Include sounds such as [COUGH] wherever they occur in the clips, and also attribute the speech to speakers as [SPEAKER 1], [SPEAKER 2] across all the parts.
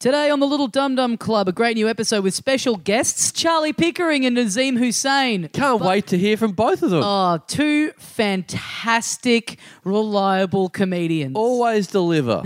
[SPEAKER 1] Today on the Little Dum Dum Club, a great new episode with special guests Charlie Pickering and Nazim Hussein.
[SPEAKER 2] Can't wait to hear from both of them.
[SPEAKER 1] Oh, two fantastic, reliable comedians. [LAUGHS]
[SPEAKER 2] Always deliver.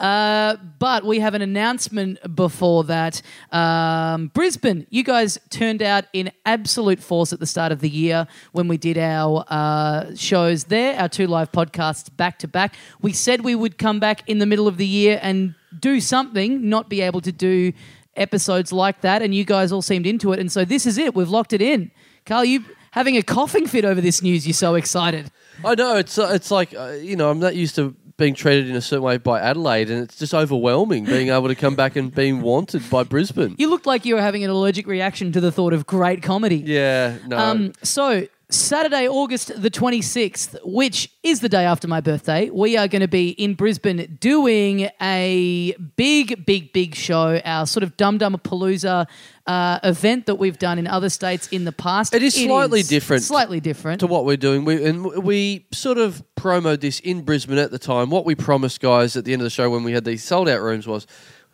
[SPEAKER 1] But we have an announcement before that. Um, Brisbane, you guys turned out in absolute force at the start of the year when we did our uh, shows there, our two live podcasts back to back. We said we would come back in the middle of the year and do something, not be able to do episodes like that. And you guys all seemed into it. And so this is it. We've locked it in. Carl, you having a coughing fit over this news. You're so excited.
[SPEAKER 2] I know it's uh, it's like uh, you know I'm not used to being treated in a certain way by Adelaide, and it's just overwhelming being able to come back and being wanted by Brisbane.
[SPEAKER 1] You looked like you were having an allergic reaction to the thought of great comedy.
[SPEAKER 2] yeah, no.
[SPEAKER 1] Um, so Saturday, August the 26th, which is the day after my birthday, we are going to be in Brisbane doing a big, big, big show, our sort of Dum Dum Palooza uh, event that we've done in other states in the past.
[SPEAKER 2] It is slightly different
[SPEAKER 1] Slightly different.
[SPEAKER 2] to what we're doing. We and w- we sort of promoed this in Brisbane at the time. What we promised guys at the end of the show when we had these sold out rooms was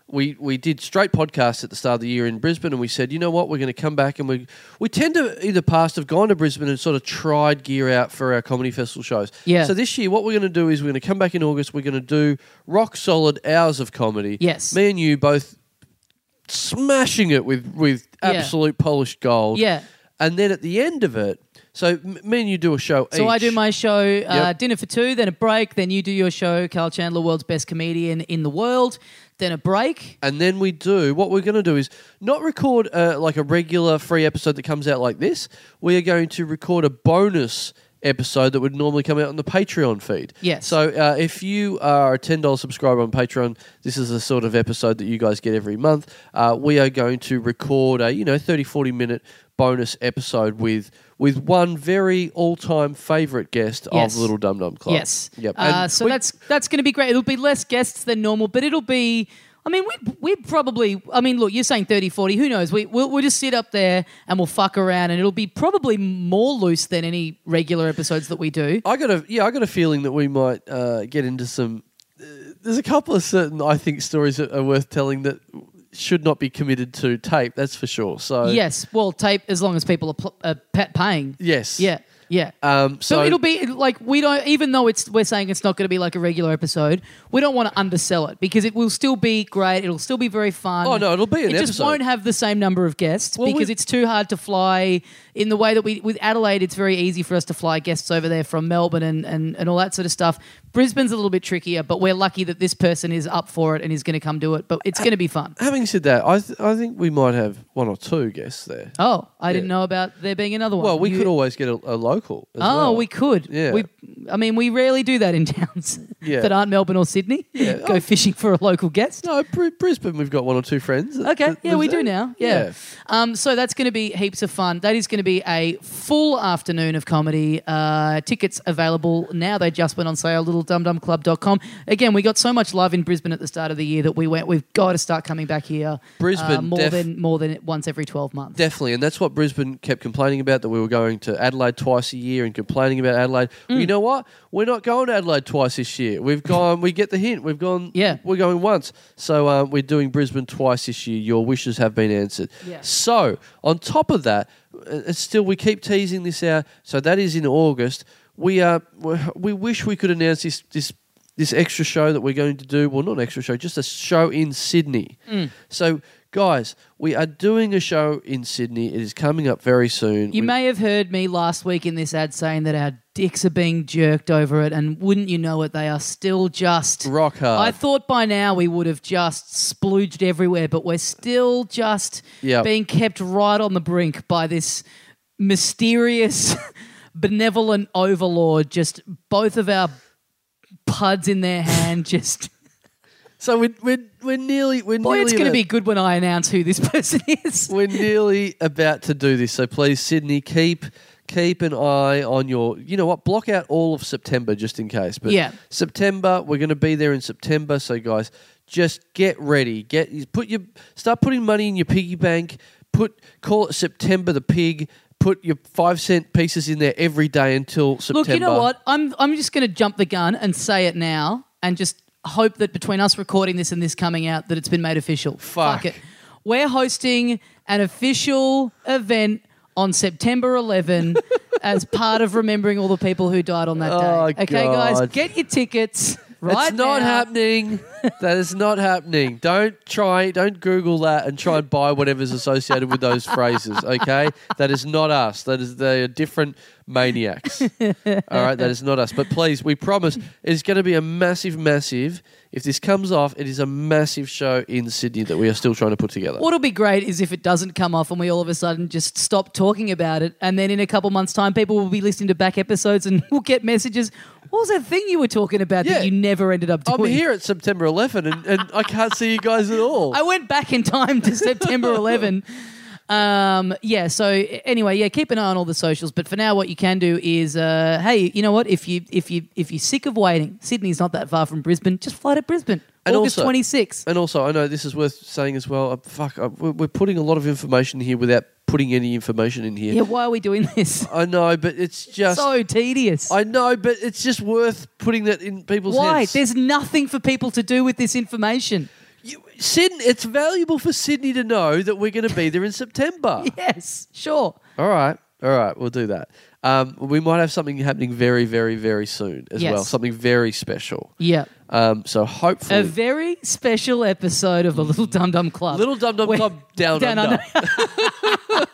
[SPEAKER 2] we we did straight podcasts at the start of the year in Brisbane and we said, you know what, we're going to come back and we we tend to in the past have gone to Brisbane and sort of tried gear out for our comedy festival shows.
[SPEAKER 1] Yeah.
[SPEAKER 2] So this year what we're going to do is we're going to come back in August, we're going to do rock solid hours of comedy.
[SPEAKER 1] Yes.
[SPEAKER 2] Me and you both smashing it with with
[SPEAKER 1] Yeah.
[SPEAKER 2] absolute polished gold.
[SPEAKER 1] Yeah.
[SPEAKER 2] And then at the end of it, so m- me and you do a show.
[SPEAKER 1] So I do
[SPEAKER 2] each.
[SPEAKER 1] my show, uh,
[SPEAKER 2] Yep.
[SPEAKER 1] dinner for two, then a break, then you do your show, Carl Chandler, world's best comedian in the world, then a break.
[SPEAKER 2] And then we do what we're going to do is not record uh, like a regular free episode that comes out like this. We are going to record a bonus episode that would normally come out on the Patreon feed.
[SPEAKER 1] Yes.
[SPEAKER 2] So uh, if you are a ten dollars subscriber on Patreon, this is the sort of episode that you guys get every month. Uh, we are going to record a you know 30, 40 minute bonus episode with with one very all time favorite guest
[SPEAKER 1] Yes.
[SPEAKER 2] of Little Dum Dum Club.
[SPEAKER 1] Yes.
[SPEAKER 2] Yep.
[SPEAKER 1] Uh,
[SPEAKER 2] And
[SPEAKER 1] so
[SPEAKER 2] we-
[SPEAKER 1] that's that's going to be great. It'll be less guests than normal, but it'll be. I mean, we we probably. I mean, look, you're saying 30, 40. Who knows? We we'll, we'll just sit up there and we'll fuck around, and it'll be probably more loose than any regular episodes that we do.
[SPEAKER 2] I got a yeah, I got a feeling that we might uh, get into some. uh, There's a couple of certain I think stories that are worth telling that should not be committed to tape. That's for sure. So
[SPEAKER 1] yes. Well, tape as long as people are, pl- are pa- paying.
[SPEAKER 2] yes,
[SPEAKER 1] Yeah. Yeah.
[SPEAKER 2] Um,
[SPEAKER 1] so,
[SPEAKER 2] so,
[SPEAKER 1] it'll be like we don't even though it's we're saying it's not going to be like a regular episode, we don't want to undersell it because it will still be great. It'll still be very fun.
[SPEAKER 2] Oh, no, it'll be an
[SPEAKER 1] It just
[SPEAKER 2] episode.
[SPEAKER 1] won't have the same number of guests
[SPEAKER 2] Well,
[SPEAKER 1] because
[SPEAKER 2] we-
[SPEAKER 1] it's too hard to fly in the way that we with Adelaide. It's very easy for us to fly guests over there from Melbourne and and, and all that sort of stuff. Brisbane's a little bit trickier, but we're lucky that this person is up for it and is going to come do it. But it's going to be fun.
[SPEAKER 2] having said that, I th- I think we might have one or two guests there.
[SPEAKER 1] Oh, I didn't
[SPEAKER 2] Yeah.
[SPEAKER 1] know about there being another one.
[SPEAKER 2] well, we
[SPEAKER 1] You-
[SPEAKER 2] could always get a, a local. as
[SPEAKER 1] Oh,
[SPEAKER 2] well.
[SPEAKER 1] we could.
[SPEAKER 2] Yeah.
[SPEAKER 1] We, I mean, we rarely do that in [LAUGHS] towns
[SPEAKER 2] Yeah.
[SPEAKER 1] that aren't Melbourne or Sydney.
[SPEAKER 2] Yeah. Oh.
[SPEAKER 1] Go fishing for a local guest.
[SPEAKER 2] No, Br- Brisbane. We've got one or two friends. that-
[SPEAKER 1] Okay.
[SPEAKER 2] that
[SPEAKER 1] Yeah, we
[SPEAKER 2] lives
[SPEAKER 1] do
[SPEAKER 2] there.
[SPEAKER 1] now. Yeah. Um, so that's going to be heaps of fun. That is going to be a full afternoon of comedy. Uh, tickets available now. They just went on sale, littledumdumclub.com. Again, we got so much love in Brisbane at the start of the year that we went, we've got to start coming back here. uh,
[SPEAKER 2] Brisbane
[SPEAKER 1] more,
[SPEAKER 2] def-
[SPEAKER 1] than, more than once every 12 months.
[SPEAKER 2] Definitely, and that's what Brisbane kept complaining about that we were going to Adelaide twice a year and complaining about Adelaide. Well,
[SPEAKER 1] Mm.
[SPEAKER 2] you know what? We're not going to Adelaide twice this year. We've gone. we get the hint. We've gone.
[SPEAKER 1] Yeah.
[SPEAKER 2] we're going once. So um, we're doing Brisbane twice this year. Your wishes have been answered.
[SPEAKER 1] Yeah.
[SPEAKER 2] So on top of that, uh, it's still we keep teasing this out. So that is in August. We are. we- We wish we could announce this this this extra show that we're going to do. Well, not an extra show, just a show in Sydney.
[SPEAKER 1] Mm.
[SPEAKER 2] So, guys, we are doing a show in Sydney. It is coming up very soon.
[SPEAKER 1] You
[SPEAKER 2] We-
[SPEAKER 1] may have heard me last week in this ad saying that our dicks are being jerked over it, and wouldn't you know it, they are still just
[SPEAKER 2] Rock hard.
[SPEAKER 1] I thought by now we would have just splooged everywhere, but we're still just
[SPEAKER 2] Yep.
[SPEAKER 1] being kept right on the brink by this mysterious, [LAUGHS] benevolent overlord. Just both of our puds in their hand. Just
[SPEAKER 2] so we're, we're we're nearly we're
[SPEAKER 1] boy,
[SPEAKER 2] nearly
[SPEAKER 1] it's going to
[SPEAKER 2] about-
[SPEAKER 1] be good when I announce who this [LAUGHS] person is.
[SPEAKER 2] We're nearly about to do this, so please, Sydney, keep keep an eye on your. You know what? Block out all of September just in case. But
[SPEAKER 1] Yeah.
[SPEAKER 2] September, we're going to be there in September. So guys, just get ready. Get put your start putting money in your piggy bank. Put call it September the pig. Put your five cent pieces in there every day until September.
[SPEAKER 1] Look, you know what? I'm I'm just going to jump the gun and say it now, and just hope that between us recording this and this coming out, that it's been made official.
[SPEAKER 2] Fuck.
[SPEAKER 1] it. We're hosting an official event on September
[SPEAKER 2] [LAUGHS]
[SPEAKER 1] 11 as part of remembering all the people who died on that
[SPEAKER 2] Oh,
[SPEAKER 1] day. Okay, guys,
[SPEAKER 2] God.
[SPEAKER 1] get your tickets. Right
[SPEAKER 2] It's not
[SPEAKER 1] now. [LAUGHS]
[SPEAKER 2] happening. that is not happening. Don't try. Don't Google that and try and buy whatever's associated with those phrases. Okay, that is not us. That is they are different maniacs. All right, that is not us. But please, we promise it's going to be a massive, massive. If this comes off, it is a massive show in Sydney that we are still trying to put together.
[SPEAKER 1] What'll be great is if it doesn't come off and we all of a sudden just stop talking about it. And then in a couple months' time, people will be listening to back episodes and [LAUGHS] we'll get messages. What was that thing you were talking about
[SPEAKER 2] Yeah.
[SPEAKER 1] that you never ended up doing?
[SPEAKER 2] I'm here at September 11, and, and I can't see you guys at all.
[SPEAKER 1] I went back in time to
[SPEAKER 2] [LAUGHS]
[SPEAKER 1] September 11. Um, yeah, so anyway, yeah, keep an eye on all the socials. But for now, what you can do is, uh, hey, you know what? If you if you if you're sick of waiting, Sydney's not that far from Brisbane. Just fly to Brisbane,
[SPEAKER 2] And
[SPEAKER 1] August
[SPEAKER 2] also- Uh,
[SPEAKER 1] 26th.
[SPEAKER 2] And also, I know this is worth saying as well. Uh, fuck, uh, we're we're putting a lot of information here without putting any information in here.
[SPEAKER 1] Yeah, why are we doing this?
[SPEAKER 2] I know, but it's just.
[SPEAKER 1] so tedious.
[SPEAKER 2] I know, but it's just worth putting that in people's
[SPEAKER 1] Why?
[SPEAKER 2] heads.
[SPEAKER 1] There's nothing for people to do with this information. [LAUGHS]
[SPEAKER 2] You- Sydney, it's valuable for Sydney to know that we're going to be there
[SPEAKER 1] [LAUGHS]
[SPEAKER 2] in September.
[SPEAKER 1] Yes, sure.
[SPEAKER 2] All right, all right, we'll do that. Um, we might have something happening very, very, very soon as
[SPEAKER 1] Yes.
[SPEAKER 2] well. Something very special.
[SPEAKER 1] Yeah.
[SPEAKER 2] Um, so hopefully,
[SPEAKER 1] A very special episode of the Little Dum Dum Club.
[SPEAKER 2] little Dum Dum
[SPEAKER 1] We're-
[SPEAKER 2] Club
[SPEAKER 1] [LAUGHS]
[SPEAKER 2] down,
[SPEAKER 1] down
[SPEAKER 2] under.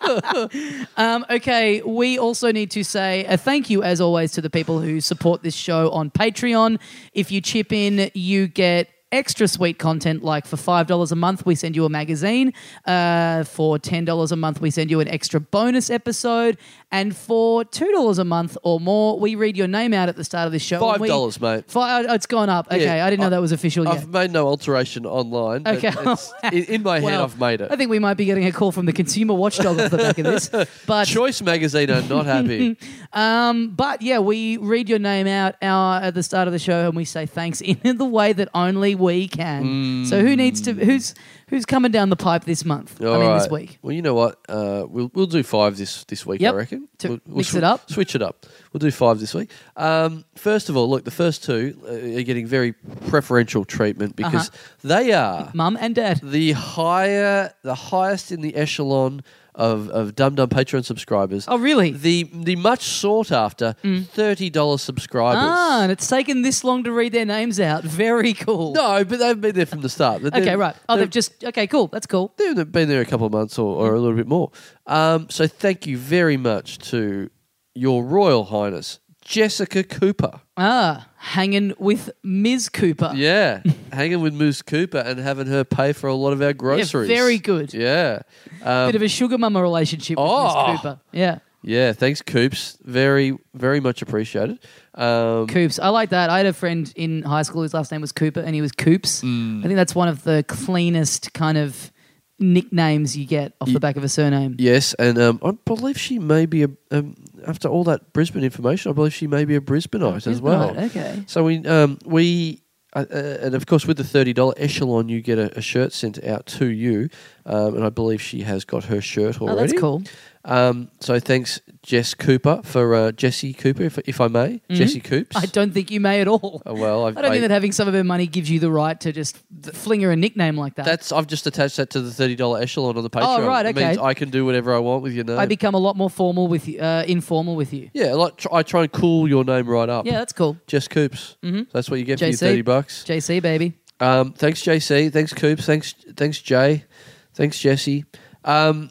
[SPEAKER 1] under. [LAUGHS] Um, okay, we also need to say a thank you, as always, to the people who support this show on Patreon. If you chip in, you get extra sweet content like for $5 a month we send you a magazine uh, for $10 a month we send you an extra bonus episode and for $2 a month or more we read your name out at the start of this show and we- [LAUGHS]
[SPEAKER 2] $5, mate.
[SPEAKER 1] Fi- oh, it's gone up okay i didn't know
[SPEAKER 2] I-
[SPEAKER 1] that was official yet
[SPEAKER 2] I've made no alteration online. but
[SPEAKER 1] Okay.
[SPEAKER 2] it's- in, in my head,
[SPEAKER 1] Well,
[SPEAKER 2] I've made it.
[SPEAKER 1] I think we might be getting a call from the consumer watchdog off the back of
[SPEAKER 2] [LAUGHS]
[SPEAKER 1] this. But
[SPEAKER 2] Choice magazine are
[SPEAKER 1] [LAUGHS]
[SPEAKER 2] not happy.
[SPEAKER 1] but yeah, we read your name out our, at the start of the show and we say thanks in [LAUGHS] the way that only we can. So who needs
[SPEAKER 2] Mm.
[SPEAKER 1] to who's who's coming down the pipe this month? I
[SPEAKER 2] All
[SPEAKER 1] mean this
[SPEAKER 2] right.
[SPEAKER 1] week.
[SPEAKER 2] Well, you know what? Uh, we'll we'll do five this this week.
[SPEAKER 1] Yep.
[SPEAKER 2] I reckon.
[SPEAKER 1] To
[SPEAKER 2] We'll- we'll
[SPEAKER 1] mix it up.
[SPEAKER 2] Switch it up. We'll do five this week. Um, first of all, look, the first two uh, are getting very preferential treatment because
[SPEAKER 1] Uh-huh.
[SPEAKER 2] they are
[SPEAKER 1] Mum and Dad.
[SPEAKER 2] the higher, the highest in the echelon of of Dum Dum Patreon subscribers.
[SPEAKER 1] Oh really?
[SPEAKER 2] The the much sought after thirty dollars subscribers.
[SPEAKER 1] Ah, and it's taken this long to read their names out. Very cool.
[SPEAKER 2] No, but they've been there from the start. But
[SPEAKER 1] okay,
[SPEAKER 2] they're-
[SPEAKER 1] right. Oh,
[SPEAKER 2] they're-
[SPEAKER 1] they've just okay, cool. That's cool.
[SPEAKER 2] they've been there a couple of months or, or a little bit more. Um, so thank you very much to your Royal Highness Jessica Cooper.
[SPEAKER 1] Ah, hanging with Ms. Cooper. [LAUGHS]
[SPEAKER 2] Yeah, hanging with Moose Cooper and having her pay for a lot of our groceries.
[SPEAKER 1] very good.
[SPEAKER 2] Yeah, um,
[SPEAKER 1] Bit of a sugar mama relationship with
[SPEAKER 2] Oh.
[SPEAKER 1] Ms. Cooper. Yeah.
[SPEAKER 2] yeah. Thanks, Coops. Very, very much appreciated. Um,
[SPEAKER 1] Coops. I like that. I had a friend in high school whose last name was Cooper, and he was Coops.
[SPEAKER 2] Mm.
[SPEAKER 1] I think that's one of the cleanest kind of nicknames you get off the back of a surname.
[SPEAKER 2] yes, and um, I believe she may be a. Um, after all that Brisbane information, I believe she may be a Brisbaneite as Oh, well.
[SPEAKER 1] Right, okay.
[SPEAKER 2] So we um, we uh, uh, and of course with the thirty dollar echelon, you get a, a shirt sent out to you, um, and I believe she has got her shirt
[SPEAKER 1] Oh,
[SPEAKER 2] already.
[SPEAKER 1] that's cool.
[SPEAKER 2] Um, so thanks, Jess Cooper for uh, Jesse Cooper, if, if I may, Jesse Coops.
[SPEAKER 1] Mm-hmm. I don't think you may at all.
[SPEAKER 2] Oh, well, I've,
[SPEAKER 1] I don't think that having some of her money gives you the right to just fling her a nickname like that.
[SPEAKER 2] that's I've just attached that to the thirty dollar echelon on the
[SPEAKER 1] Oh,
[SPEAKER 2] Patreon.
[SPEAKER 1] right,
[SPEAKER 2] It means
[SPEAKER 1] okay.
[SPEAKER 2] I can do whatever I want with your name.
[SPEAKER 1] I become a lot more formal with you, uh, informal with you.
[SPEAKER 2] yeah, like tr- I try and cool your name right up.
[SPEAKER 1] Yeah, that's cool.
[SPEAKER 2] Jess Coops. Mm-hmm. That's what you get for your
[SPEAKER 1] JC.
[SPEAKER 2] thirty bucks.
[SPEAKER 1] JC baby.
[SPEAKER 2] Um, thanks, JC. Thanks, Coops. Thanks, thanks, Jay. Thanks, Jesse. Um,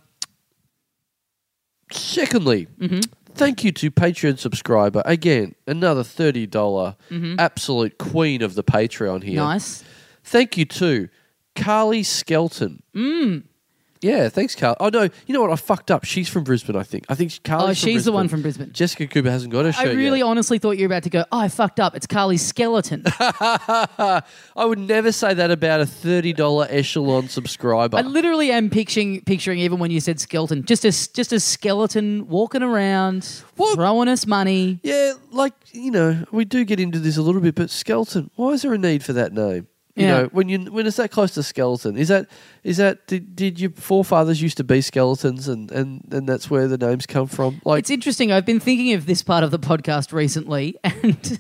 [SPEAKER 2] secondly,
[SPEAKER 1] Mm-hmm.
[SPEAKER 2] thank you to Patreon subscriber again. Another thirty absolute queen of the Patreon here.
[SPEAKER 1] Mm-hmm. Nice.
[SPEAKER 2] Thank you to Carly Skelton. Mm. Yeah, thanks, Carl. Oh no, you know what? I fucked up. She's from Brisbane, I think. I think Carly.
[SPEAKER 1] oh, she's the one from Brisbane.
[SPEAKER 2] Jessica Cooper hasn't got her
[SPEAKER 1] I
[SPEAKER 2] shirt
[SPEAKER 1] really
[SPEAKER 2] yet.
[SPEAKER 1] honestly thought you were about to go, oh, I fucked up. It's Carly's skeleton.
[SPEAKER 2] [LAUGHS] I would never say that about a thirty dollar echelon subscriber.
[SPEAKER 1] I literally am picturing picturing even when you said skeleton, just a s- just a skeleton walking around,
[SPEAKER 2] What?
[SPEAKER 1] throwing us money.
[SPEAKER 2] Yeah, like you know, we do get into this a little bit, but skeleton. Why is there a need for that name? You
[SPEAKER 1] Yeah.
[SPEAKER 2] know, when you when it's that close to skeleton, is that is that did, did your forefathers used to be skeletons, and and and that's where the names come from? Like,
[SPEAKER 1] It's interesting. I've been thinking of this part of the podcast recently, and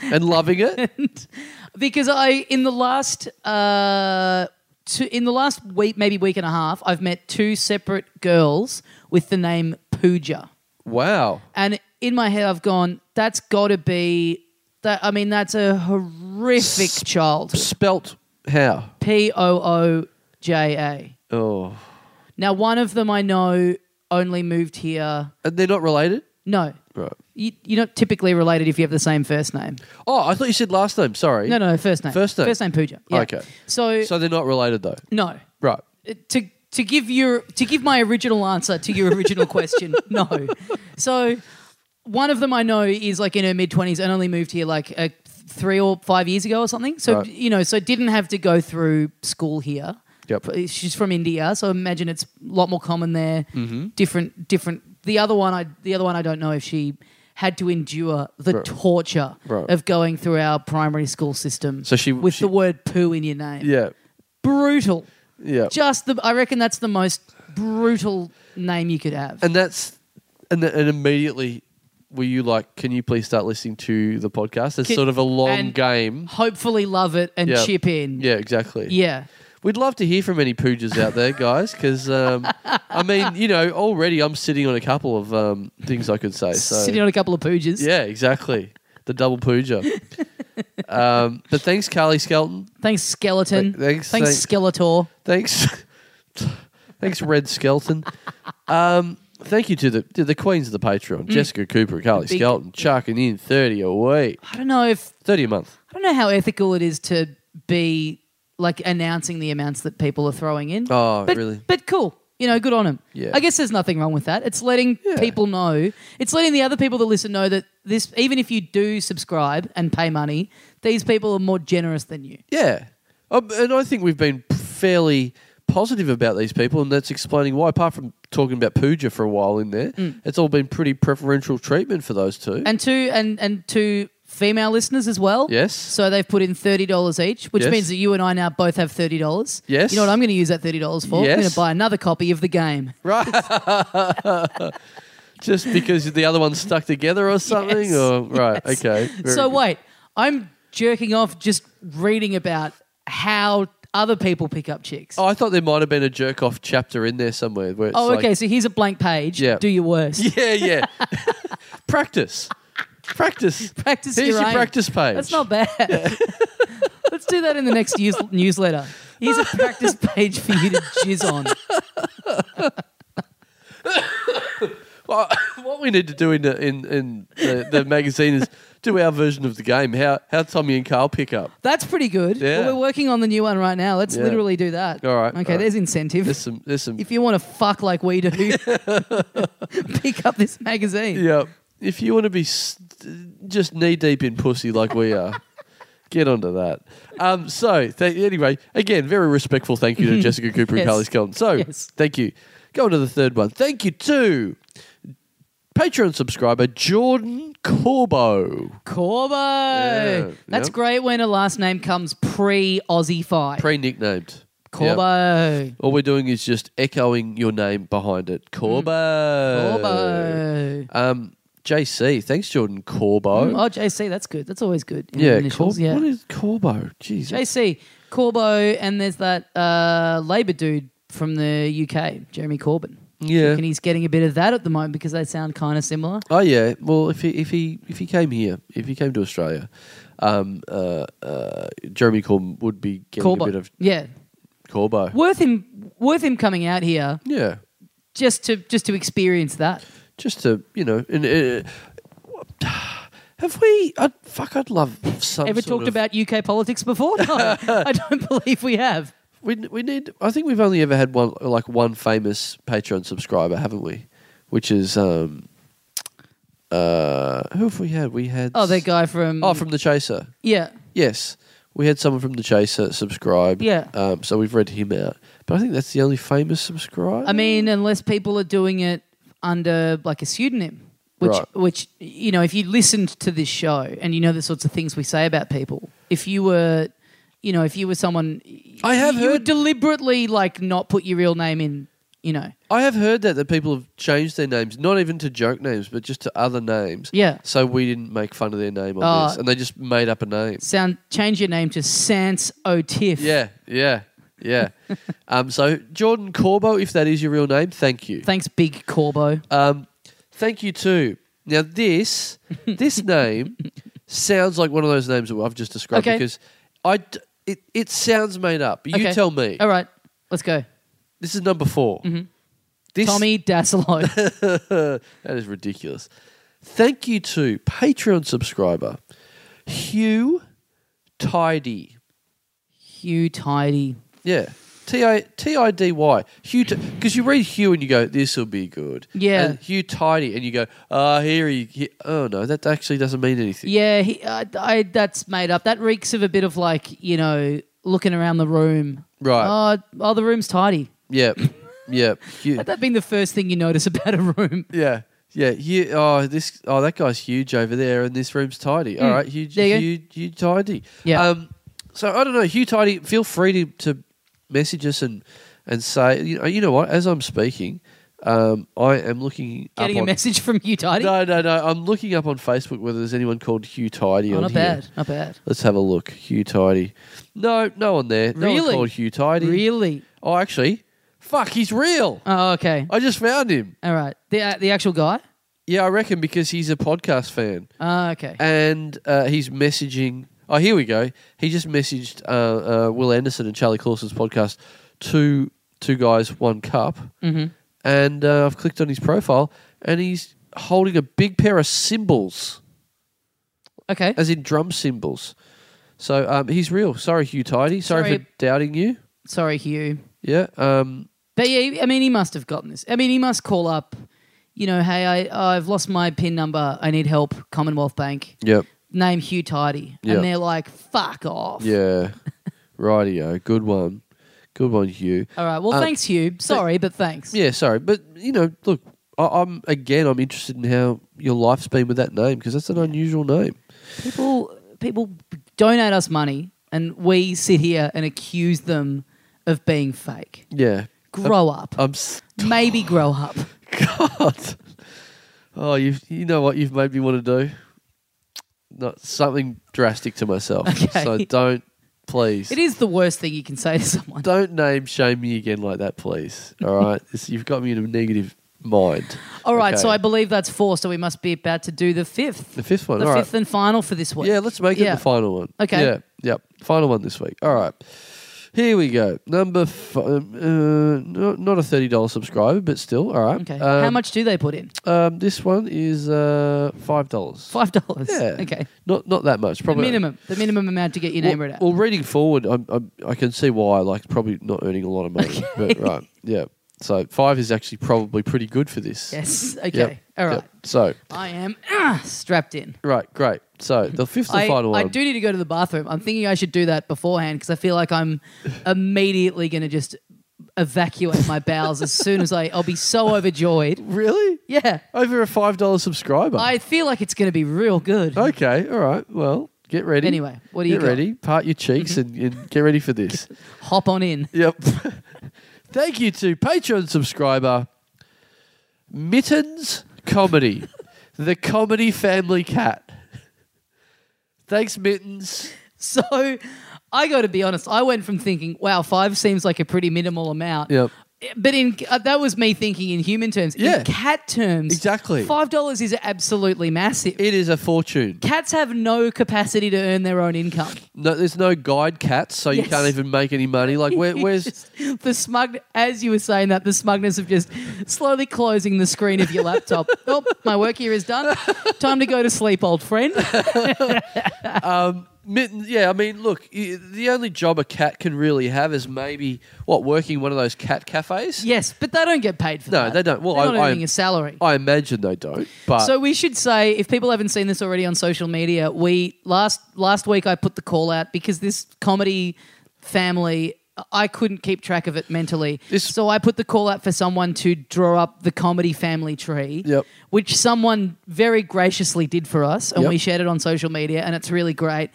[SPEAKER 2] and loving it.
[SPEAKER 1] [LAUGHS] because I in the last uh, two, in the last week, maybe week and a half, I've met two separate girls with the name Pooja,
[SPEAKER 2] Wow.
[SPEAKER 1] and in my head I've gone, that's got to be that. I mean, that's a horrific child.
[SPEAKER 2] Spelt how?
[SPEAKER 1] P O O J A.
[SPEAKER 2] Oh.
[SPEAKER 1] Now, one of them I know only moved here.
[SPEAKER 2] And they're not related?
[SPEAKER 1] No,
[SPEAKER 2] Right.
[SPEAKER 1] you, you're not typically related if you have the same first name.
[SPEAKER 2] Oh, I thought you said last name. Sorry.
[SPEAKER 1] No, no, no, first name.
[SPEAKER 2] First name.
[SPEAKER 1] First name Pooja. Yeah.
[SPEAKER 2] Okay.
[SPEAKER 1] So,
[SPEAKER 2] So they're not related though.
[SPEAKER 1] no.
[SPEAKER 2] Right.
[SPEAKER 1] Uh, To to give your to give my original answer to your
[SPEAKER 2] [LAUGHS]
[SPEAKER 1] original question, no. So one of them I know is like in her mid twenties and only moved here like uh, th- three or five years ago or something. So
[SPEAKER 2] Right.
[SPEAKER 1] you know, so didn't have to go through school here.
[SPEAKER 2] Yep.
[SPEAKER 1] But She's from India, so I imagine it's a lot more common there.
[SPEAKER 2] Mm-hmm.
[SPEAKER 1] Different, different. The other one, I the other one, I don't know if she had to endure the
[SPEAKER 2] Right.
[SPEAKER 1] torture
[SPEAKER 2] Right.
[SPEAKER 1] of going through our primary school system.
[SPEAKER 2] So she-
[SPEAKER 1] with
[SPEAKER 2] she-
[SPEAKER 1] the word "poo" in your name.
[SPEAKER 2] Yeah.
[SPEAKER 1] Brutal
[SPEAKER 2] Yeah.
[SPEAKER 1] just the I reckon that's the most brutal name you could have.
[SPEAKER 2] and that's and th- and immediately were you like, can you please start listening to the podcast? It's
[SPEAKER 1] Can-
[SPEAKER 2] sort of a long
[SPEAKER 1] and-
[SPEAKER 2] game.
[SPEAKER 1] Hopefully love it and
[SPEAKER 2] Yeah.
[SPEAKER 1] chip in.
[SPEAKER 2] Yeah, exactly.
[SPEAKER 1] Yeah.
[SPEAKER 2] We'd love to hear from any poojas out there, guys, because um, I mean, you know, already I'm sitting on a couple of um, things I could say. So
[SPEAKER 1] Sitting on a couple of pooges.
[SPEAKER 2] yeah, exactly, the
[SPEAKER 1] [LAUGHS]
[SPEAKER 2] double pooja. um, but thanks, Carly Skelton.
[SPEAKER 1] Thanks, Skeleton.
[SPEAKER 2] Th- thanks,
[SPEAKER 1] Thanks,
[SPEAKER 2] thank-
[SPEAKER 1] Skeletor.
[SPEAKER 2] Thanks, [LAUGHS] thanks, Red Skelton. Um, thank you to the to the queens of the Patreon, Jessica Cooper, Carly
[SPEAKER 1] Mm. Big-
[SPEAKER 2] Skelton, chucking in thirty a week,
[SPEAKER 1] I don't know if
[SPEAKER 2] thirty a month.
[SPEAKER 1] I don't know how ethical it is to be like announcing the amounts that people are throwing in.
[SPEAKER 2] Oh,
[SPEAKER 1] but,
[SPEAKER 2] really?
[SPEAKER 1] But cool. You know, good on them.
[SPEAKER 2] Yeah.
[SPEAKER 1] I guess there's nothing wrong with that. It's letting
[SPEAKER 2] Yeah.
[SPEAKER 1] people know. It's letting the other people that listen know that this even if you do subscribe and pay money, these people are more generous than you.
[SPEAKER 2] Yeah, um, and I think we've been fairly positive about these people, and that's explaining why. Apart from talking about Pooja for a while in there, it's all been pretty preferential treatment for those two.
[SPEAKER 1] Mm. and two and and two female listeners as well.
[SPEAKER 2] Yes.
[SPEAKER 1] So they've put in thirty dollars each, which
[SPEAKER 2] Yes.
[SPEAKER 1] means that you and I now both have thirty dollars.
[SPEAKER 2] Yes.
[SPEAKER 1] You know what I'm going to use that thirty dollars for? I'm going
[SPEAKER 2] Yes.
[SPEAKER 1] to buy another copy of the game.
[SPEAKER 2] right. Just because the other one's stuck together or something,
[SPEAKER 1] [LAUGHS] Yes.
[SPEAKER 2] or right?
[SPEAKER 1] Yes.
[SPEAKER 2] Okay. very
[SPEAKER 1] so
[SPEAKER 2] good.
[SPEAKER 1] wait, I'm jerking off just reading about how other people pick up chicks.
[SPEAKER 2] Oh, I thought there might have been a jerk off chapter in there somewhere. Where it's
[SPEAKER 1] Oh,
[SPEAKER 2] like-
[SPEAKER 1] okay. so here's a blank page.
[SPEAKER 2] Yeah.
[SPEAKER 1] Do your worst.
[SPEAKER 2] yeah, yeah. [LAUGHS] practice,
[SPEAKER 1] [LAUGHS]
[SPEAKER 2] practice,
[SPEAKER 1] Practice
[SPEAKER 2] Here's your
[SPEAKER 1] aim.
[SPEAKER 2] practice page.
[SPEAKER 1] That's not
[SPEAKER 2] [LAUGHS]
[SPEAKER 1] bad. [LAUGHS] Let's do that in the next news- newsletter. Here's a practice page for you to jizz on.
[SPEAKER 2] Well, [LAUGHS] what we need to do in the, in, in the, the magazine is do our version of the game. How how Tommy and Carl pick up.
[SPEAKER 1] That's pretty good.
[SPEAKER 2] Yeah.
[SPEAKER 1] Well, we're working on the new one right now. Let's
[SPEAKER 2] Yeah.
[SPEAKER 1] literally do that.
[SPEAKER 2] All right,
[SPEAKER 1] Okay,
[SPEAKER 2] all right.
[SPEAKER 1] there's incentive.
[SPEAKER 2] There's some there's
[SPEAKER 1] [LAUGHS]
[SPEAKER 2] some.
[SPEAKER 1] if you want to fuck like we do, [LAUGHS]
[SPEAKER 2] [LAUGHS]
[SPEAKER 1] pick up this magazine.
[SPEAKER 2] yeah, if you want to be st- just knee deep in pussy like
[SPEAKER 1] [LAUGHS]
[SPEAKER 2] we are, get onto that. Um. So th- anyway, again, very respectful. Thank you to Jessica
[SPEAKER 1] [LAUGHS]
[SPEAKER 2] Cooper
[SPEAKER 1] Yes.
[SPEAKER 2] and Carly Skelton. So
[SPEAKER 1] Yes.
[SPEAKER 2] thank you. Go on to the third one. Thank you to Patreon subscriber Jordan Corbo
[SPEAKER 1] Corbo.
[SPEAKER 2] Yeah,
[SPEAKER 1] That's
[SPEAKER 2] yep.
[SPEAKER 1] great when a last name comes pre Aussie fight.
[SPEAKER 2] pre nicknamed
[SPEAKER 1] Corbo.
[SPEAKER 2] All we're doing is just echoing your name behind it. Corbo.
[SPEAKER 1] Mm. Corbo.
[SPEAKER 2] Um, JC. Thanks, Jordan Corbo.
[SPEAKER 1] Oh, JC, that's good. That's always good. in
[SPEAKER 2] yeah, Cor-
[SPEAKER 1] initials. yeah.
[SPEAKER 2] What is Corbo? Jeez.
[SPEAKER 1] JC, Corbo, and there's that uh, Labour dude from the UK, Jeremy Corbyn.
[SPEAKER 2] Yeah.
[SPEAKER 1] And he's getting a bit of that at the moment because they sound kind of similar.
[SPEAKER 2] Oh yeah. Well, if he if he if he came here, if he came to Australia, um, uh, uh, Jeremy Corbyn would be getting
[SPEAKER 1] Corbo.
[SPEAKER 2] a bit of
[SPEAKER 1] yeah.
[SPEAKER 2] Corbo.
[SPEAKER 1] Worth him worth him coming out here
[SPEAKER 2] Yeah.
[SPEAKER 1] just to just to experience that.
[SPEAKER 2] Just to you know, and uh, have we? I'd, fuck, I'd love some.
[SPEAKER 1] Ever
[SPEAKER 2] sort
[SPEAKER 1] talked
[SPEAKER 2] of-
[SPEAKER 1] about UK politics
[SPEAKER 2] [LAUGHS]
[SPEAKER 1] before? [LAUGHS] No, I don't believe we have.
[SPEAKER 2] We we need. I think we've only ever had one, like one famous Patreon subscriber, haven't we? Which is um, uh, who have we had? We had
[SPEAKER 1] Oh, that guy from
[SPEAKER 2] oh from the Chaser.
[SPEAKER 1] Yeah.
[SPEAKER 2] Yes, we had someone from the Chaser subscribe.
[SPEAKER 1] Yeah.
[SPEAKER 2] Um, so we've read him out, but I think that's the only famous subscriber.
[SPEAKER 1] I mean, unless people are doing it under like a pseudonym, which
[SPEAKER 2] Right.
[SPEAKER 1] which you know, if you listened to this show and you know the sorts of things we say about people, if you were, you know, if you were someone,
[SPEAKER 2] I have
[SPEAKER 1] you would
[SPEAKER 2] heard-
[SPEAKER 1] deliberately like not put your real name in. you know.
[SPEAKER 2] I have heard that that people have changed their names, not even to joke names, but just to other names.
[SPEAKER 1] Yeah.
[SPEAKER 2] So we didn't make fun of their name on
[SPEAKER 1] Oh.
[SPEAKER 2] this, and they just made up a name.
[SPEAKER 1] Sound change your name to Sans O'Tiff.
[SPEAKER 2] Yeah, yeah,
[SPEAKER 1] [LAUGHS]
[SPEAKER 2] yeah. um, so Jordan Corbo, if that is your real name, thank you.
[SPEAKER 1] Thanks, Big Corbo.
[SPEAKER 2] Um, thank you too.
[SPEAKER 1] [LAUGHS]
[SPEAKER 2] Now this this name sounds like one of those names that I've just described
[SPEAKER 1] Okay.
[SPEAKER 2] because I d- it it sounds made up. You
[SPEAKER 1] Okay.
[SPEAKER 2] tell me.
[SPEAKER 1] All right, let's go.
[SPEAKER 2] This is number 4 This
[SPEAKER 1] Tommy Dasilo.
[SPEAKER 2] [LAUGHS] that is ridiculous. Thank you to Patreon subscriber Hugh Tidy.
[SPEAKER 1] Hugh Tidy.
[SPEAKER 2] Yeah. T I T I D Y. Hugh because you read Hugh and you go this will be good.
[SPEAKER 1] Yeah.
[SPEAKER 2] And Hugh Tidy and you go ah here he, he oh no that actually doesn't mean anything.
[SPEAKER 1] Yeah, he, I, I, that's made up. That reeks of a bit of like, you know, looking around the room.
[SPEAKER 2] Right.
[SPEAKER 1] Oh, oh the room's tidy.
[SPEAKER 2] Yep. Yep. Hugh,
[SPEAKER 1] Had that been the first thing you notice about a
[SPEAKER 2] [LAUGHS]
[SPEAKER 1] room?
[SPEAKER 2] yeah. Yeah. Hugh, oh this oh that guy's huge over there and this room's tidy. All right. Hugh
[SPEAKER 1] Mm. There you go.
[SPEAKER 2] Hugh, Hugh Tidy.
[SPEAKER 1] Yeah.
[SPEAKER 2] Um, so I don't know, Hugh Tidy. Feel free to, to message us and and say you know, you know what as I'm speaking, um, I am looking
[SPEAKER 1] Getting a
[SPEAKER 2] up on,
[SPEAKER 1] message from Hugh Tidy?
[SPEAKER 2] No, no, no. I'm looking up on Facebook whether there's anyone called Hugh Tidy
[SPEAKER 1] oh,
[SPEAKER 2] on
[SPEAKER 1] not
[SPEAKER 2] here.
[SPEAKER 1] bad. Not bad.
[SPEAKER 2] Let's have a look. Hugh Tidy. No, no one there. No one
[SPEAKER 1] Really?
[SPEAKER 2] called Hugh Tidy.
[SPEAKER 1] Really?
[SPEAKER 2] Oh, actually, fuck, he's real.
[SPEAKER 1] Oh, okay.
[SPEAKER 2] I just found him.
[SPEAKER 1] All right. The, uh, the actual guy?
[SPEAKER 2] Yeah, I reckon because he's a podcast fan
[SPEAKER 1] Oh, okay.
[SPEAKER 2] and uh, he's messaging. Oh, here we go. He just messaged uh, uh, Will Anderson and Charlie Clausen's podcast, two two guys, one cup.
[SPEAKER 1] Mhm.
[SPEAKER 2] And uh, I've clicked on his profile, and he's holding a big pair of cymbals.
[SPEAKER 1] Okay.
[SPEAKER 2] as in drum cymbals. So um, he's real. Sorry, Hugh Tidy. Sorry,
[SPEAKER 1] Sorry.
[SPEAKER 2] for doubting you.
[SPEAKER 1] Sorry, Hugh.
[SPEAKER 2] Yeah. Um,
[SPEAKER 1] But yeah, I mean, he must have gotten this. I mean, he must call up, you know, hey, I, I've lost my PIN number. I need help. Commonwealth Bank.
[SPEAKER 2] yep.
[SPEAKER 1] Name Hugh Tidy.
[SPEAKER 2] Yeah.
[SPEAKER 1] And they're like, fuck off.
[SPEAKER 2] [LAUGHS] Yeah. Rightio. Good one. Good one, Hugh.
[SPEAKER 1] All right. Well,
[SPEAKER 2] Uh,
[SPEAKER 1] thanks, Hugh. Sorry, but thanks.
[SPEAKER 2] Yeah. Sorry, but you know, look, I, I'm again, I'm interested in how your life's been with that name because that's an unusual name.
[SPEAKER 1] People, people donate us money, and we sit here and accuse them of being fake.
[SPEAKER 2] Yeah.
[SPEAKER 1] Grow up.
[SPEAKER 2] I'm. s-
[SPEAKER 1] Maybe grow up.
[SPEAKER 2] God. Oh, you have you know what you've made me want to do? Not something drastic to myself.
[SPEAKER 1] [LAUGHS] Okay.
[SPEAKER 2] So don't, please.
[SPEAKER 1] It is the worst thing you can say to someone.
[SPEAKER 2] Don't name shame me again like that, please. All
[SPEAKER 1] [LAUGHS]
[SPEAKER 2] right, this, you've got me in a negative mind.
[SPEAKER 1] All right, so
[SPEAKER 2] Okay.
[SPEAKER 1] I believe that's four, so we must be about to do the fifth.
[SPEAKER 2] the fifth one.
[SPEAKER 1] the
[SPEAKER 2] all right.
[SPEAKER 1] fifth and final for this week.
[SPEAKER 2] yeah, let's make
[SPEAKER 1] Yeah.
[SPEAKER 2] it the final one.
[SPEAKER 1] Okay.
[SPEAKER 2] Yeah, yep. Final one this week. All right. Here we go. Number f- um, uh, not, not a thirty dollar subscriber, but still all right.
[SPEAKER 1] Okay.
[SPEAKER 2] Um,
[SPEAKER 1] How much do they put in? [LAUGHS]
[SPEAKER 2] Um, this one is uh, five dollars.
[SPEAKER 1] Five dollars.
[SPEAKER 2] Yeah.
[SPEAKER 1] Okay.
[SPEAKER 2] Not not that much. Probably
[SPEAKER 1] The minimum. The minimum amount to get your name
[SPEAKER 2] well,
[SPEAKER 1] read out.
[SPEAKER 2] well, reading forward, I'm, I'm, I can see why. Like, probably not earning a lot of money, but right, yeah. So five is actually probably pretty good for this.
[SPEAKER 1] yes. Okay.
[SPEAKER 2] [LAUGHS] Yep,
[SPEAKER 1] All right.
[SPEAKER 2] yep. So
[SPEAKER 1] I am ah, strapped in.
[SPEAKER 2] right, great. So the fifth and
[SPEAKER 1] I,
[SPEAKER 2] final
[SPEAKER 1] I
[SPEAKER 2] one.
[SPEAKER 1] do need to go to the bathroom. I'm thinking I should do that beforehand because I feel like
[SPEAKER 2] [LAUGHS]
[SPEAKER 1] I'm immediately going to just evacuate my bowels as soon as I. I'll be so overjoyed.
[SPEAKER 2] Really?
[SPEAKER 1] Yeah.
[SPEAKER 2] Over a five dollar subscriber.
[SPEAKER 1] I feel like it's going to be real good.
[SPEAKER 2] okay. All right. Well, get ready.
[SPEAKER 1] Anyway, what do
[SPEAKER 2] get
[SPEAKER 1] you got? Mm-hmm.
[SPEAKER 2] ready. Part your cheeks and, and get ready
[SPEAKER 1] [LAUGHS]
[SPEAKER 2] for this.
[SPEAKER 1] Hop on in. [LAUGHS]
[SPEAKER 2] yep. [LAUGHS] Thank you to Patreon subscriber Mittens Comedy,
[SPEAKER 1] [LAUGHS]
[SPEAKER 2] the comedy family cat. Thanks, Mittens.
[SPEAKER 1] So I got to be honest. I went from thinking, wow, five seems like a pretty minimal amount.
[SPEAKER 2] Yep.
[SPEAKER 1] But in uh, that was me thinking in human terms.
[SPEAKER 2] Yeah.
[SPEAKER 1] In cat terms,
[SPEAKER 2] Exactly.
[SPEAKER 1] Five dollars is absolutely massive.
[SPEAKER 2] It is a fortune.
[SPEAKER 1] Cats have no capacity to earn their own income. [LAUGHS]
[SPEAKER 2] No, there's no guide cats, so
[SPEAKER 1] Yes.
[SPEAKER 2] you can't even make any money. Like,
[SPEAKER 1] [LAUGHS]
[SPEAKER 2] where, where's
[SPEAKER 1] Just the smug? As you were saying that, the smugness of just slowly closing the screen of your
[SPEAKER 2] [LAUGHS]
[SPEAKER 1] laptop. oh, my work here is done. Time to go to sleep, old
[SPEAKER 2] [LAUGHS]
[SPEAKER 1] friend.
[SPEAKER 2] Mittens, yeah, I mean, look, y- the only job a cat can really have is maybe what working one of those cat cafes.
[SPEAKER 1] yes, but they don't get paid for
[SPEAKER 2] No,
[SPEAKER 1] that.
[SPEAKER 2] they don't. Well,
[SPEAKER 1] They're
[SPEAKER 2] I-
[SPEAKER 1] not
[SPEAKER 2] I-
[SPEAKER 1] earning a salary.
[SPEAKER 2] I imagine they don't, but
[SPEAKER 1] So we should say, if people haven't seen this already on social media, we last last week I put the call out because this comedy family. I couldn't keep track of it mentally.
[SPEAKER 2] This-
[SPEAKER 1] so I put the call out for someone to draw up the comedy family tree,
[SPEAKER 2] Yep.
[SPEAKER 1] which someone very graciously did for us. And
[SPEAKER 2] Yep.
[SPEAKER 1] we shared it on social media, and it's really great.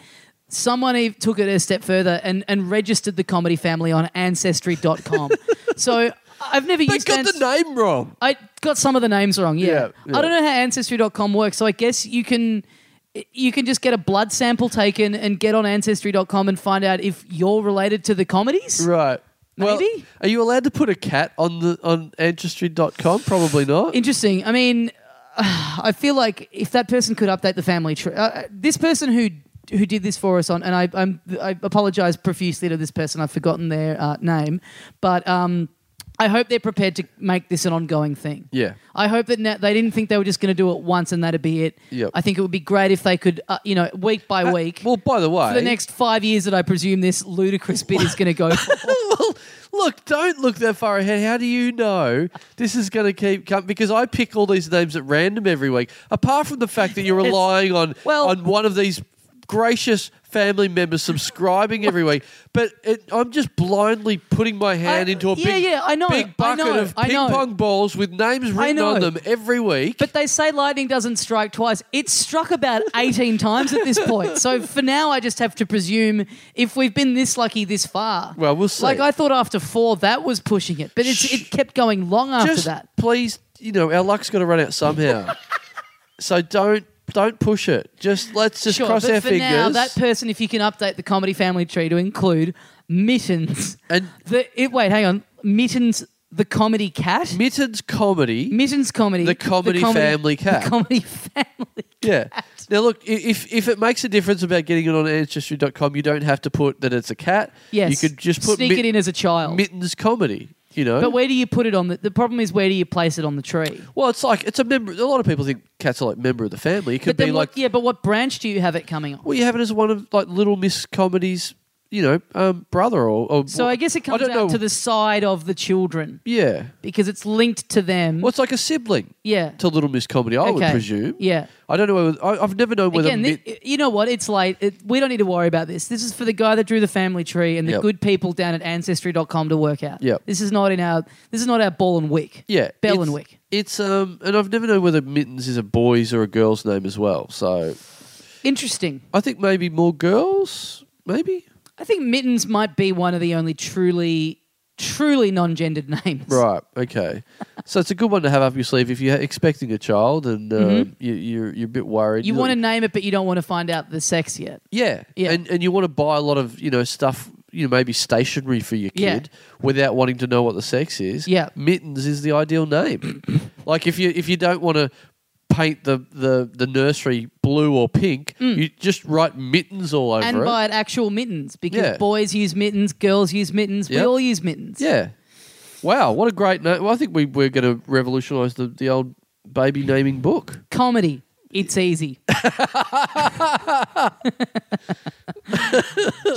[SPEAKER 1] Someone e, even
[SPEAKER 2] [LAUGHS]
[SPEAKER 1] took it a step further and, and registered the comedy family on ancestry.com. so I've never
[SPEAKER 2] They
[SPEAKER 1] used
[SPEAKER 2] got
[SPEAKER 1] Ans-
[SPEAKER 2] the name wrong.
[SPEAKER 1] I got some of the names wrong. Yeah.
[SPEAKER 2] Yeah, yeah.
[SPEAKER 1] I don't know how ancestry.com works, so I guess you can you can just get a blood sample taken and get on ancestry.com and find out if you're related to the comedies.
[SPEAKER 2] Right. Well,
[SPEAKER 1] Maybe?
[SPEAKER 2] are you allowed to put a cat on the on ancestry.com? Probably not.
[SPEAKER 1] Interesting. I mean, [SIGHS] I feel like if that person could update the family tree, uh, this person who who did this for us on, and I I'm, I apologize profusely to this person. I've forgotten their uh, name, but um, I hope they're prepared to make this an ongoing thing.
[SPEAKER 2] Yeah.
[SPEAKER 1] I hope that na- they didn't think they were just going to do it once and that'd be it.
[SPEAKER 2] Yep.
[SPEAKER 1] I think it would be great if they could, uh, you know, week by week.
[SPEAKER 2] Well, by the way,
[SPEAKER 1] for the next five years that I presume this ludicrous bit is going to go for.
[SPEAKER 2] [LAUGHS] well, look, don't look that far ahead. How do you know this is going to keep coming? Because I pick all these names at random every week. Apart from the
[SPEAKER 1] [LAUGHS]
[SPEAKER 2] fact that you're relying on
[SPEAKER 1] Well-
[SPEAKER 2] on one of these gracious family members subscribing every week, but it, I'm just blindly putting my hand
[SPEAKER 1] I-
[SPEAKER 2] into a
[SPEAKER 1] yeah,
[SPEAKER 2] big,
[SPEAKER 1] yeah, I know,
[SPEAKER 2] big
[SPEAKER 1] I
[SPEAKER 2] bucket
[SPEAKER 1] know,
[SPEAKER 2] of
[SPEAKER 1] I
[SPEAKER 2] ping
[SPEAKER 1] know.
[SPEAKER 2] pong balls with names written
[SPEAKER 1] know.
[SPEAKER 2] on them every week.
[SPEAKER 1] But they say lightning doesn't strike twice. It's struck about 18 times at this point. So for now, I just have to presume if we've been this lucky this far.
[SPEAKER 2] Well, we'll see.
[SPEAKER 1] Like, I thought after four, that was pushing it, but it's, it kept going long after
[SPEAKER 2] just
[SPEAKER 1] that.
[SPEAKER 2] please, you know, our luck's got to run
[SPEAKER 1] [LAUGHS]
[SPEAKER 2] out somehow. so don't don't push it. Just let's just
[SPEAKER 1] Sure,
[SPEAKER 2] cross
[SPEAKER 1] but
[SPEAKER 2] our
[SPEAKER 1] for
[SPEAKER 2] fingers.
[SPEAKER 1] now, that person, if you can update the comedy family tree to include Mittens.
[SPEAKER 2] And-
[SPEAKER 1] the, it, wait, hang on. Mittens, the comedy cat?
[SPEAKER 2] Mittens comedy.
[SPEAKER 1] Mittens comedy.
[SPEAKER 2] The comedy family cat.
[SPEAKER 1] The comedy family.
[SPEAKER 2] [LAUGHS] Yeah. Now look, i- if if it makes a difference about getting it on ancestry.com, you don't have to put that it's a cat.
[SPEAKER 1] Yes.
[SPEAKER 2] You could just put
[SPEAKER 1] Sneak
[SPEAKER 2] mit-
[SPEAKER 1] it in as a child.
[SPEAKER 2] Mittens comedy. You know.
[SPEAKER 1] But where do you put it on the? The problem is where do you place it on the tree?
[SPEAKER 2] well, it's like it's a member. A lot of people think cats are like member of the family. It could
[SPEAKER 1] But then
[SPEAKER 2] be
[SPEAKER 1] what,
[SPEAKER 2] like,
[SPEAKER 1] yeah, but what branch do you have it coming on?
[SPEAKER 2] well, you have it as one of like Little Miss Comedy's, you know, um, brother or, or.
[SPEAKER 1] So I guess it comes
[SPEAKER 2] don't
[SPEAKER 1] out
[SPEAKER 2] know.
[SPEAKER 1] to the side of the children
[SPEAKER 2] Yeah.
[SPEAKER 1] because it's linked to them.
[SPEAKER 2] Well, it's like a sibling
[SPEAKER 1] yeah.
[SPEAKER 2] to Little Miss Comedy. I would
[SPEAKER 1] Okay.
[SPEAKER 2] presume.
[SPEAKER 1] Yeah.
[SPEAKER 2] I don't know. Whether, I, I've never known whether.
[SPEAKER 1] Again, thi-
[SPEAKER 2] Mitt-
[SPEAKER 1] you know what? It's like it, we don't need to worry about this. This is for the guy that drew the family tree and the
[SPEAKER 2] Yep.
[SPEAKER 1] good people down at ancestry.com to work out.
[SPEAKER 2] Yep.
[SPEAKER 1] This is not in our this is not our ball and wick.
[SPEAKER 2] yeah,
[SPEAKER 1] Bell
[SPEAKER 2] it's-
[SPEAKER 1] and Wick.
[SPEAKER 2] It's um, and I've never known whether Mittens is a boy's or a girl's name as well. So
[SPEAKER 1] Interesting.
[SPEAKER 2] I think maybe more girls, maybe.
[SPEAKER 1] I think Mittens might be one of the only truly truly non-gendered [LAUGHS] names.
[SPEAKER 2] Right. Okay. so it's a good one to have up your sleeve if you're expecting a child and um, you, you're you're a bit worried.
[SPEAKER 1] Mm-hmm. You want to name it but you don't want to find out the sex yet.
[SPEAKER 2] yeah,
[SPEAKER 1] Yeah.
[SPEAKER 2] and and you want to buy a lot of you know stuff. You know, maybe stationery for your
[SPEAKER 1] Yeah.
[SPEAKER 2] kid without wanting to know what the sex is.
[SPEAKER 1] Yeah.
[SPEAKER 2] mittens is the
[SPEAKER 1] [COUGHS]
[SPEAKER 2] ideal name. like if you if you don't want to paint the, the, the nursery blue or pink, you just write mittens all over
[SPEAKER 1] Mm. and
[SPEAKER 2] it.
[SPEAKER 1] buy it actual mittens because
[SPEAKER 2] Yeah.
[SPEAKER 1] boys use mittens, girls use mittens, we
[SPEAKER 2] Yep.
[SPEAKER 1] all use mittens.
[SPEAKER 2] Yeah. Wow, what a great name. Well, I think we, we're going to revolutionise the, the old baby naming book.
[SPEAKER 1] Comedy, it's easy.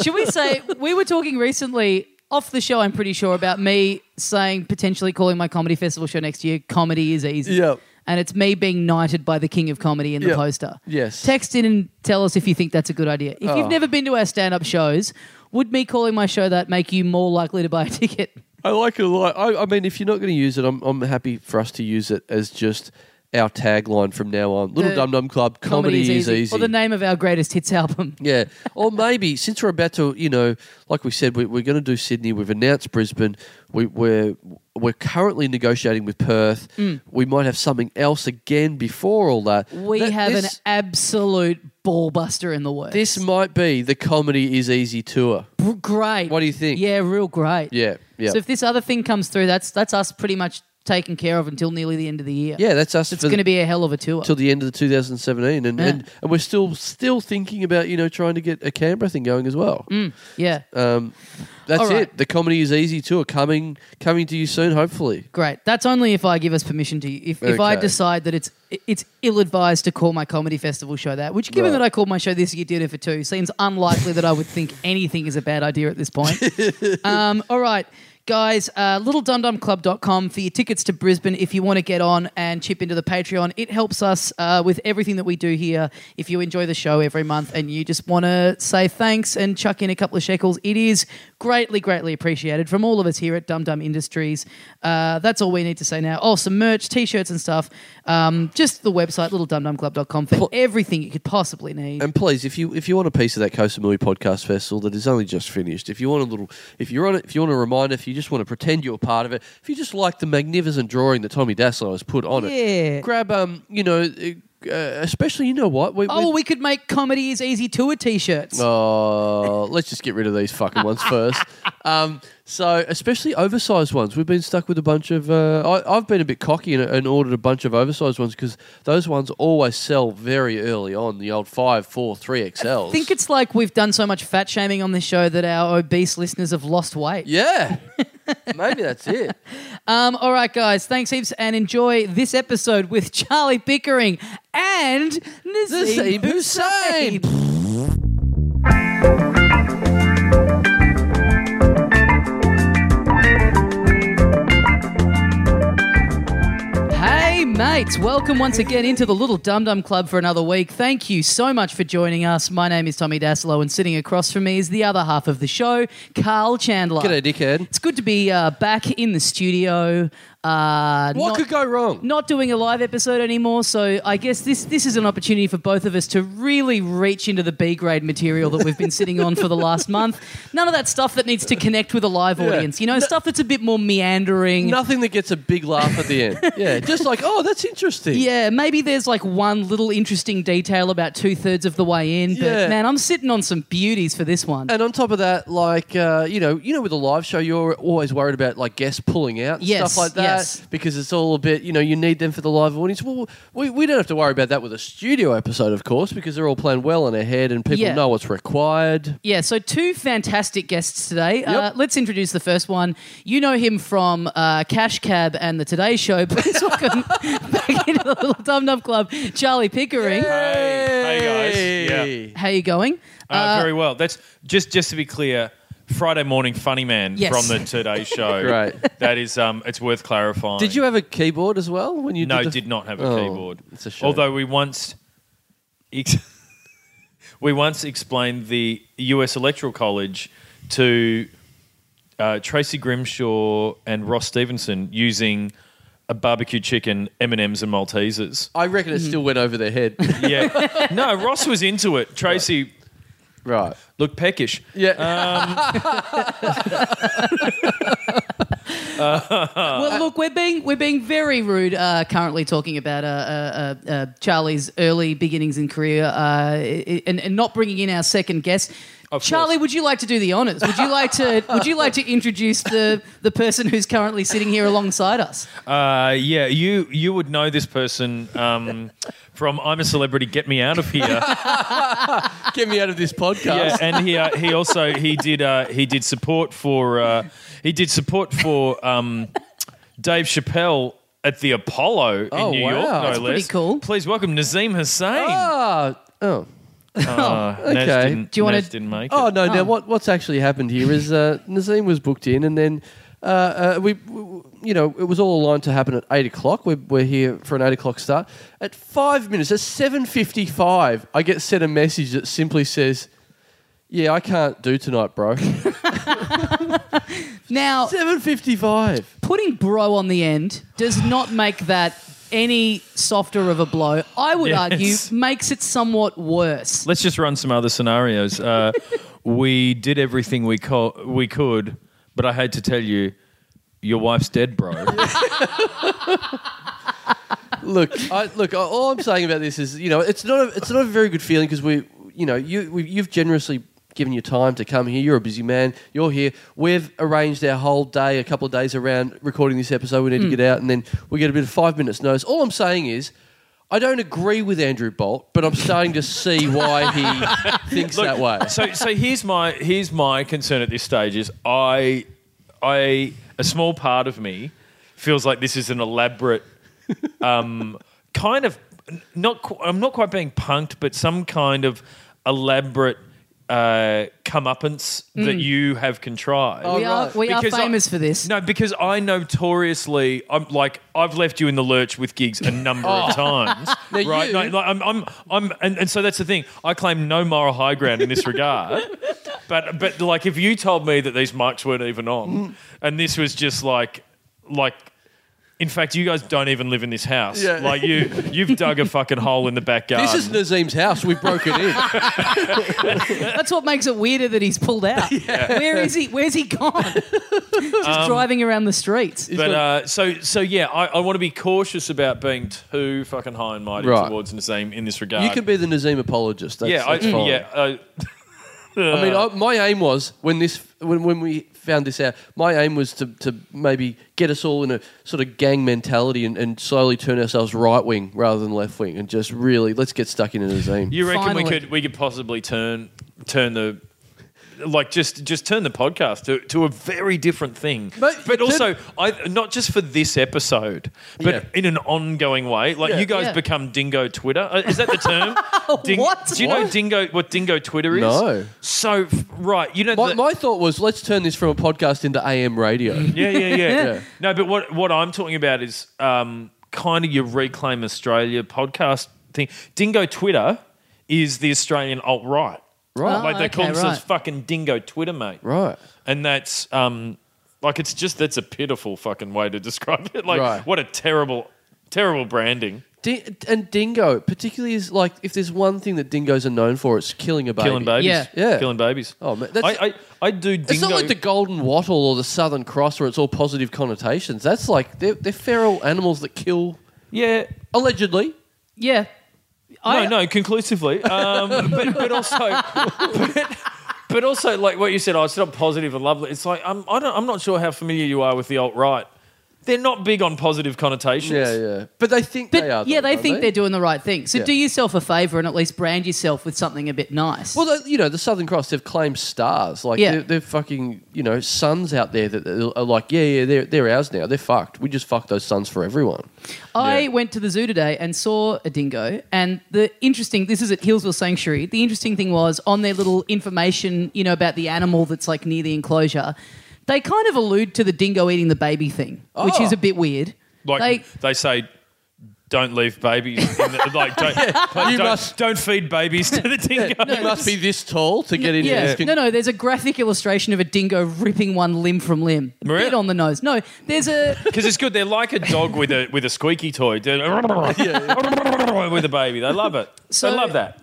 [SPEAKER 1] Should we say we were talking recently off the show? I'm pretty sure about me saying potentially calling my comedy festival show next year. Comedy is easy.
[SPEAKER 2] Yep.
[SPEAKER 1] And it's me being knighted by the king of comedy in the
[SPEAKER 2] Yep.
[SPEAKER 1] poster.
[SPEAKER 2] Yes.
[SPEAKER 1] Text in and tell us if you think that's a good idea. If
[SPEAKER 2] Oh.
[SPEAKER 1] you've never been to our stand up shows, would me calling my show that make you more likely to buy a ticket?
[SPEAKER 2] I like it a lot. I, I mean, if you're not going to use it, I'm, I'm happy for us to use it as just our tagline from now on. Little
[SPEAKER 1] The
[SPEAKER 2] Dum Dum Club, comedy, is easy.
[SPEAKER 1] Or the name of our greatest hits album.
[SPEAKER 2] Yeah, or maybe since we're about to, you know, like we said, we, we're going to do Sydney. We've announced Brisbane. We, we're we're currently negotiating with Perth. We might have something else again before all that.
[SPEAKER 1] Mm. We
[SPEAKER 2] That-
[SPEAKER 1] have
[SPEAKER 2] this,
[SPEAKER 1] an absolute ball buster in the works.
[SPEAKER 2] This might be the comedy is easy tour.
[SPEAKER 1] Br- great.
[SPEAKER 2] What do you think?
[SPEAKER 1] Yeah, real great.
[SPEAKER 2] Yeah, yeah,
[SPEAKER 1] So if this other thing comes through, that's that's us pretty much taken care of until nearly the end of the year.
[SPEAKER 2] yeah. That's us.
[SPEAKER 1] It's
[SPEAKER 2] for the-
[SPEAKER 1] going to be a hell of a tour.
[SPEAKER 2] till the end of the 2017, and,
[SPEAKER 1] Yeah.
[SPEAKER 2] and and we're still still thinking about you know trying to get a Canberra thing going as well.
[SPEAKER 1] yeah.
[SPEAKER 2] Um,
[SPEAKER 1] Mm.
[SPEAKER 2] that's
[SPEAKER 1] All right.
[SPEAKER 2] it. The comedy is easy tour coming coming to you soon, hopefully.
[SPEAKER 1] Great. That's only if I give us permission to. If, if I
[SPEAKER 2] Okay.
[SPEAKER 1] decide that it's it's ill advised to call my comedy festival show that, which given
[SPEAKER 2] Right.
[SPEAKER 1] that I called my show this year Dinner for Two, seems unlikely that I would think anything is a bad idea at this point. um, all right. Guys, uh, littledumdumclub.com for your tickets to Brisbane if you want to get on and chip into the Patreon. It helps us uh, with everything that we do here. If you enjoy the show every month and you just want to say thanks and chuck in a couple of shekels, it is greatly, greatly appreciated from all of us here at Dum Dum Industries. Uh, that's all we need to say now. Oh, some merch, t shirts, and stuff. Um, just the website, littledumdumclub.com, for everything you could possibly need.
[SPEAKER 2] And please, if you if you want a piece of that Kosamui podcast festival that is only just finished, if you want a little, if you're on it, if you want a reminder, if you you just want to pretend you're part of it, if you just like the magnificent drawing that Tommy Daslow has put on it,
[SPEAKER 1] Yeah.
[SPEAKER 2] grab um, you know, uh, especially you know what? We,
[SPEAKER 1] Oh,
[SPEAKER 2] we-
[SPEAKER 1] we could make comedy is easy tour t-shirts.
[SPEAKER 2] Oh, let's just get rid of these fucking
[SPEAKER 1] [LAUGHS]
[SPEAKER 2] ones first. Um, so, especially oversized ones, we've been stuck with a bunch of. Uh, I, I've been a bit cocky and, and ordered a bunch of oversized ones because those ones always sell very early on. The old five, four, three XLs.
[SPEAKER 1] I think it's like we've done so much fat shaming on this show that our obese listeners have lost weight. [LAUGHS]
[SPEAKER 2] yeah. Maybe that's it.
[SPEAKER 1] Um, all right, guys, thanks heaps and enjoy this episode with [LAUGHS] Charlie Bickering and Nazim
[SPEAKER 2] Nazim
[SPEAKER 1] Hussain.
[SPEAKER 2] Hussain.
[SPEAKER 1] Hey, mates, welcome once again into the Little Dum Dum Club for another week. Thank you so much for joining us. My name is Tommy Daslow, and sitting across from me is the other half of the show, Carl Chandler.
[SPEAKER 2] G'day, dickhead.
[SPEAKER 1] It's good to be uh, back in the studio. Uh,
[SPEAKER 2] What
[SPEAKER 1] not-
[SPEAKER 2] could go wrong?
[SPEAKER 1] not doing a live episode anymore, so I guess this this is an opportunity for both of us to really reach into the B grade material that we've been sitting on for the
[SPEAKER 2] [LAUGHS]
[SPEAKER 1] last month. None of that stuff that needs to connect with a live
[SPEAKER 2] Yeah.
[SPEAKER 1] audience, you know, stuff that's a bit more meandering.
[SPEAKER 2] Nothing that gets a big laugh at
[SPEAKER 1] [LAUGHS]
[SPEAKER 2] the end. Yeah, just like, oh, that's interesting.
[SPEAKER 1] Yeah, maybe there's like one little interesting detail about two thirds of the way in, but
[SPEAKER 2] Yeah.
[SPEAKER 1] man, I'm sitting on some beauties for this one.
[SPEAKER 2] And on top of that, like uh, you know, you know, with a live show, you're always worried about like guests pulling out and
[SPEAKER 1] Yes,
[SPEAKER 2] stuff like that
[SPEAKER 1] yes.
[SPEAKER 2] because it's all a bit, you know, you need them for the live audience. Well, we, we don't have to worry about that with a studio episode, of course, because they're all planned well and ahead, and people
[SPEAKER 1] Yeah.
[SPEAKER 2] know what's required.
[SPEAKER 1] Yeah, so two fantastic guests today. Uh,
[SPEAKER 2] Yep.
[SPEAKER 1] let's introduce the first one. You know him from uh, Cash Cab and the Today Show. [LAUGHS] Please welcome back into the Little Dum Dum Club, Charlie Pickering.
[SPEAKER 3] Hey. Hey, guys.
[SPEAKER 2] Hey.
[SPEAKER 1] How you going?
[SPEAKER 3] Uh, very well. That's just just to be clear. Friday morning funny man
[SPEAKER 1] Yes.
[SPEAKER 3] from the
[SPEAKER 2] [LAUGHS]
[SPEAKER 3] Today Show.
[SPEAKER 2] Great.
[SPEAKER 3] That is um. It's worth clarifying.
[SPEAKER 2] Did you have a keyboard as well when you?
[SPEAKER 3] no,
[SPEAKER 2] did, the-
[SPEAKER 3] did not have a
[SPEAKER 2] Oh,
[SPEAKER 3] keyboard.
[SPEAKER 2] it's a shame.
[SPEAKER 3] Although we once, ex- [LAUGHS] we once explained the U.S. Electoral College to uh, Tracy Grimshaw and Ross Stevenson using a barbecue chicken, M and M's, and
[SPEAKER 2] [LAUGHS]
[SPEAKER 3] Maltesers.
[SPEAKER 2] I reckon
[SPEAKER 1] Mm-hmm.
[SPEAKER 2] it still went over their head. [LAUGHS]
[SPEAKER 3] Yeah. no, Ross was into it. Tracy
[SPEAKER 2] right.
[SPEAKER 3] looked peckish.
[SPEAKER 2] Yeah.
[SPEAKER 1] Uh, well, look, we're being we're being very rude. Uh, currently talking about uh, uh, uh, uh, Charlie's early beginnings in career, uh, i- and, and not bringing in our second guest.
[SPEAKER 3] Of
[SPEAKER 1] Charlie,
[SPEAKER 3] course.
[SPEAKER 1] would you like to do the honors? Would you like to Would you like to introduce the the person who's currently sitting here alongside us?
[SPEAKER 3] Uh, yeah, you you would know this person um, from I'm a Celebrity, Get Me Out of Here.
[SPEAKER 2] [LAUGHS] Get me out of this
[SPEAKER 3] Uh, yeah,
[SPEAKER 2] podcast.
[SPEAKER 3] and he uh, he also he did uh, he did support for uh, he did support for um, Dave Chappelle at the Apollo
[SPEAKER 2] Oh,
[SPEAKER 3] in New
[SPEAKER 2] wow.
[SPEAKER 3] York. No
[SPEAKER 2] That's
[SPEAKER 3] less.
[SPEAKER 1] pretty cool.
[SPEAKER 3] Please welcome Nazim Hussain.
[SPEAKER 2] Ah. Oh.
[SPEAKER 3] Uh, Naz
[SPEAKER 2] okay.
[SPEAKER 3] didn't,
[SPEAKER 1] Do you wanna-
[SPEAKER 3] Naz didn't make it.
[SPEAKER 2] Oh no!
[SPEAKER 1] Oh.
[SPEAKER 2] Now what, what's actually happened here is uh, [LAUGHS] Nazim was booked in, and then uh, uh, we, we, you know, it was all aligned to happen at eight o'clock. We're, we're here for an eight o'clock start. At five minutes, at seven fifty-five, I get sent a message that simply says, "Yeah, I can't do tonight, bro." [LAUGHS]
[SPEAKER 1] Now,
[SPEAKER 2] seven fifty-five.
[SPEAKER 1] putting bro on the end does not make that any softer of a blow. I would
[SPEAKER 3] Yes.
[SPEAKER 1] argue makes it somewhat worse.
[SPEAKER 3] Let's just run some other
[SPEAKER 2] [LAUGHS]
[SPEAKER 3] scenarios. Uh, we did everything we co- we could, but I had to tell you, your wife's dead, bro.
[SPEAKER 2] [LAUGHS] Look, I, look. I- All I'm saying about this is, you know, it's not a, it's not a very good feeling because we, you know, you we, you've generously given your time to come here. You're a busy man. You're here. We've arranged our whole day, a couple of days around recording this episode. We need
[SPEAKER 3] Hmm.
[SPEAKER 2] to get out, and then we get a bit of five minutes notice. All I'm saying is. I don't agree with Andrew Bolt, but I'm starting to see why
[SPEAKER 3] [LAUGHS]
[SPEAKER 2] he thinks that way.
[SPEAKER 3] So, so here's my here's my concern at this stage is I, I a small part of me feels like this is an elaborate, um, kind of not qu- I'm not quite being punked, but some kind of elaborate uh, comeuppance that you have contrived.
[SPEAKER 1] we are
[SPEAKER 2] right.
[SPEAKER 1] we are
[SPEAKER 3] Because I-
[SPEAKER 1] famous for this.
[SPEAKER 3] No, because I notoriously, I'm like, I've left you in the lurch with gigs a
[SPEAKER 2] [LAUGHS]
[SPEAKER 3] number of times,
[SPEAKER 2] Now
[SPEAKER 3] right?
[SPEAKER 2] Oh. you-
[SPEAKER 3] No, like, I'm, I'm, I'm, and, and so that's the thing. I claim no moral high ground in this regard.
[SPEAKER 2] [LAUGHS]
[SPEAKER 3] But, but like, if you told me that these mics weren't even on, and this was just like, like. In fact, you guys don't even live in this house.
[SPEAKER 2] Yeah.
[SPEAKER 3] Like you, you've dug a fucking hole in the backyard.
[SPEAKER 2] This is Nazim's house. We broke it in.
[SPEAKER 1] That's what makes it weirder that he's pulled
[SPEAKER 3] [LAUGHS]
[SPEAKER 1] out. Where is he? Where's he gone? Just
[SPEAKER 3] Um,
[SPEAKER 1] driving around the streets.
[SPEAKER 3] but uh, so so yeah, I, I want to be cautious about being too fucking high and mighty
[SPEAKER 2] Right.
[SPEAKER 3] towards Nazim in this regard. [LAUGHS]
[SPEAKER 2] You can be the Nazim apologist. That's,
[SPEAKER 3] yeah, I,
[SPEAKER 2] that's fine.
[SPEAKER 3] yeah. Uh,
[SPEAKER 2] I mean, I, my aim was when this when, when we found this out. My aim was to, to maybe get us all in a sort of gang mentality and, and slowly turn ourselves right wing rather than left wing, and just really let's get stuck in a Nazim.
[SPEAKER 3] you reckon we
[SPEAKER 1] Finally.
[SPEAKER 3] could we could possibly turn turn the like just just turn the podcast to, to a very different thing
[SPEAKER 2] But-
[SPEAKER 3] but
[SPEAKER 2] but
[SPEAKER 3] also I, not just for this episode but
[SPEAKER 2] Yeah.
[SPEAKER 3] in an ongoing way like
[SPEAKER 2] Yeah.
[SPEAKER 3] you guys
[SPEAKER 1] Yeah.
[SPEAKER 3] become dingo twitter Uh, is that
[SPEAKER 1] [LAUGHS]
[SPEAKER 3] the term Ding-
[SPEAKER 1] What?
[SPEAKER 3] do you know
[SPEAKER 1] What?
[SPEAKER 3] dingo what dingo twitter is
[SPEAKER 2] No.
[SPEAKER 3] so f- right you know
[SPEAKER 2] my,
[SPEAKER 3] the-
[SPEAKER 2] my thought was let's turn this from a podcast into AM radio.
[SPEAKER 3] [LAUGHS] yeah, yeah, yeah.
[SPEAKER 2] Yeah.
[SPEAKER 3] No, but what what I'm talking about is um, kind of your Reclaim Australia podcast thing. Dingo Twitter is the Australian alt right.
[SPEAKER 2] Right.
[SPEAKER 1] Oh,
[SPEAKER 3] like they call
[SPEAKER 1] okay,
[SPEAKER 3] themselves
[SPEAKER 1] right.
[SPEAKER 3] fucking Dingo Twitter, mate.
[SPEAKER 2] Right.
[SPEAKER 3] And that's um, like it's just that's a pitiful fucking way to [LAUGHS] describe it. Like
[SPEAKER 2] Right.
[SPEAKER 3] what a terrible, terrible branding.
[SPEAKER 2] Di- and dingo, particularly, is like if there's one thing that dingoes are known for, it's killing a baby.
[SPEAKER 3] Killing babies.
[SPEAKER 1] Yeah.
[SPEAKER 2] Yeah.
[SPEAKER 3] Killing babies.
[SPEAKER 2] Oh, man, that's-
[SPEAKER 3] I, I, I do dingo.
[SPEAKER 2] It's not like the golden wattle or the southern cross where it's all positive connotations. That's like they're, they're feral animals that kill
[SPEAKER 3] yeah.
[SPEAKER 2] allegedly.
[SPEAKER 1] Yeah. I,
[SPEAKER 3] no, no, conclusively. Um, but, but also, but, but also, like what you said, oh, it's not positive and lovely. It's like I'm, I don't, I'm not sure how familiar you are with the alt right. They're not big on positive connotations.
[SPEAKER 2] Yeah, yeah. But they think
[SPEAKER 1] But
[SPEAKER 2] they are.
[SPEAKER 1] yeah,
[SPEAKER 2] though,
[SPEAKER 1] they
[SPEAKER 2] don't
[SPEAKER 1] think
[SPEAKER 2] they?
[SPEAKER 1] are doing the right thing. So
[SPEAKER 2] Yeah.
[SPEAKER 1] do yourself a favor and at least brand yourself with something a bit nice.
[SPEAKER 2] Well, they- you know, the Southern Cross, they've claimed stars. Like,
[SPEAKER 1] Yeah.
[SPEAKER 2] they're, they're fucking, you know, sons out there that are like, yeah, yeah, they're, they're ours now. They're fucked. We just fucked those sons for everyone.
[SPEAKER 1] I
[SPEAKER 3] Yeah.
[SPEAKER 1] went to the zoo today and saw a dingo. And the interesting, this is at Hillsville Sanctuary. The interesting thing was on their little information, you know, about the animal that's like near the enclosure, they kind of allude to the dingo eating the baby thing, which
[SPEAKER 2] Oh.
[SPEAKER 1] is a bit weird.
[SPEAKER 3] Like
[SPEAKER 1] They-
[SPEAKER 3] they say, don't leave babies. In the, [LAUGHS] like don't,
[SPEAKER 2] You
[SPEAKER 3] don't,
[SPEAKER 2] must-
[SPEAKER 3] don't feed babies to the dingo.
[SPEAKER 2] [LAUGHS]
[SPEAKER 3] [LAUGHS]
[SPEAKER 2] You must be this tall to get in
[SPEAKER 1] Yeah.
[SPEAKER 2] here. Can-
[SPEAKER 1] No, no, there's a graphic illustration of a dingo ripping one limb from limb. A
[SPEAKER 3] Really?
[SPEAKER 1] Bit on the nose. No, there's a
[SPEAKER 3] Because it's good. They're like a dog with a with a squeaky toy. [LAUGHS] They're- [LAUGHS] with a baby. They love it.
[SPEAKER 1] So-
[SPEAKER 3] they love that.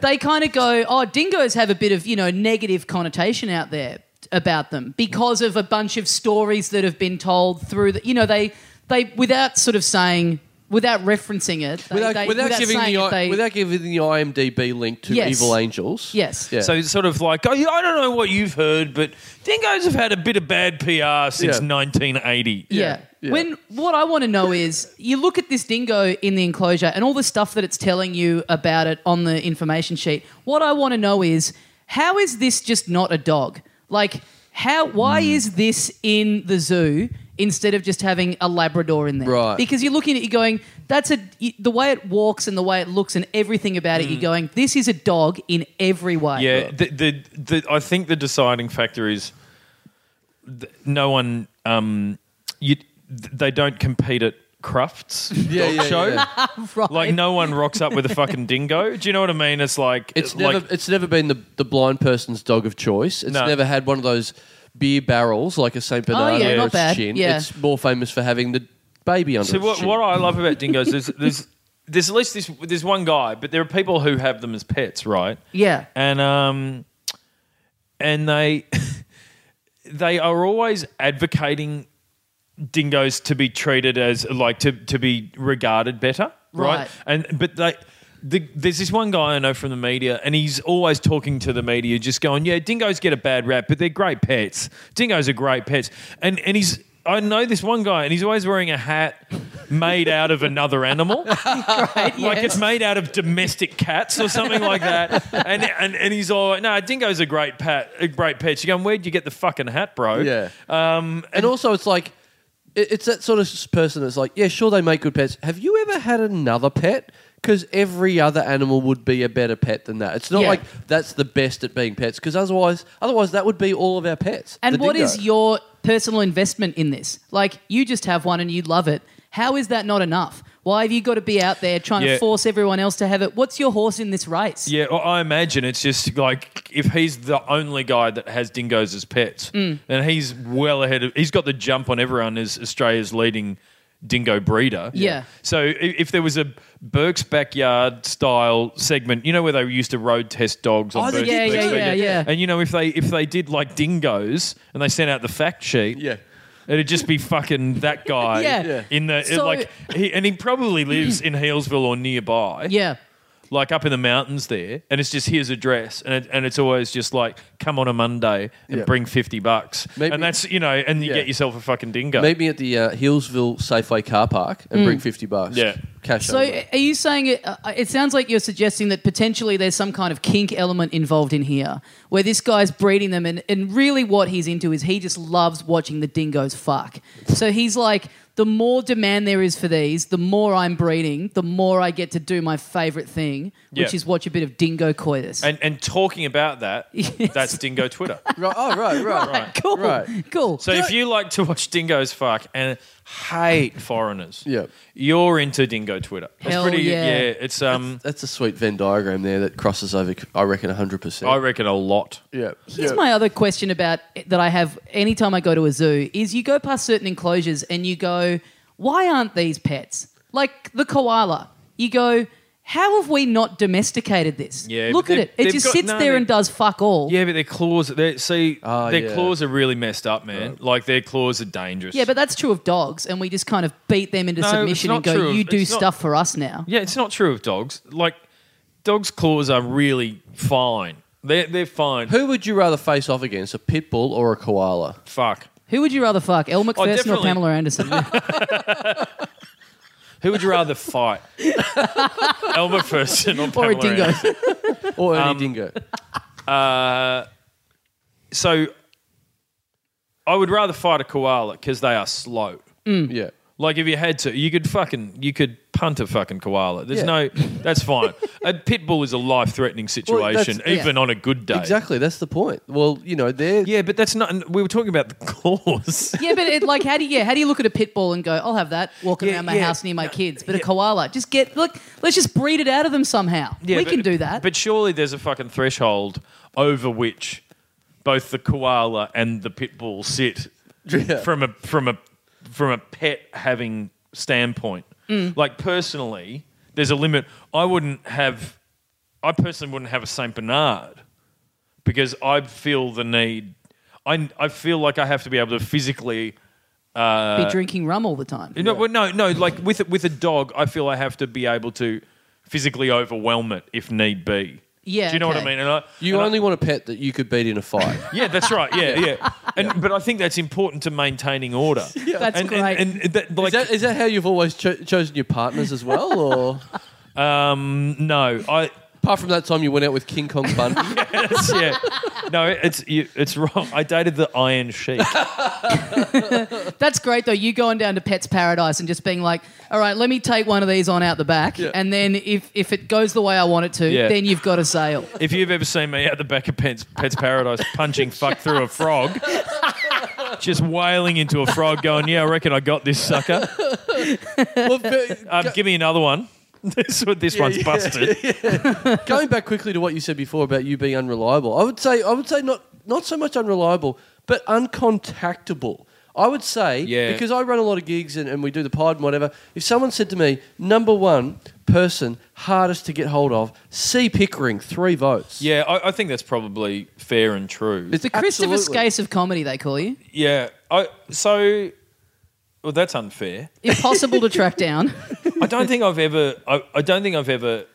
[SPEAKER 1] they kind of go, oh, dingoes have a bit of, you know, negative connotation out there about them because of a bunch of stories that have been told through the, you know, they, they, without sort of saying, without referencing it, they-
[SPEAKER 2] Without,
[SPEAKER 1] they-
[SPEAKER 2] without, giving
[SPEAKER 1] saying
[SPEAKER 2] the,
[SPEAKER 1] it,
[SPEAKER 2] I
[SPEAKER 1] they-
[SPEAKER 2] without giving the IMDb link to
[SPEAKER 1] Yes.
[SPEAKER 2] Evil Angels.
[SPEAKER 1] Yes.
[SPEAKER 2] Yeah. So,
[SPEAKER 3] So it's sort of like, oh, yeah, I don't know what you've heard, but dingoes have had a bit of bad PR since
[SPEAKER 2] Yeah.
[SPEAKER 3] 1980.
[SPEAKER 1] Yeah.
[SPEAKER 2] yeah.
[SPEAKER 1] When what I want to know is you look at this dingo in the enclosure and all the stuff that it's telling you about it on the information sheet. What I want to know is how is this just not a dog? Like how why
[SPEAKER 3] Hmm.
[SPEAKER 1] is this in the zoo instead of just having a labrador in there?
[SPEAKER 2] Right.
[SPEAKER 1] Because you're looking at it you're going that's a y- the way it walks and the way it looks and everything about it you're going this is a dog in every way.
[SPEAKER 3] Hmm. Yeah, the, the, the, I think the deciding factor is th- no one, um, you, th- they don't compete at Crufts
[SPEAKER 2] [LAUGHS] Yeah,
[SPEAKER 3] dog
[SPEAKER 2] yeah,
[SPEAKER 3] show.
[SPEAKER 2] yeah.
[SPEAKER 1] [LAUGHS] Right.
[SPEAKER 3] Like no one rocks up with a fucking dingo. Do you know what I mean? It's like
[SPEAKER 2] It's
[SPEAKER 3] like,
[SPEAKER 2] never it's never been the, the blind person's dog of choice. It's
[SPEAKER 3] No.
[SPEAKER 2] never had one of those beer barrels like a Saint Bernard
[SPEAKER 1] Oh, yeah,
[SPEAKER 2] or
[SPEAKER 1] not
[SPEAKER 2] its
[SPEAKER 1] bad.
[SPEAKER 2] chin.
[SPEAKER 1] Yeah.
[SPEAKER 2] It's more famous for having the baby under
[SPEAKER 3] So
[SPEAKER 2] its
[SPEAKER 3] what,
[SPEAKER 2] chin.
[SPEAKER 3] what I love about dingoes is there's there's at least this there's one guy, but there are people who have them as pets, right?
[SPEAKER 1] Yeah.
[SPEAKER 3] And um, and they [LAUGHS] they are always advocating dingoes to be treated as like to to be regarded better, right?
[SPEAKER 1] Right.
[SPEAKER 3] And but they. The, there's this one guy I know from the media, and he's always talking to the media, just going, "Yeah, dingoes get a bad rap, but they're great pets. Dingoes are great pets." And and he's I know this one guy, and he's always wearing a hat made out of another animal.
[SPEAKER 1] Right,
[SPEAKER 3] [LAUGHS] Like
[SPEAKER 1] yes.
[SPEAKER 3] it's made out of domestic cats or something like that. And and, and he's all no, dingo's a great pet, a great pet. You going, where'd you get the fucking hat,
[SPEAKER 1] [LAUGHS]
[SPEAKER 3] bro?
[SPEAKER 2] Yeah.
[SPEAKER 3] Um,
[SPEAKER 2] And also, it's like it- it's that sort of s- person that's like, yeah, sure, they make good pets. Have you ever had another pet? Because every other animal would be a better pet than that. It's not
[SPEAKER 1] Yeah.
[SPEAKER 2] like that's the best at being pets. Because otherwise, otherwise that would be all of our pets.
[SPEAKER 1] And
[SPEAKER 2] the
[SPEAKER 1] what
[SPEAKER 2] dingo.
[SPEAKER 1] is your personal investment in this? Like, you just have one and you love it. How is that not enough? Why have you got to be out there trying
[SPEAKER 3] Yeah.
[SPEAKER 1] to force everyone else to have it? What's your horse in this race?
[SPEAKER 3] yeah, well, I imagine it's just like if he's the only guy that has dingoes as pets, then he's well ahead of. He's got the jump on everyone as Australia's leading dingo breeder.
[SPEAKER 1] Yeah.
[SPEAKER 3] So i- if there was a Burke's backyard style segment, you know where they used to road test dogs on
[SPEAKER 2] Oh, they
[SPEAKER 3] Burke's
[SPEAKER 2] did
[SPEAKER 3] Burke's
[SPEAKER 2] do that,
[SPEAKER 3] Backyard?
[SPEAKER 1] yeah, yeah.
[SPEAKER 3] And you know if they if they did like dingoes and they sent out the fact sheet,
[SPEAKER 2] Yeah.
[SPEAKER 3] It'd just be fucking that guy
[SPEAKER 1] Yeah. [LAUGHS] Yeah.
[SPEAKER 3] in the
[SPEAKER 1] So-
[SPEAKER 3] like, he, and he probably lives in Healesville or nearby
[SPEAKER 1] Yeah.
[SPEAKER 3] like up in the mountains there, and it's just his address, and it, and it's always just like come on a Monday and
[SPEAKER 2] Yeah.
[SPEAKER 3] bring fifty bucks,
[SPEAKER 2] Maybe-
[SPEAKER 3] and that's you know, and you
[SPEAKER 2] Yeah.
[SPEAKER 3] get yourself a fucking dingo.
[SPEAKER 2] Meet me at the uh, Hillsville Safeway car park and bring fifty bucks.
[SPEAKER 3] Yeah.
[SPEAKER 2] cash.
[SPEAKER 1] Mm. So,
[SPEAKER 2] over.
[SPEAKER 1] are you saying it? Uh, it sounds like you're suggesting that potentially there's some kind of kink element involved in here, where this guy's breeding them, and, and really what he's into is he just loves watching the dingoes fuck. So he's like, the more demand there is for these, the more I'm breeding, the more I get to do my favorite thing, which
[SPEAKER 3] Yeah.
[SPEAKER 1] is watch a bit of dingo coitus.
[SPEAKER 3] And and talking about that,
[SPEAKER 1] Yes.
[SPEAKER 3] that's Dingo Twitter.
[SPEAKER 2] right,
[SPEAKER 1] [LAUGHS]
[SPEAKER 2] oh, right, right,
[SPEAKER 1] Right, [LAUGHS] cool,
[SPEAKER 2] right.
[SPEAKER 1] cool.
[SPEAKER 3] So if you like to watch dingoes fuck and hate foreigners,
[SPEAKER 2] Yeah.
[SPEAKER 3] you're into Dingo Twitter. It's
[SPEAKER 1] Hell yeah.
[SPEAKER 3] It's um,
[SPEAKER 2] That's a sweet Venn diagram there that crosses over. I reckon hundred
[SPEAKER 3] I
[SPEAKER 2] percent.
[SPEAKER 3] reckon a lot.
[SPEAKER 2] Yeah.
[SPEAKER 1] Here's
[SPEAKER 2] yeah.
[SPEAKER 1] my other question about that I have anytime I go to a zoo is you go past certain enclosures and you go, why aren't these pets? Like the koala. You go, how have we not domesticated this?
[SPEAKER 3] Yeah,
[SPEAKER 1] Look
[SPEAKER 3] but
[SPEAKER 1] at
[SPEAKER 3] they-
[SPEAKER 1] it. It
[SPEAKER 3] they've
[SPEAKER 1] just
[SPEAKER 3] got-
[SPEAKER 1] sits
[SPEAKER 3] no,
[SPEAKER 1] there
[SPEAKER 3] they-
[SPEAKER 1] and does fuck all.
[SPEAKER 3] Yeah, but their claws, they see,
[SPEAKER 2] Oh,
[SPEAKER 3] their
[SPEAKER 2] yeah.
[SPEAKER 3] claws are really messed up, man. Like their claws are dangerous.
[SPEAKER 1] Yeah, but that's true of dogs, and we just kind of beat them into
[SPEAKER 3] No, it's
[SPEAKER 1] submission and
[SPEAKER 3] not
[SPEAKER 1] go,
[SPEAKER 3] true of-
[SPEAKER 1] you do
[SPEAKER 3] it's not-
[SPEAKER 1] stuff for us now.
[SPEAKER 3] Yeah, it's not true of dogs. Like, dogs' claws are really fine. They're, they're fine.
[SPEAKER 2] Who would you rather face off against, a pit bull or a koala?
[SPEAKER 3] Fuck.
[SPEAKER 1] Who would you rather fuck, Elle McPherson or
[SPEAKER 3] Oh, definitely.
[SPEAKER 1] Pamela
[SPEAKER 3] [LAUGHS]
[SPEAKER 1] Anderson?
[SPEAKER 3] Who would you rather fight? Elmer Ferguson or,
[SPEAKER 1] or a
[SPEAKER 3] Pamela
[SPEAKER 1] dingo?
[SPEAKER 3] Anderson?
[SPEAKER 2] Or any dingo?
[SPEAKER 3] So, I would rather fight a koala because they are slow.
[SPEAKER 2] Yeah.
[SPEAKER 3] Like, if you had to, you could fucking, you could punt a fucking koala. There's
[SPEAKER 2] Yeah.
[SPEAKER 3] no, that's fine. a pit bull is a life-threatening situation,
[SPEAKER 2] that's-
[SPEAKER 3] even on a good day.
[SPEAKER 2] [LAUGHS] Exactly. That's the point. Well, you know, they're
[SPEAKER 3] Yeah, but that's not. and We were talking about the [LAUGHS] claws.
[SPEAKER 1] yeah, but it, like, how do you, yeah, how do you look at a pit bull and go, I'll have that walking
[SPEAKER 3] Yeah,
[SPEAKER 1] around my
[SPEAKER 3] yeah.
[SPEAKER 1] house near my kids? But a koala, just get look, let's just breed it out of them somehow.
[SPEAKER 3] Yeah,
[SPEAKER 1] we
[SPEAKER 3] but-
[SPEAKER 1] can do that.
[SPEAKER 3] But surely there's a fucking threshold over which both the koala and the pit bull sit
[SPEAKER 2] Yeah.
[SPEAKER 3] from a from a from a pet having standpoint.
[SPEAKER 1] Mm.
[SPEAKER 3] Like personally, there's a limit. I wouldn't have. I personally wouldn't have a Saint Bernard because I feel the need. I I feel like I have to be able to physically. uh,
[SPEAKER 1] be drinking rum all the time.
[SPEAKER 3] No, well, no, no. Like with a- with a dog, I feel I have to be able to physically overwhelm it if need be.
[SPEAKER 1] Yeah,
[SPEAKER 3] Do you know what
[SPEAKER 1] okay.
[SPEAKER 3] I mean? And I,
[SPEAKER 2] you
[SPEAKER 3] and I-
[SPEAKER 2] only want a pet that you could beat in a fight.
[SPEAKER 3] yeah, that's right. [LAUGHS] Yeah, yeah. And but I think that's important to maintaining order. Yeah.
[SPEAKER 1] That's
[SPEAKER 3] and,
[SPEAKER 1] great.
[SPEAKER 3] And, and that,
[SPEAKER 2] is,
[SPEAKER 3] like,
[SPEAKER 2] that, is that how you've always cho- chosen your partners as well, or
[SPEAKER 3] um, no, I.
[SPEAKER 2] apart from that time you went out with King Kong Bundy?
[SPEAKER 3] It's, yeah. No, it's you, it's wrong. I dated the Iron Sheik.
[SPEAKER 1] That's great though. You going down to Pets Paradise and just being like, all right, let me take one of these on out the back,
[SPEAKER 2] Yeah.
[SPEAKER 1] and then if if it goes the way I want it to,
[SPEAKER 3] Yeah.
[SPEAKER 1] then you've got a
[SPEAKER 3] [LAUGHS]
[SPEAKER 1] sale.
[SPEAKER 3] If you've ever seen me out the back of Pets, Pets Paradise punching fuck through a frog, just wailing into a frog, going, "Yeah, I reckon I got this sucker."
[SPEAKER 2] well, ve-
[SPEAKER 3] Um, give me another one. [LAUGHS] This one, this one's
[SPEAKER 2] yeah,
[SPEAKER 3] busted.
[SPEAKER 2] going back quickly to what you said before about you being unreliable, I would say I would say not not so much unreliable, but uncontactable. I would say
[SPEAKER 3] Yeah.
[SPEAKER 2] because I run a lot of gigs and, and we do the pod and whatever. If someone said to me, number one person hardest to get hold of, C Pickering, three votes.
[SPEAKER 3] Yeah, I, I think that's probably fair and true.
[SPEAKER 2] It's
[SPEAKER 1] The Christopher
[SPEAKER 2] absolutely-
[SPEAKER 1] Skase of comedy, they call you.
[SPEAKER 3] yeah, I, so well, that's unfair.
[SPEAKER 1] Impossible to track
[SPEAKER 3] [LAUGHS]
[SPEAKER 1] down.
[SPEAKER 3] I don't think I've ever. I, I don't think I've ever.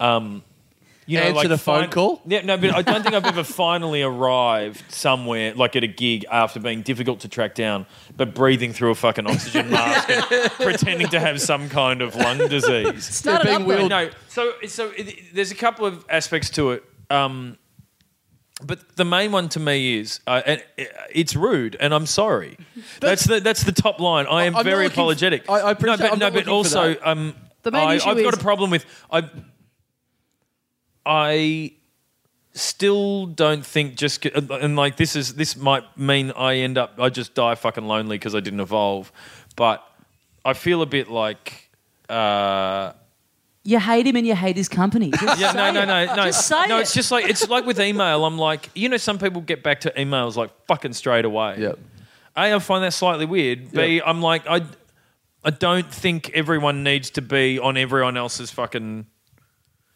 [SPEAKER 3] Um, you know,
[SPEAKER 2] Answered
[SPEAKER 3] like
[SPEAKER 2] a phone call?
[SPEAKER 3] Yeah, no, but I don't think I've ever finally arrived somewhere like at a gig after being difficult to track down, but breathing through a fucking oxygen mask, and pretending to have some kind of lung disease.
[SPEAKER 1] Start it
[SPEAKER 2] being
[SPEAKER 1] up
[SPEAKER 2] wheeled-
[SPEAKER 1] though.
[SPEAKER 2] Well-
[SPEAKER 3] no, so so it, there's a couple of aspects to it, um, but the main one to me is, uh, and it- it's rude, and
[SPEAKER 2] [LAUGHS]
[SPEAKER 3] I'm sorry. That's, the that's the top line. I am
[SPEAKER 2] I'm not
[SPEAKER 3] very
[SPEAKER 2] looking f-
[SPEAKER 3] apologetic.
[SPEAKER 2] I- I appreciate-
[SPEAKER 3] no, but
[SPEAKER 2] I'm
[SPEAKER 3] no,
[SPEAKER 2] not
[SPEAKER 3] but
[SPEAKER 2] looking for
[SPEAKER 3] also,
[SPEAKER 2] that.
[SPEAKER 3] um,
[SPEAKER 1] The main
[SPEAKER 3] I,
[SPEAKER 1] issue
[SPEAKER 3] I've got a
[SPEAKER 1] is-
[SPEAKER 3] problem with I. I still don't think just uh, and like this is this might mean I end up I just die fucking lonely because I didn't evolve, but I feel a bit like. Uh,
[SPEAKER 1] You hate him and you hate his
[SPEAKER 3] [LAUGHS]
[SPEAKER 1] company. Just
[SPEAKER 3] yeah,
[SPEAKER 1] say
[SPEAKER 3] no, no,
[SPEAKER 1] it.
[SPEAKER 3] no, no.
[SPEAKER 1] Just say
[SPEAKER 3] no,
[SPEAKER 1] it.
[SPEAKER 3] it's just like it's like with email. I'm like, you know, some people get back to emails like fucking straight away.
[SPEAKER 2] Yep.
[SPEAKER 3] A, I find that slightly weird. B,
[SPEAKER 2] Yep.
[SPEAKER 3] am like, I, I don't think everyone needs to be on everyone else's fucking.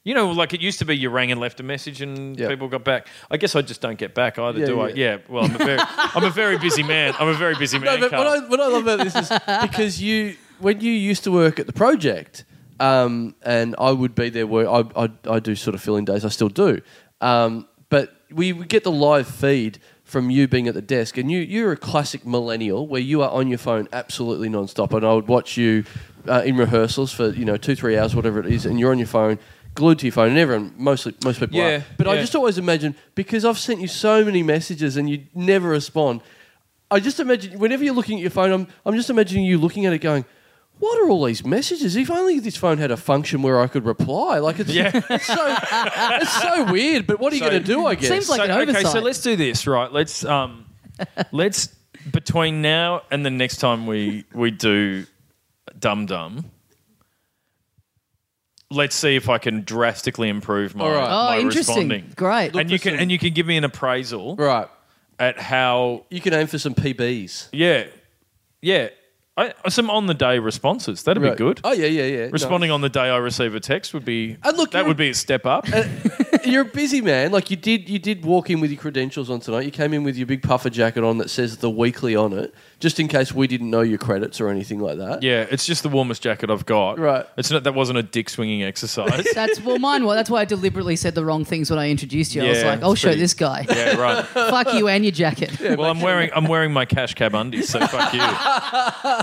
[SPEAKER 3] You know, like it used to be, you rang and left a message, and
[SPEAKER 2] Yeah.
[SPEAKER 3] people got back. I guess I just don't get back either,
[SPEAKER 2] Yeah,
[SPEAKER 3] do I?
[SPEAKER 2] yeah.
[SPEAKER 3] Yeah. Well, I'm a very, I'm a very busy man. I'm a very busy man.
[SPEAKER 2] No, but what
[SPEAKER 3] Carl.
[SPEAKER 2] I, what I love about this is because you, when you used to work at the project, um, and I would be there, where I, I, I do sort of filling days, I still do. Um, but we would get the live feed from you being at the desk, and you, you're a classic millennial where you are on your phone absolutely nonstop. And I would watch you uh, in rehearsals for, you know, two, three hours, whatever it is, and you're on your phone. Glued to your phone, and everyone, mostly most people
[SPEAKER 3] Yeah,
[SPEAKER 2] are. But I
[SPEAKER 3] yeah.
[SPEAKER 2] just always imagine because I've sent you so many messages and you never respond. I just imagine whenever you're looking at your phone, I'm I'm just imagining you looking at it going, "What are all these messages? If only this phone had a function where I could reply." Like it's,
[SPEAKER 3] Yeah.
[SPEAKER 2] [LAUGHS] it's so it's so weird. But what are you
[SPEAKER 3] So-
[SPEAKER 2] going to do? I guess
[SPEAKER 1] Seems like- an
[SPEAKER 3] Okay, so
[SPEAKER 1] oversight.
[SPEAKER 3] let's do this, right? Let's
[SPEAKER 1] [LAUGHS]
[SPEAKER 3] um, let's between now and the next time we we do Dum Dum. Let's see if I can drastically improve my,
[SPEAKER 2] All right.
[SPEAKER 1] Oh,
[SPEAKER 3] my
[SPEAKER 1] interesting.
[SPEAKER 3] responding.
[SPEAKER 1] Great.
[SPEAKER 3] and you can and you can give me an appraisal
[SPEAKER 2] right.
[SPEAKER 3] at how
[SPEAKER 2] You can aim for some PBs.
[SPEAKER 3] yeah yeah I, some on the day responses that'd
[SPEAKER 2] Right.
[SPEAKER 3] be good.
[SPEAKER 2] Oh yeah, yeah, yeah.
[SPEAKER 3] Responding on the day I receive a text would be
[SPEAKER 2] And look,
[SPEAKER 3] that
[SPEAKER 2] you're-
[SPEAKER 3] would be a step
[SPEAKER 2] [LAUGHS]
[SPEAKER 3] up.
[SPEAKER 2] on. [LAUGHS] You're a busy man. Like you did, you did walk in with your credentials on tonight. You came in with your big puffer jacket on that says the weekly on it, just in case we didn't know your credits or anything like that.
[SPEAKER 3] yeah, it's just the warmest jacket I've got.
[SPEAKER 2] Right.
[SPEAKER 3] It's not that wasn't a dick
[SPEAKER 2] [LAUGHS]
[SPEAKER 3] swinging exercise.
[SPEAKER 1] That's well, mine. Well, that's why I deliberately said the wrong things when I introduced you. I was
[SPEAKER 3] Yeah,
[SPEAKER 1] like, "I'll
[SPEAKER 3] it's
[SPEAKER 1] show
[SPEAKER 3] pretty-
[SPEAKER 1] this guy.
[SPEAKER 3] [LAUGHS] yeah, right.
[SPEAKER 1] Fuck you and your jacket."
[SPEAKER 3] Well, I'm wearing I'm wearing my cash cab undies, so fuck you.
[SPEAKER 2] [LAUGHS]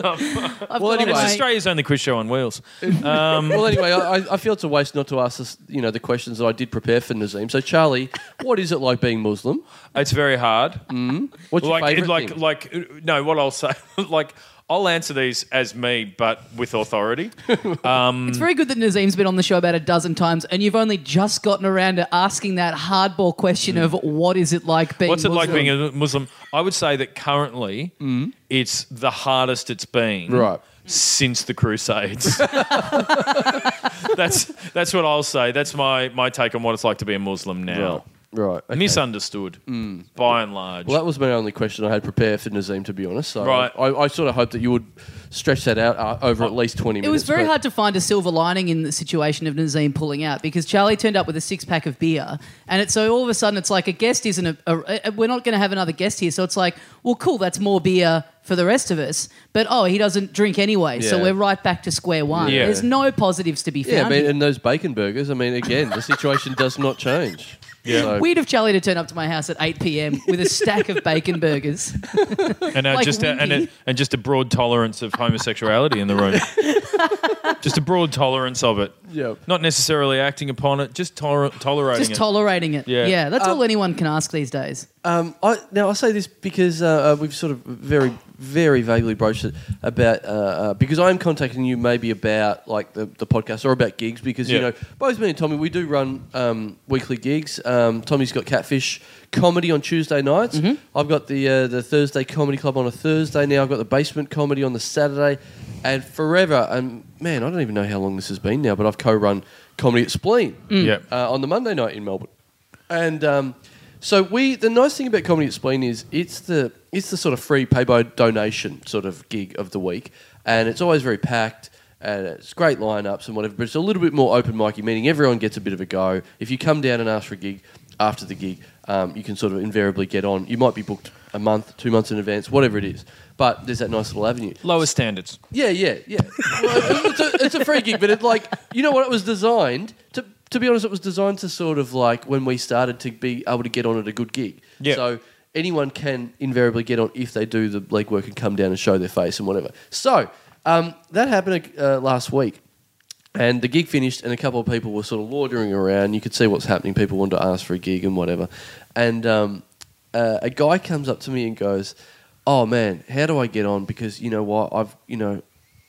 [SPEAKER 1] I've
[SPEAKER 2] Well,
[SPEAKER 1] got on
[SPEAKER 2] anyway-
[SPEAKER 1] my-
[SPEAKER 3] It's Australia's only quiz show on wheels.
[SPEAKER 2] well, anyway, I, I- I feel it's a waste not to ask this, you know the questions that I did prepare for Nazim. So, Charlie, what is it like being Muslim?
[SPEAKER 3] It's very hard.
[SPEAKER 2] Mm. What's your
[SPEAKER 3] Like,
[SPEAKER 2] favorite
[SPEAKER 3] like,
[SPEAKER 2] thing?
[SPEAKER 3] like, uh, no. What I'll say, [LAUGHS] like, I'll answer these as me, but
[SPEAKER 2] [LAUGHS]
[SPEAKER 3] with authority.
[SPEAKER 1] It's very good that Nazim's been on the show about a dozen times, and you've only just gotten around to asking that hardball question of what is it like being
[SPEAKER 3] What's it like
[SPEAKER 1] Muslim?
[SPEAKER 3] being a Muslim? I would say that currently, it's the hardest it's been.
[SPEAKER 2] Mm. Right.
[SPEAKER 3] Since
[SPEAKER 2] [LAUGHS]
[SPEAKER 3] the Crusades, [LAUGHS] that's that's what I'll say. That's my my take on what it's like to be a Muslim now.
[SPEAKER 2] right. okay. Mm.
[SPEAKER 3] Misunderstood by and large.
[SPEAKER 2] Well, that was my only question I had prepared for Nazim, to be honest. So,
[SPEAKER 3] Right.
[SPEAKER 2] I, I sort of hope that you would stretch that out uh, over at least twenty
[SPEAKER 1] It
[SPEAKER 2] minutes.
[SPEAKER 1] was very
[SPEAKER 2] but-
[SPEAKER 1] hard to find a silver lining in the situation of Nazim pulling out because Charlie turned up with a six pack of beer, and it's so all of a sudden it's like a guest isn't a, a- a- we're not going to have another guest here, so it's like well cool that's more beer for the rest of us, but oh he doesn't drink anyway, so
[SPEAKER 2] Yeah.
[SPEAKER 1] we're right back to square one.
[SPEAKER 3] Yeah.
[SPEAKER 1] There's no positives to be found.
[SPEAKER 2] Yeah, I mean,
[SPEAKER 1] here.
[SPEAKER 2] and those bacon burgers. I mean, again, the situation does not change.
[SPEAKER 3] Yeah.
[SPEAKER 2] So-
[SPEAKER 1] Weird of Charlie to turn up to my house at 8 p.m. with a stack of bacon
[SPEAKER 2] [LAUGHS]
[SPEAKER 1] burgers.
[SPEAKER 3] and uh,
[SPEAKER 1] Like
[SPEAKER 3] just a, and, a,
[SPEAKER 1] Winky.
[SPEAKER 3] and just a broad tolerance of homosexuality in the room.
[SPEAKER 1] [LAUGHS]
[SPEAKER 3] just a broad tolerance of it.
[SPEAKER 2] Yep.
[SPEAKER 3] Not necessarily acting upon it, just toler- tolerating
[SPEAKER 1] Just
[SPEAKER 3] it.
[SPEAKER 1] tolerating it.
[SPEAKER 3] Yeah.
[SPEAKER 1] Yeah, that's all anyone can ask these days.
[SPEAKER 2] Um, I, now I say this because uh, uh, we've sort of very, very vaguely broached it about uh, uh, because I'm contacting you maybe about like the, the podcast or about gigs because you
[SPEAKER 3] Yeah.
[SPEAKER 2] know both me and Tommy we do run um, weekly gigs. Um, Tommy's got Catfish comedy on Tuesday nights. I've got the uh, the Thursday comedy club on a Thursday now. I've got the Basement comedy on the Saturday, and forever. And man, I don't even know how long this has been now, but I've co-run comedy at Spleen
[SPEAKER 3] Yeah.
[SPEAKER 2] uh, on the Monday night in Melbourne. And um, so we, the nice thing about Comedy at Spleen is it's the it's the sort of free pay by donation sort of gig of the week, and it's always very packed. And it's great lineups and whatever, but it's a little bit more open micy, meaning everyone gets a bit of a go. If you come down and ask for a gig after the gig, um, you can sort of invariably get on. You might be booked a month, two months in advance, whatever it is. But there's that nice little avenue.
[SPEAKER 3] Lower standards.
[SPEAKER 2] Yeah, yeah, yeah. Well, it's, a, it's a free gig, but it like you know what it was designed to. To be honest, it was designed to sort of like when we started to be able to get on at a good gig.
[SPEAKER 3] Yeah.
[SPEAKER 2] So anyone can invariably get on if they do the legwork and come down and show their face and whatever. So um, that happened uh, last week. And the gig finished, and a couple of people were sort of loitering around. You could see what's happening. People wanted to ask for a gig and whatever. And um, uh, a guy comes up to me and goes, "Oh man, how do I get on? Because you know what, I've you know,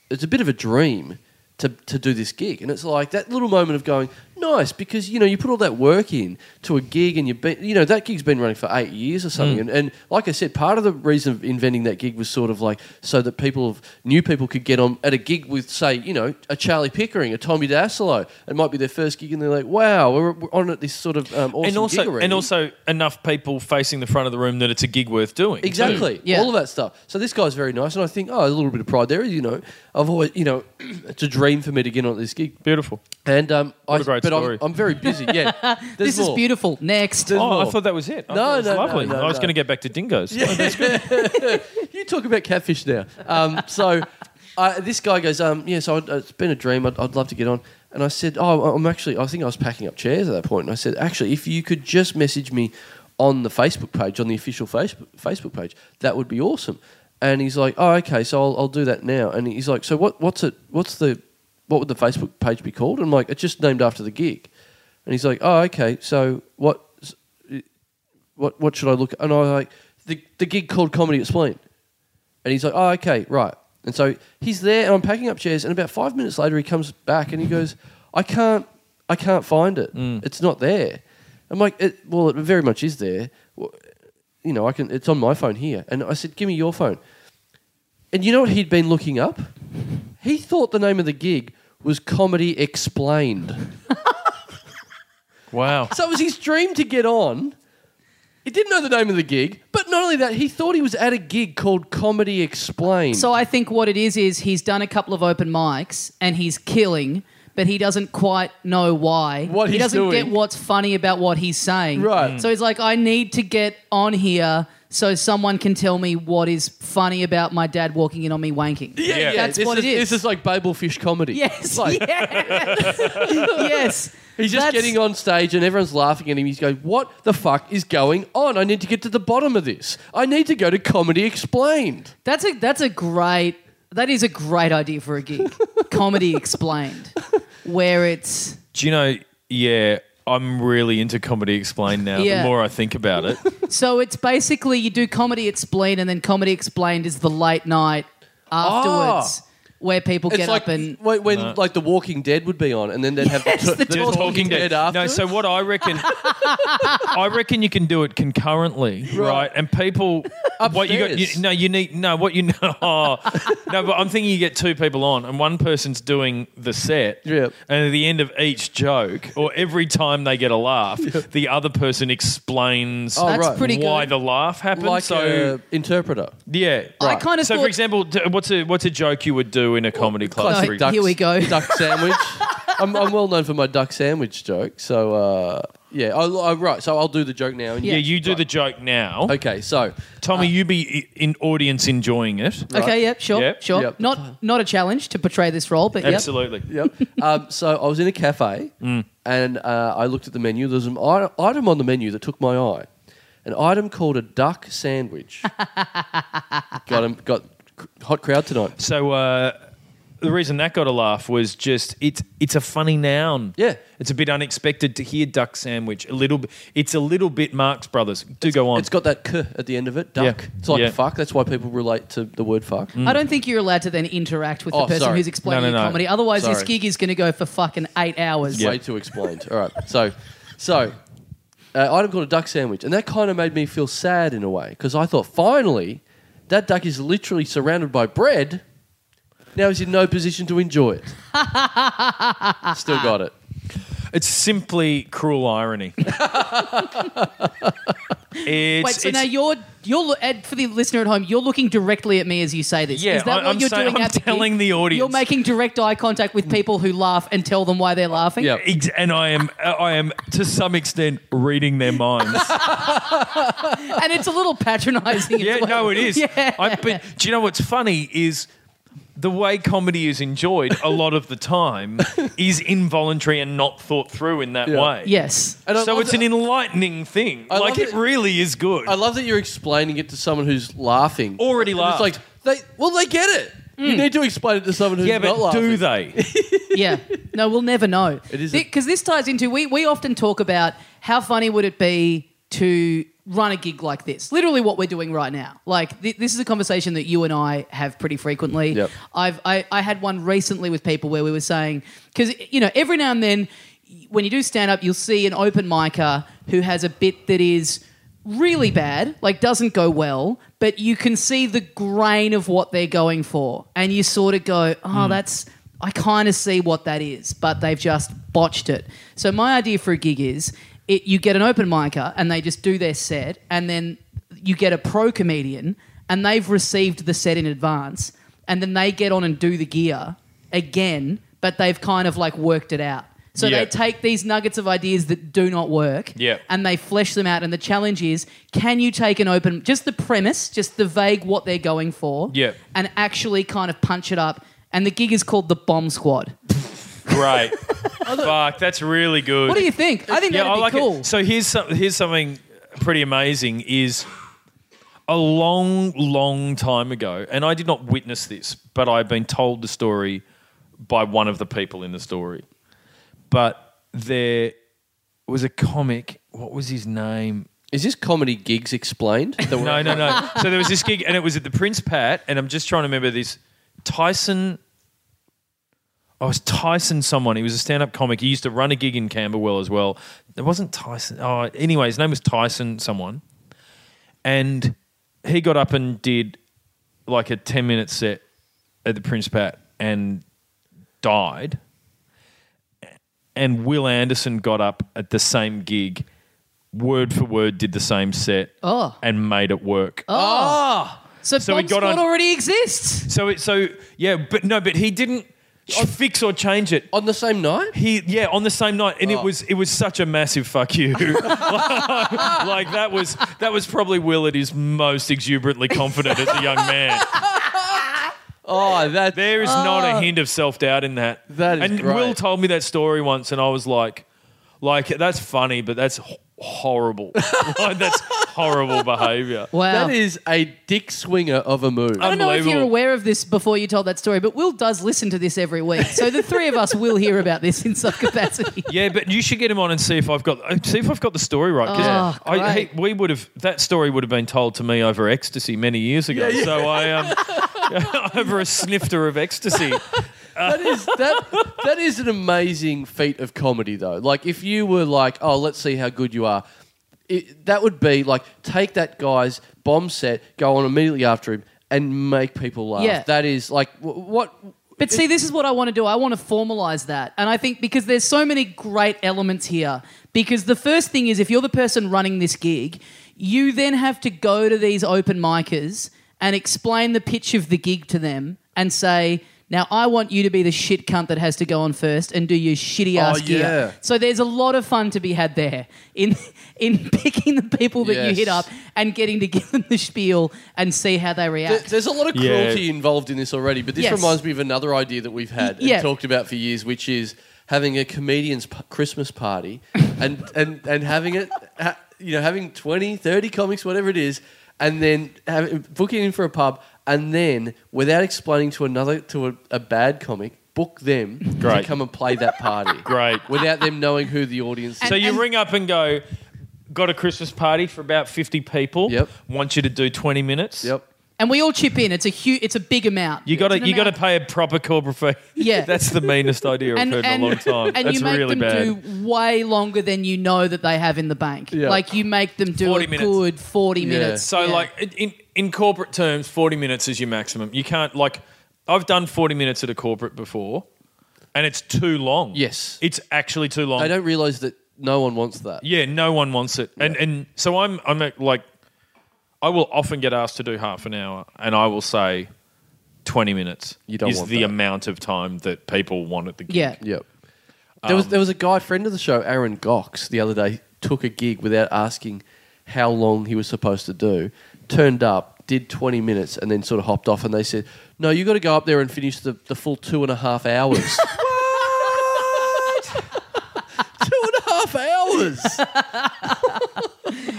[SPEAKER 2] it's a bit of a dream to to do this gig." And it's like that little moment of going, nice because you know you put all that work in to a gig and you've been you know that gig's been running for eight years or
[SPEAKER 3] Mm.
[SPEAKER 2] something and, and like I said part of the reason of inventing that gig was sort of like so that people of new people could get on at a gig with say you know a Charlie Pickering a Tommy Dasilo it might be their first gig and they're like wow we're, we're on at this sort of um, awesome
[SPEAKER 3] and
[SPEAKER 2] gig
[SPEAKER 3] also,
[SPEAKER 2] already.
[SPEAKER 3] and also enough people facing the front of the room that it's a gig worth doing.
[SPEAKER 2] Exactly.
[SPEAKER 1] Yeah.
[SPEAKER 2] All of that stuff. So this guy's very nice, and I think, oh, a little bit of pride there. You know, I've always, you know, [CLEARS THROAT] it's a dream for me to get on this gig.
[SPEAKER 3] Beautiful.
[SPEAKER 2] And um, I,
[SPEAKER 3] a great
[SPEAKER 2] but
[SPEAKER 3] story.
[SPEAKER 2] I'm, I'm very busy.
[SPEAKER 3] [LAUGHS]
[SPEAKER 2] Yeah, There's
[SPEAKER 1] This is
[SPEAKER 2] more.
[SPEAKER 1] beautiful. Next.
[SPEAKER 2] There's
[SPEAKER 3] Oh, I
[SPEAKER 2] more.
[SPEAKER 3] thought that was it. I
[SPEAKER 2] No,
[SPEAKER 3] thought it was
[SPEAKER 2] no, no,
[SPEAKER 3] lovely.
[SPEAKER 2] no,
[SPEAKER 3] I was
[SPEAKER 2] no.
[SPEAKER 3] going to get back to dingoes.
[SPEAKER 2] you talk about catfish now. Um, so I, this guy goes, um, yeah, so I'd, it's been a dream. I'd, I'd love to get on. And I said, oh, I'm actually, I think I was packing up chairs at that point. And I said, actually, if you could just message me on the Facebook page, on the official Facebook, Facebook page, that would be awesome. And he's like, oh, okay, so I'll, I'll do that now. And he's like, so what, what's it, what's the, what would the Facebook page be called? And I'm like, it's just named after the gig. And he's like, oh, okay, so what, what, what should I look? And I was like, the, the gig called Comedy Explained. And he's like, oh, okay, right. And so he's there, and I'm packing up chairs. And about five minutes later, he comes back and he goes, I can't, I can't find it. It's not there. I'm like, it, well, it very much is there. Well, You know, I can. It's on my phone here. And I said, give me your phone. And you know what he'd been looking up? He thought the name of the gig was Comedy Explained.
[SPEAKER 3] Wow.
[SPEAKER 2] so it was his dream to get on. He didn't know the name of the gig, but not only that, he thought he was at a gig called Comedy Explained.
[SPEAKER 1] So I think what it is is he's done a couple of open mics and he's killing, but he doesn't quite know why.
[SPEAKER 2] What
[SPEAKER 1] he
[SPEAKER 2] he's
[SPEAKER 1] doesn't
[SPEAKER 2] doing.
[SPEAKER 1] get what's funny about what he's saying.
[SPEAKER 2] Right. Mm.
[SPEAKER 1] So he's like, I need to get on here so someone can tell me what is funny about my dad walking in on me wanking.
[SPEAKER 2] [LAUGHS] Yeah, yeah.
[SPEAKER 1] That's
[SPEAKER 2] this
[SPEAKER 1] what
[SPEAKER 2] is,
[SPEAKER 1] it is.
[SPEAKER 2] This is like Babelfish comedy.
[SPEAKER 1] Yes. [LAUGHS]
[SPEAKER 2] Like,
[SPEAKER 1] yes. yes.
[SPEAKER 2] He's just
[SPEAKER 1] That's-
[SPEAKER 2] getting on stage and everyone's laughing at him. He's going, What the fuck is going on? I need to get to the bottom of this. I need to go to Comedy Explained.
[SPEAKER 1] That's a that's a great that is a great idea for a gig. Comedy [LAUGHS] explained. Where it's
[SPEAKER 3] Do you know? Yeah, I'm really into Comedy Explained now.
[SPEAKER 1] Yeah.
[SPEAKER 3] The more I think about it,
[SPEAKER 1] So it's basically you do comedy explained, and then comedy explained is the late night afterwards where people
[SPEAKER 2] Ah. It's
[SPEAKER 1] get
[SPEAKER 2] like
[SPEAKER 1] up and
[SPEAKER 2] when, when, like The Walking Dead would be on, and then they'd [LAUGHS] have the,
[SPEAKER 1] the Talking
[SPEAKER 3] Talking Dead.
[SPEAKER 2] after.
[SPEAKER 3] No, so what I reckon, I reckon you can do it concurrently, right? And people, what you got?
[SPEAKER 2] Upstairs.
[SPEAKER 3] You, no, you need no. What you [LAUGHS] know? Oh, no, but I'm thinking you get two people on, and one person's doing the set,
[SPEAKER 2] Yep.
[SPEAKER 3] and at the end of each joke, or every time they get a laugh, the other person explains.
[SPEAKER 2] Oh,
[SPEAKER 1] that's
[SPEAKER 2] right.
[SPEAKER 1] pretty good.
[SPEAKER 3] why the laugh happened?
[SPEAKER 2] like
[SPEAKER 3] so
[SPEAKER 2] a interpreter.
[SPEAKER 3] yeah,
[SPEAKER 1] I kind of
[SPEAKER 3] so,
[SPEAKER 1] thought,
[SPEAKER 3] for example, d- what's a what's a joke you would do in a comedy club?
[SPEAKER 1] classic
[SPEAKER 3] for
[SPEAKER 1] duck.
[SPEAKER 3] example?
[SPEAKER 1] Here we go.
[SPEAKER 2] [LAUGHS] Duck sandwich. I'm, I'm well known for my duck sandwich joke. So, uh, yeah. I, I, right. So I'll do the joke now. and
[SPEAKER 3] Yeah, you do the joke now.
[SPEAKER 2] Okay. So,
[SPEAKER 3] Tommy, you be i- in audience enjoying it.
[SPEAKER 1] Okay, Uh, yep, sure,
[SPEAKER 3] Yep.
[SPEAKER 1] sure.
[SPEAKER 2] Yep.
[SPEAKER 1] Not not a challenge to portray this role, but yep.
[SPEAKER 3] Absolutely.
[SPEAKER 2] yep. Um, so I was in a cafe
[SPEAKER 3] Mm.
[SPEAKER 2] and uh, I looked at the menu. There was an i- item on the menu that took my eye, an item called a duck
[SPEAKER 3] [LAUGHS]
[SPEAKER 2] sandwich. got him. Got c- hot crowd tonight.
[SPEAKER 3] So uh, the reason that got a laugh was just it's it's a funny noun.
[SPEAKER 2] Yeah.
[SPEAKER 3] it's a bit unexpected to hear duck sandwich. A little, bit. it's a little bit Marx Brothers. Do go on.
[SPEAKER 2] It's got that k at the end of it. Duck.
[SPEAKER 3] Yeah.
[SPEAKER 2] It's like
[SPEAKER 3] Yeah.
[SPEAKER 2] fuck. That's why people relate to the word fuck.
[SPEAKER 1] I don't think you're allowed to then interact with
[SPEAKER 2] Oh,
[SPEAKER 1] the person
[SPEAKER 2] sorry.
[SPEAKER 1] who's explaining
[SPEAKER 3] No, no,
[SPEAKER 1] the
[SPEAKER 3] no.
[SPEAKER 1] comedy. Otherwise, this
[SPEAKER 2] Sorry.
[SPEAKER 1] gig is going to go for fucking eight hours.
[SPEAKER 2] Way too explained. All right. So, so. Uh, item called a duck sandwich, and that kind of made me feel sad in a way because I thought finally that duck is literally surrounded by bread. Now he's in no position to enjoy
[SPEAKER 3] [LAUGHS]
[SPEAKER 2] it. Still got it.
[SPEAKER 3] It's simply
[SPEAKER 1] [LAUGHS]
[SPEAKER 3] cruel irony. it's,
[SPEAKER 1] Wait, so
[SPEAKER 3] it's-
[SPEAKER 1] now you're you're lo- Ed, for the listener at home, you're looking directly at me as you say this.
[SPEAKER 3] Yeah,
[SPEAKER 1] is that
[SPEAKER 3] I-
[SPEAKER 1] what
[SPEAKER 3] I'm
[SPEAKER 1] you're
[SPEAKER 3] saying-
[SPEAKER 1] doing?
[SPEAKER 3] I'm
[SPEAKER 1] at the gig?
[SPEAKER 3] telling the audience.
[SPEAKER 1] You're making direct eye contact with people who laugh and tell them why they're laughing.
[SPEAKER 2] Yeah.
[SPEAKER 3] Ex- and I am, I am to some extent reading their minds.
[SPEAKER 1] and it's a little [LAUGHS] patronising. as
[SPEAKER 3] yeah,
[SPEAKER 1] well.
[SPEAKER 3] no, it is.
[SPEAKER 1] Yeah.
[SPEAKER 3] I, but do you know what's funny is the way comedy is enjoyed a lot of
[SPEAKER 1] [LAUGHS]
[SPEAKER 3] the time is involuntary and not thought through in that
[SPEAKER 2] Yeah.
[SPEAKER 3] way.
[SPEAKER 1] Yes.
[SPEAKER 2] And I
[SPEAKER 3] So
[SPEAKER 2] love
[SPEAKER 3] it's
[SPEAKER 2] that-
[SPEAKER 3] an enlightening thing.
[SPEAKER 2] I
[SPEAKER 3] like
[SPEAKER 2] love
[SPEAKER 3] it,
[SPEAKER 2] it-
[SPEAKER 3] really is good.
[SPEAKER 2] I love that you're explaining it to someone who's laughing.
[SPEAKER 3] Already
[SPEAKER 2] And
[SPEAKER 3] laughed. Hmm.
[SPEAKER 2] It's like they well, they get it. You need to explain it to someone who's
[SPEAKER 3] yeah,
[SPEAKER 2] not
[SPEAKER 3] but
[SPEAKER 2] laughing. [LAUGHS]
[SPEAKER 3] do they?
[SPEAKER 1] Yeah. No, we'll never
[SPEAKER 3] [LAUGHS]
[SPEAKER 1] know.
[SPEAKER 2] It is a-
[SPEAKER 1] because this ties into we we often talk about how funny would it be to run a gig like this. Literally, what we're doing right now. Like th- this is a conversation that you and I have pretty frequently.
[SPEAKER 2] Yep.
[SPEAKER 1] I've I, I had one recently with people where we were saying because you know every now and then. when you do stand up, you'll see an open micer who has a bit that is really bad, like doesn't go well, but you can see the grain of what they're going for, and you sort of go, "Oh, that's." I kind of see what that is, but they've just botched it. So my idea for a gig is, it you get an open micer and they just do their set, and then you get a pro comedian and they've received the set in advance, and then they get on and do the gear again, but they've kind of like worked it out. So
[SPEAKER 3] Yeah.
[SPEAKER 1] they take these nuggets of ideas that do not work
[SPEAKER 3] Yeah.
[SPEAKER 1] and they flesh them out. And the challenge is can you take an open, just the premise, just the vague what they're going for,
[SPEAKER 3] Yeah.
[SPEAKER 1] and actually kind of punch it up? And the gig is called the Bomb Squad. [LAUGHS]
[SPEAKER 3] Great. Fuck, that's really good.
[SPEAKER 1] What do you think? I think
[SPEAKER 3] yeah,
[SPEAKER 1] that'd
[SPEAKER 3] I
[SPEAKER 1] be
[SPEAKER 3] like
[SPEAKER 1] cool.
[SPEAKER 3] it. So here's some, here's something pretty amazing is a long, long time ago, and I did not witness this, but I've been told the story by one of the people in the story. But there was a comic. What was his name?
[SPEAKER 2] Is this comedy gigs
[SPEAKER 3] [LAUGHS]
[SPEAKER 2] explained? That we're-
[SPEAKER 3] No, no, no. so there was this gig, and it was at the Prince Pat, and I'm just trying to remember this. Tyson. I was Tyson someone. He was a stand up comic. He used to run a gig in Camberwell as well. It wasn't Tyson. Oh, anyway, his name was Tyson someone. And he got up and did like a 10 minute set at the Prince Pat and died. And Will Anderson got up at the same gig, word for word, did the same set
[SPEAKER 1] Oh.
[SPEAKER 3] and made it work.
[SPEAKER 1] So,
[SPEAKER 3] So we
[SPEAKER 1] Bomb
[SPEAKER 3] got
[SPEAKER 1] Squad
[SPEAKER 3] on-
[SPEAKER 1] already exists.
[SPEAKER 3] So it, so yeah, but no, but he didn't fix or change it.
[SPEAKER 2] On the same night?
[SPEAKER 3] He yeah, on the same night, and
[SPEAKER 2] Oh.
[SPEAKER 3] it was it was such a massive fuck
[SPEAKER 2] [LAUGHS]
[SPEAKER 3] you. [LAUGHS] like that was that was probably Will at his most exuberantly confident as a young man.
[SPEAKER 2] Oh, that.
[SPEAKER 3] There is not a hint of self doubt in that.
[SPEAKER 2] Oh. That is
[SPEAKER 3] and
[SPEAKER 2] great.
[SPEAKER 3] Will told me that story once, and I was like, like that's funny, but that's h- horrible. [LAUGHS] like, that's horrible behaviour.
[SPEAKER 1] Wow.
[SPEAKER 2] That is a dick swinger of a move.
[SPEAKER 1] I don't know if you're
[SPEAKER 3] Unbelievable.
[SPEAKER 1] aware of this before you told that story, but Will does listen to this every week. So the three of us will hear about this in some capacity.
[SPEAKER 3] Yeah, but you should get him on and see if I've got uh, see if I've got the story right. 'cause
[SPEAKER 1] Oh,
[SPEAKER 3] I,
[SPEAKER 1] great.
[SPEAKER 3] he, we would have that story would have been told to me over ecstasy many years ago. So I um, [LAUGHS] over a snifter of ecstasy.
[SPEAKER 2] that is that that is an amazing feat of comedy though. Like if you were like, oh, let's see how good you are. It, that would be like take that guy's bomb set, go on immediately after him, and make people laugh.
[SPEAKER 1] Yeah.
[SPEAKER 2] That is like wh- what.
[SPEAKER 1] But see, this is what I want to do. I want to formalize that. And I think because there's so many great elements here. Because the first thing is if you're the person running this gig, you then have to go to these open micers and explain the pitch of the gig to them and say, now I want you to be the shit cunt that has to go on first and do your shitty ass
[SPEAKER 2] Oh, yeah.
[SPEAKER 1] gear. So there's a lot of fun to be had there in [LAUGHS] in picking the people that you
[SPEAKER 2] Yes.
[SPEAKER 1] hit up and getting to give them the spiel and see how they react.
[SPEAKER 2] th- There's a lot of
[SPEAKER 3] Yeah.
[SPEAKER 2] cruelty involved in this already, but this
[SPEAKER 1] Yes.
[SPEAKER 2] reminds me of another idea that we've had
[SPEAKER 1] Y- yeah.
[SPEAKER 2] and talked about for years, which is having a comedian's p- Christmas party
[SPEAKER 1] [LAUGHS]
[SPEAKER 2] and, and, and having it, ha- you know, having 20, 30 comics, whatever it is, and then have, booking in for a pub, and then without explaining to another, to a, a bad comic, book them
[SPEAKER 3] Great.
[SPEAKER 2] to come and play that party.
[SPEAKER 3] [LAUGHS] Great.
[SPEAKER 2] Without them knowing who the audience is.
[SPEAKER 3] so you
[SPEAKER 1] and-
[SPEAKER 3] ring up and go, got a Christmas party for about fifty people.
[SPEAKER 2] Yep.
[SPEAKER 3] Want you to do twenty minutes.
[SPEAKER 2] Yep.
[SPEAKER 1] and we all chip in. It's a huge, it's a big amount.
[SPEAKER 3] You got
[SPEAKER 1] It's
[SPEAKER 3] to
[SPEAKER 1] an
[SPEAKER 3] you got to
[SPEAKER 1] amount.
[SPEAKER 3] pay a proper corporate fee.
[SPEAKER 1] Yeah.
[SPEAKER 3] [LAUGHS] that's the meanest idea I've heard in a long time.
[SPEAKER 1] and
[SPEAKER 3] That's
[SPEAKER 1] you make
[SPEAKER 3] really
[SPEAKER 1] them
[SPEAKER 3] bad.
[SPEAKER 1] do way longer than you know that they have in the bank.
[SPEAKER 2] Yeah.
[SPEAKER 1] Like you make them do
[SPEAKER 3] 40
[SPEAKER 1] a
[SPEAKER 3] minutes.
[SPEAKER 1] good forty minutes.
[SPEAKER 3] So,
[SPEAKER 1] Yeah.
[SPEAKER 3] like in- in in corporate terms, forty minutes is your maximum. You can't like I've done forty minutes at a corporate before, and it's too long.
[SPEAKER 2] Yes.
[SPEAKER 3] it's actually too long.
[SPEAKER 2] I don't realise that no one wants that.
[SPEAKER 3] Yeah, no one wants it, and and so I'm I'm a- like, I will often get asked to do half an hour, and I will say, twenty minutes
[SPEAKER 2] You don't
[SPEAKER 3] is
[SPEAKER 2] want
[SPEAKER 3] the
[SPEAKER 2] that.
[SPEAKER 3] amount of time that people want at the gig.
[SPEAKER 1] yeah,
[SPEAKER 2] Yep. There was there was a guy friend of the show, Aaron Gox, the other day took a gig without asking how long he was supposed to do. Turned up, did twenty minutes, and then sort of hopped off. And they said, "No, you got to go up there and finish the, the full two and a half hours." [LAUGHS] two and a half hours.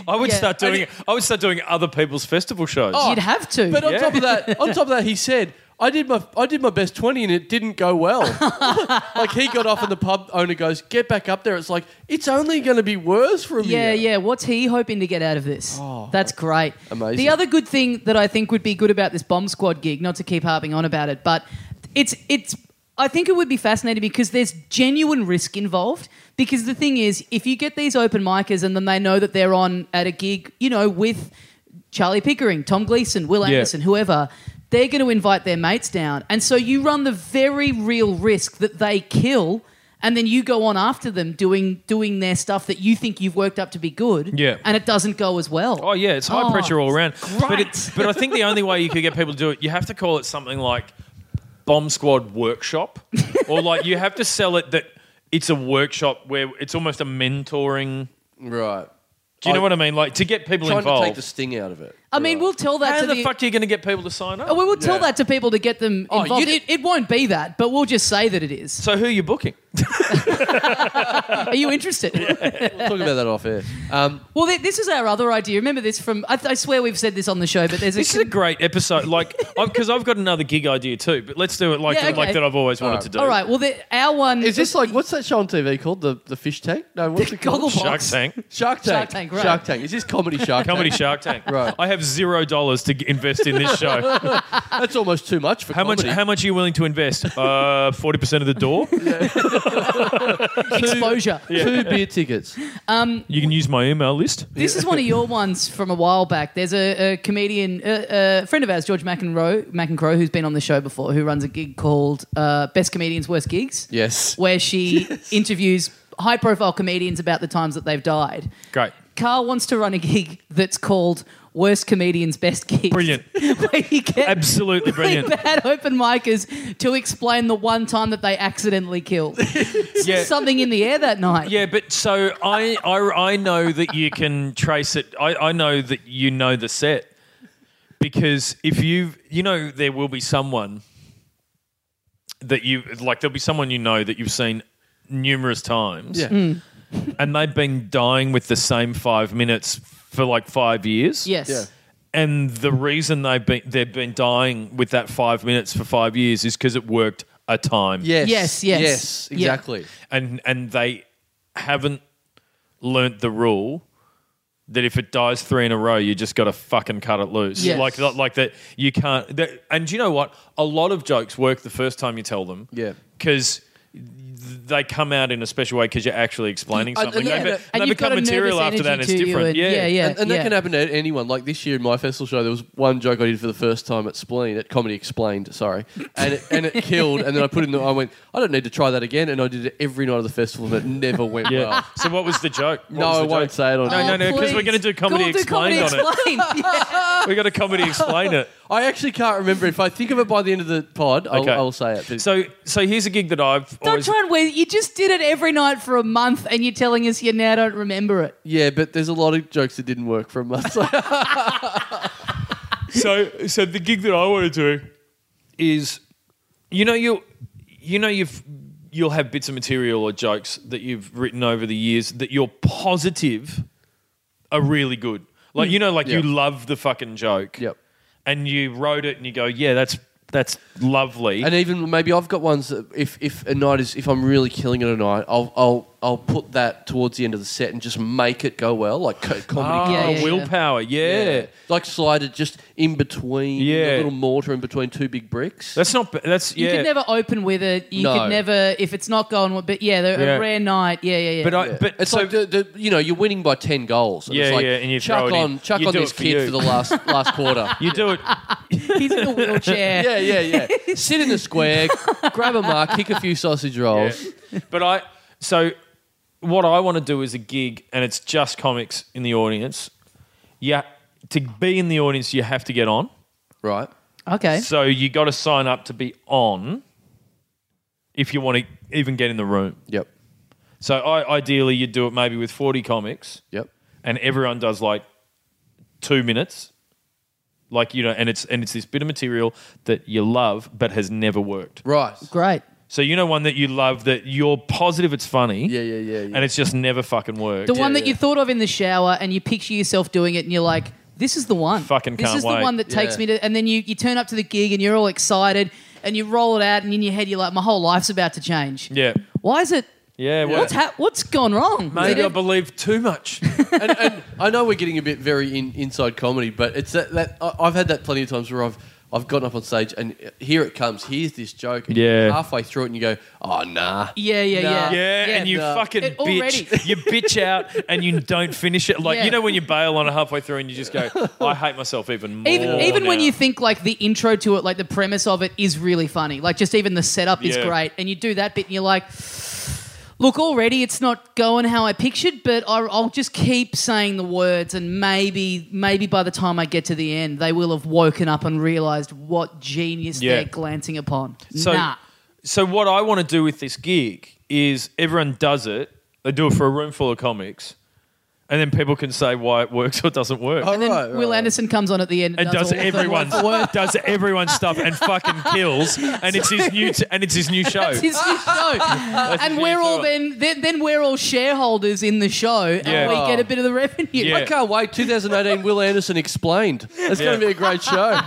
[SPEAKER 3] I would
[SPEAKER 1] Yeah.
[SPEAKER 3] start doing I would start doing other people's festival shows.
[SPEAKER 2] Oh,
[SPEAKER 1] you'd have to.
[SPEAKER 2] But on
[SPEAKER 3] Yeah.
[SPEAKER 2] top of that, on top of that, he said. I did my I did my best twenty and it didn't go well. [LAUGHS] like he got off and the pub owner goes, "Get back up there." It's like it's only going to be worse from
[SPEAKER 1] yeah,
[SPEAKER 2] here.
[SPEAKER 1] yeah, What's he hoping to get out of this? That's great.
[SPEAKER 2] Oh. Amazing.
[SPEAKER 1] The other good thing that I think would be good about this bomb squad gig, not to keep harping on about it, but it's it's I think it would be fascinating because there's genuine risk involved. Because the thing is, if you get these open micers and then they know that they're on at a gig, you know, with Charlie Pickering, Tom Gleason, Will
[SPEAKER 3] Yeah.
[SPEAKER 1] Anderson, whoever, they're going to invite their mates down. And so you run the very real risk that they kill and then you go on after them doing doing their stuff that you think you've worked up to be good.
[SPEAKER 3] Yeah.
[SPEAKER 1] And it doesn't go as well.
[SPEAKER 3] Oh yeah, it's high
[SPEAKER 1] Oh,
[SPEAKER 3] pressure all around. But
[SPEAKER 1] great.
[SPEAKER 3] it, but I think the only way you
[SPEAKER 2] [LAUGHS]
[SPEAKER 3] could get people to do it, you have to call it something like Bomb Squad Workshop, or like you have to sell it that it's a workshop where it's almost a mentoring.
[SPEAKER 2] Right.
[SPEAKER 3] Do you know
[SPEAKER 2] I-
[SPEAKER 3] what I mean? Like to get people
[SPEAKER 2] Trying
[SPEAKER 3] involved.
[SPEAKER 2] to take the sting out of it.
[SPEAKER 1] I mean,
[SPEAKER 2] Right.
[SPEAKER 1] we'll tell that to
[SPEAKER 3] How the, fuck are you going to get people to sign up?
[SPEAKER 1] Oh, we will tell
[SPEAKER 2] Yeah.
[SPEAKER 1] that to people to get them
[SPEAKER 2] Oh,
[SPEAKER 1] involved.
[SPEAKER 2] you-
[SPEAKER 1] It, it won't be that, but we'll just say that it
[SPEAKER 3] [LAUGHS]
[SPEAKER 1] is.
[SPEAKER 3] so who are you booking?
[SPEAKER 1] Are you interested?
[SPEAKER 2] We'll talk about that off air. Um,
[SPEAKER 1] Well, th- this is our other idea. Remember this from? I, th- I swear we've said this on the show, but there's a.
[SPEAKER 3] This is a great
[SPEAKER 1] [LAUGHS]
[SPEAKER 3] episode. Like because I've got another gig idea too, but let's do it like
[SPEAKER 1] Yeah, okay.
[SPEAKER 3] like that I've always wanted to do.
[SPEAKER 1] all right. Well, the, our one
[SPEAKER 2] [LAUGHS] is this like what's that show on TV called? The the fish tank? No, what's it called?
[SPEAKER 1] Gogglebox.
[SPEAKER 3] Shark Tank.
[SPEAKER 2] Shark Tank.
[SPEAKER 1] Shark Tank, right.
[SPEAKER 2] Shark Tank. Is this comedy
[SPEAKER 1] [LAUGHS]
[SPEAKER 2] Shark
[SPEAKER 3] Comedy
[SPEAKER 2] Tank?
[SPEAKER 3] Shark Tank.
[SPEAKER 2] Right.
[SPEAKER 3] I have zero dollars to g- invest in
[SPEAKER 2] [LAUGHS]
[SPEAKER 3] this show.
[SPEAKER 2] That's almost too much for
[SPEAKER 3] How much?
[SPEAKER 2] comedy.
[SPEAKER 3] How much are you willing to invest? Uh, Forty percent of the door.
[SPEAKER 1] exposure.
[SPEAKER 2] Two beer tickets.
[SPEAKER 3] You can use my email list.
[SPEAKER 1] This is one of your ones from a while back. There's a, a comedian, a, a friend of ours, George McEnroe, McEnroe, who's been on the show before, who runs a gig called uh, Best Comedians, Worst Gigs.
[SPEAKER 2] [LAUGHS] Yes.
[SPEAKER 1] Where she interviews high profile comedians about the times that they've died.
[SPEAKER 3] Great.
[SPEAKER 1] Carl wants to run a gig that's called Worst Comedians Best Gigs.
[SPEAKER 3] Brilliant.
[SPEAKER 1] [LAUGHS] Where you get
[SPEAKER 3] Absolutely
[SPEAKER 1] really
[SPEAKER 3] brilliant.
[SPEAKER 1] bad open micers to explain the one time that they accidentally
[SPEAKER 3] [LAUGHS]
[SPEAKER 1] killed.
[SPEAKER 3] Yeah.
[SPEAKER 1] Something in the air that night.
[SPEAKER 3] Yeah, but so I, I, I know that you can trace it. I, I know that you know the set because if you you know there will be someone that you like there'll be someone you know that you've seen numerous times
[SPEAKER 2] Yeah.
[SPEAKER 3] and they've been dying with the same 5 minutes for like 5 years.
[SPEAKER 1] Yes.
[SPEAKER 2] Yeah.
[SPEAKER 3] And the reason they've been they've been dying with that five minutes for five years is because it worked a time.
[SPEAKER 2] Yes.
[SPEAKER 1] Yes, yes.
[SPEAKER 2] Yes.
[SPEAKER 1] Yeah.
[SPEAKER 2] Exactly.
[SPEAKER 3] And and they haven't learnt the rule that if it dies three in a row, you just got to fucking cut it loose.
[SPEAKER 1] Yes.
[SPEAKER 3] Like like that you can't. That, and you know what? A lot of jokes work the first time you tell them.
[SPEAKER 2] Yeah.
[SPEAKER 3] Because. They come out in a special way because you're actually explaining
[SPEAKER 2] And-
[SPEAKER 3] something.
[SPEAKER 2] and-
[SPEAKER 3] they,
[SPEAKER 2] yeah,
[SPEAKER 3] be-
[SPEAKER 1] and
[SPEAKER 3] they
[SPEAKER 1] you've got
[SPEAKER 3] become
[SPEAKER 1] a nervous
[SPEAKER 3] material after that, and
[SPEAKER 1] energy
[SPEAKER 3] it's
[SPEAKER 1] to you
[SPEAKER 3] different.
[SPEAKER 1] and-
[SPEAKER 3] yeah,
[SPEAKER 1] yeah, yeah.
[SPEAKER 2] And, and that can happen to anyone. Like this year in my festival show, there was one joke I did for the first time at Spleen at Comedy Explained, sorry, and it, and it killed. And then I put in the, I went, I don't need to try that again. And I did it every night of the festival, and it never went
[SPEAKER 3] Yeah.
[SPEAKER 2] well.
[SPEAKER 3] So [LAUGHS] what was the joke? What
[SPEAKER 2] No,
[SPEAKER 3] was
[SPEAKER 2] I
[SPEAKER 3] the
[SPEAKER 2] won't
[SPEAKER 3] joke?
[SPEAKER 2] say it on.
[SPEAKER 3] No, no, no, 'cause we're
[SPEAKER 1] please.
[SPEAKER 3] gonna do Comedy
[SPEAKER 1] We'll do Comedy
[SPEAKER 3] Explained on
[SPEAKER 1] Explained.
[SPEAKER 3] [LAUGHS]
[SPEAKER 1] Yeah.
[SPEAKER 3] We got a comedy explain it.
[SPEAKER 2] I actually can't remember. If I think of it by the end of the pod, I'll,
[SPEAKER 3] Okay.
[SPEAKER 2] I'll say it.
[SPEAKER 3] So, so here's a gig that I've
[SPEAKER 1] Don't
[SPEAKER 3] always.
[SPEAKER 1] try and wear. You just did it every night for a month, and you're telling us you now don't remember it.
[SPEAKER 2] yeah, but there's a lot of jokes that didn't work from
[SPEAKER 3] [LAUGHS]
[SPEAKER 2] us. yeah,
[SPEAKER 3] so, so the gig that I want to do is, you know, you, you know, you've you'll have bits of material or jokes that you've written over the years that you're positive are really good. Like you know, like
[SPEAKER 2] Hmm. Yeah.
[SPEAKER 3] you love the fucking joke.
[SPEAKER 2] Yep.
[SPEAKER 3] And you wrote it, and you go, yeah, that's that's lovely.
[SPEAKER 2] and even maybe I've got ones that if if a night is if I'm really killing it a night, I'll I'll I'll put that towards the end of the set and just make it go well, like co-
[SPEAKER 3] oh,
[SPEAKER 2] comedy.
[SPEAKER 1] Yeah, yeah, yeah.
[SPEAKER 3] willpower, yeah.
[SPEAKER 2] Like slide it just in between,
[SPEAKER 3] Yeah.
[SPEAKER 2] a little mortar in between two big bricks.
[SPEAKER 3] That's not. b- That's
[SPEAKER 1] You
[SPEAKER 3] yeah.
[SPEAKER 1] could never open with it. You
[SPEAKER 2] No.
[SPEAKER 1] could never if it's not going. well, But yeah, the,
[SPEAKER 3] Yeah.
[SPEAKER 1] a rare night. Yeah, yeah, yeah.
[SPEAKER 3] But I.
[SPEAKER 2] Yeah.
[SPEAKER 3] But
[SPEAKER 2] it's
[SPEAKER 3] so,
[SPEAKER 2] like the, the, you know you're winning by ten goals. And
[SPEAKER 3] Yeah,
[SPEAKER 2] it's like,
[SPEAKER 3] yeah, and you throw
[SPEAKER 2] chuck
[SPEAKER 3] it in.
[SPEAKER 2] on chuck
[SPEAKER 3] You
[SPEAKER 2] on
[SPEAKER 3] do
[SPEAKER 2] this
[SPEAKER 3] it for
[SPEAKER 2] kid
[SPEAKER 3] you.
[SPEAKER 2] for the last last
[SPEAKER 3] [LAUGHS]
[SPEAKER 2] quarter.
[SPEAKER 3] you do it.
[SPEAKER 1] he's
[SPEAKER 3] [LAUGHS]
[SPEAKER 1] in a wheelchair.
[SPEAKER 2] Yeah, yeah, yeah. Sit in the square, grab a mark, kick a few sausage rolls.
[SPEAKER 3] Yeah. [LAUGHS] But I so what I want to do is a gig and it's just comics in the audience. Yeah, to be in the audience you have to get on.
[SPEAKER 2] Right.
[SPEAKER 1] Okay.
[SPEAKER 3] So you got to sign up to be on if you want to even get in the room.
[SPEAKER 2] Yep.
[SPEAKER 3] So I ideally you do it maybe with 40 comics
[SPEAKER 2] Yep.
[SPEAKER 3] and everyone does like 2 minutes. Like you know and it's and it's this bit of material that you love but has never worked.
[SPEAKER 2] Right.
[SPEAKER 1] Great.
[SPEAKER 3] So you know one that you love that you're positive it's funny.
[SPEAKER 2] Yeah, yeah, yeah, yeah.
[SPEAKER 3] And it's just never fucking worked.
[SPEAKER 1] The one that
[SPEAKER 2] yeah.
[SPEAKER 1] you thought of in the shower and you picture yourself doing it and you're like, this is the one.
[SPEAKER 3] Fucking
[SPEAKER 1] This
[SPEAKER 3] can't
[SPEAKER 1] is the
[SPEAKER 3] wait.
[SPEAKER 1] one that takes
[SPEAKER 2] Yeah.
[SPEAKER 1] me to. And then you, you turn up to the gig and you're all excited and you roll it out and in your head you're like, my whole life's about to change.
[SPEAKER 3] Yeah.
[SPEAKER 1] Why is it.
[SPEAKER 3] Yeah, well,
[SPEAKER 1] What's, ha- what's gone wrong?
[SPEAKER 3] maybe
[SPEAKER 1] Did
[SPEAKER 3] I
[SPEAKER 1] it-
[SPEAKER 3] believe too
[SPEAKER 1] [LAUGHS]
[SPEAKER 3] much.
[SPEAKER 1] Uh,
[SPEAKER 2] and, and I know we're getting a bit very in, inside comedy, but it's that, that I- I've had that plenty of times where I've I've gotten up on stage and uh, here it comes. Here's this joke. And
[SPEAKER 3] Yeah.
[SPEAKER 2] you're halfway through it and you go, oh, nah.
[SPEAKER 1] Yeah, yeah,
[SPEAKER 2] Nah.
[SPEAKER 1] yeah.
[SPEAKER 3] Yeah, and you
[SPEAKER 2] no.
[SPEAKER 3] fucking
[SPEAKER 1] It already-
[SPEAKER 3] bitch. [LAUGHS] you bitch out and you don't finish it. Like
[SPEAKER 1] Yeah.
[SPEAKER 3] you know when you bail on it halfway through and you just go, I hate myself even more.
[SPEAKER 1] Even, even when
[SPEAKER 3] now."
[SPEAKER 1] you think like the intro to it, like the premise of it is really funny. Like just even the setup is
[SPEAKER 3] Yeah.
[SPEAKER 1] great, and you do that bit, and you're like, "Look, already it's not going how I pictured, but I, I'll just keep saying the words, and maybe maybe by the time I get to the end, they will have woken up and realized what genius
[SPEAKER 3] Yeah.
[SPEAKER 1] they're glancing upon."
[SPEAKER 3] So,
[SPEAKER 1] nah.
[SPEAKER 3] so what I want to do with this gig is everyone does it. They do it for a room full of comics, and then people can say why it works or doesn't work.
[SPEAKER 2] Oh,
[SPEAKER 1] And then
[SPEAKER 2] right, right,
[SPEAKER 1] Will
[SPEAKER 2] right.
[SPEAKER 1] Anderson comes on at the end
[SPEAKER 3] and
[SPEAKER 1] all
[SPEAKER 3] does
[SPEAKER 1] of them. [LAUGHS]
[SPEAKER 3] everyone's does everyone's stuff and fucking kills and it's his new t- and it's his
[SPEAKER 1] [LAUGHS]
[SPEAKER 3] new show.
[SPEAKER 1] That's his new
[SPEAKER 3] [LAUGHS]
[SPEAKER 1] show. and
[SPEAKER 3] his
[SPEAKER 1] we're
[SPEAKER 3] new
[SPEAKER 1] all
[SPEAKER 3] show.
[SPEAKER 1] then, then then we're all shareholders in the show,
[SPEAKER 3] Yeah.
[SPEAKER 1] and we get a bit of the revenue.
[SPEAKER 3] Yeah.
[SPEAKER 2] I can't wait. 2018 Will Anderson explained. It's
[SPEAKER 3] Yeah.
[SPEAKER 2] going to be a great
[SPEAKER 3] [LAUGHS]
[SPEAKER 2] show.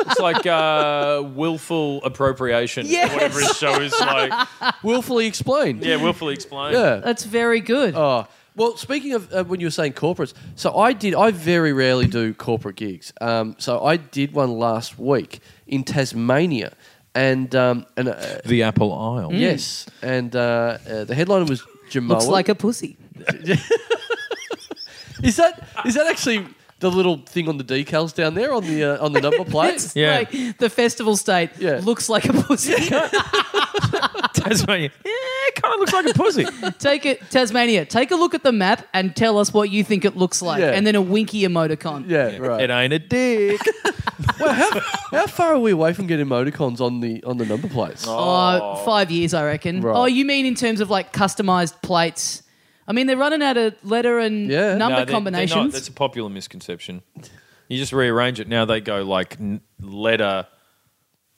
[SPEAKER 3] It's like uh, willful appropriation.
[SPEAKER 1] Yes.
[SPEAKER 3] Whatever his show is
[SPEAKER 1] [LAUGHS]
[SPEAKER 3] like.
[SPEAKER 2] Willfully explained.
[SPEAKER 3] Yeah, willfully explained.
[SPEAKER 2] Yeah.
[SPEAKER 1] That's very good.
[SPEAKER 2] Oh, well, speaking of uh, when you were saying corporates, so I did. I very rarely do corporate gigs. Um, so I did one last week in Tasmania, and um, and uh,
[SPEAKER 1] Hmm.
[SPEAKER 3] The Apple Isle.
[SPEAKER 1] [LAUGHS]
[SPEAKER 2] yes, and uh, uh, the headliner was Jamal.
[SPEAKER 1] Looks like a pussy.
[SPEAKER 2] is that is that actually the little thing on the decals down there on the uh, on the number plate?
[SPEAKER 1] It's [LAUGHS]
[SPEAKER 3] Yeah.
[SPEAKER 1] like the festival state
[SPEAKER 2] Yeah.
[SPEAKER 1] looks like a
[SPEAKER 2] [LAUGHS]
[SPEAKER 1] pussy.
[SPEAKER 3] Tasmania. Yeah, it kind of looks like a
[SPEAKER 2] [LAUGHS]
[SPEAKER 3] pussy.
[SPEAKER 1] take it, Tasmania. Take a look at the map and tell us what you think it looks like,
[SPEAKER 2] Yeah.
[SPEAKER 1] and then a winky emoticon.
[SPEAKER 2] yeah, right.
[SPEAKER 3] It ain't
[SPEAKER 1] [LAUGHS]
[SPEAKER 3] a dick.
[SPEAKER 2] well, how, how far are we away from getting emoticons on the on the number plates?
[SPEAKER 1] Oh, five years, I reckon.
[SPEAKER 2] Right.
[SPEAKER 1] Oh, you mean in terms of like customized plates? I mean, they're running out of letter and
[SPEAKER 2] Yeah.
[SPEAKER 1] number
[SPEAKER 3] No, they're- they're not.
[SPEAKER 1] combinations.
[SPEAKER 3] That's a popular misconception. You just rearrange it. Now they go like n- letter,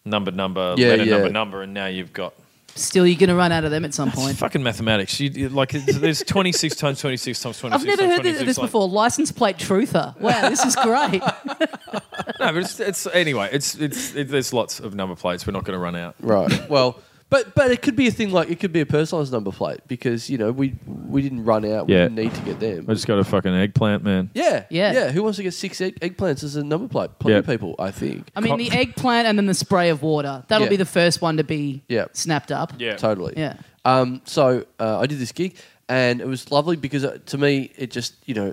[SPEAKER 3] number, number,
[SPEAKER 2] Yeah,
[SPEAKER 3] letter,
[SPEAKER 2] yeah.
[SPEAKER 3] number, number, and now you've got
[SPEAKER 1] Still, you're going to run out of them at some
[SPEAKER 3] it's
[SPEAKER 1] point.
[SPEAKER 3] fucking mathematics. You, you- like it's- there's 26 times 26 times 26
[SPEAKER 1] I've never
[SPEAKER 3] times
[SPEAKER 1] heard
[SPEAKER 3] 26
[SPEAKER 1] this, this
[SPEAKER 3] like-
[SPEAKER 1] before. License plate
[SPEAKER 2] [LAUGHS]
[SPEAKER 1] truther. Wow, this is great.
[SPEAKER 3] No, but it's, it's anyway. It's it's it, there's lots of number plates. We're not going to run out.
[SPEAKER 2] Right. [LAUGHS] Well, but but it could be a thing like it could be a personalised number plate because you know we we didn't run out. We
[SPEAKER 3] Yeah.
[SPEAKER 2] didn't need to get them.
[SPEAKER 3] I just got a fucking eggplant, man.
[SPEAKER 2] Yeah,
[SPEAKER 1] Yeah.
[SPEAKER 2] yeah. Who wants to get six egg- eggplants as a number plate? Plenty of
[SPEAKER 3] Yeah.
[SPEAKER 2] people, I think.
[SPEAKER 1] I mean, the eggplant and then the spray of water. That'll
[SPEAKER 2] Yeah.
[SPEAKER 1] be the first one to be
[SPEAKER 2] Yeah.
[SPEAKER 1] snapped up.
[SPEAKER 3] Yeah,
[SPEAKER 2] Totally.
[SPEAKER 1] Yeah.
[SPEAKER 2] Um. So uh, I did this gig, and it was lovely because uh, to me, it just you know.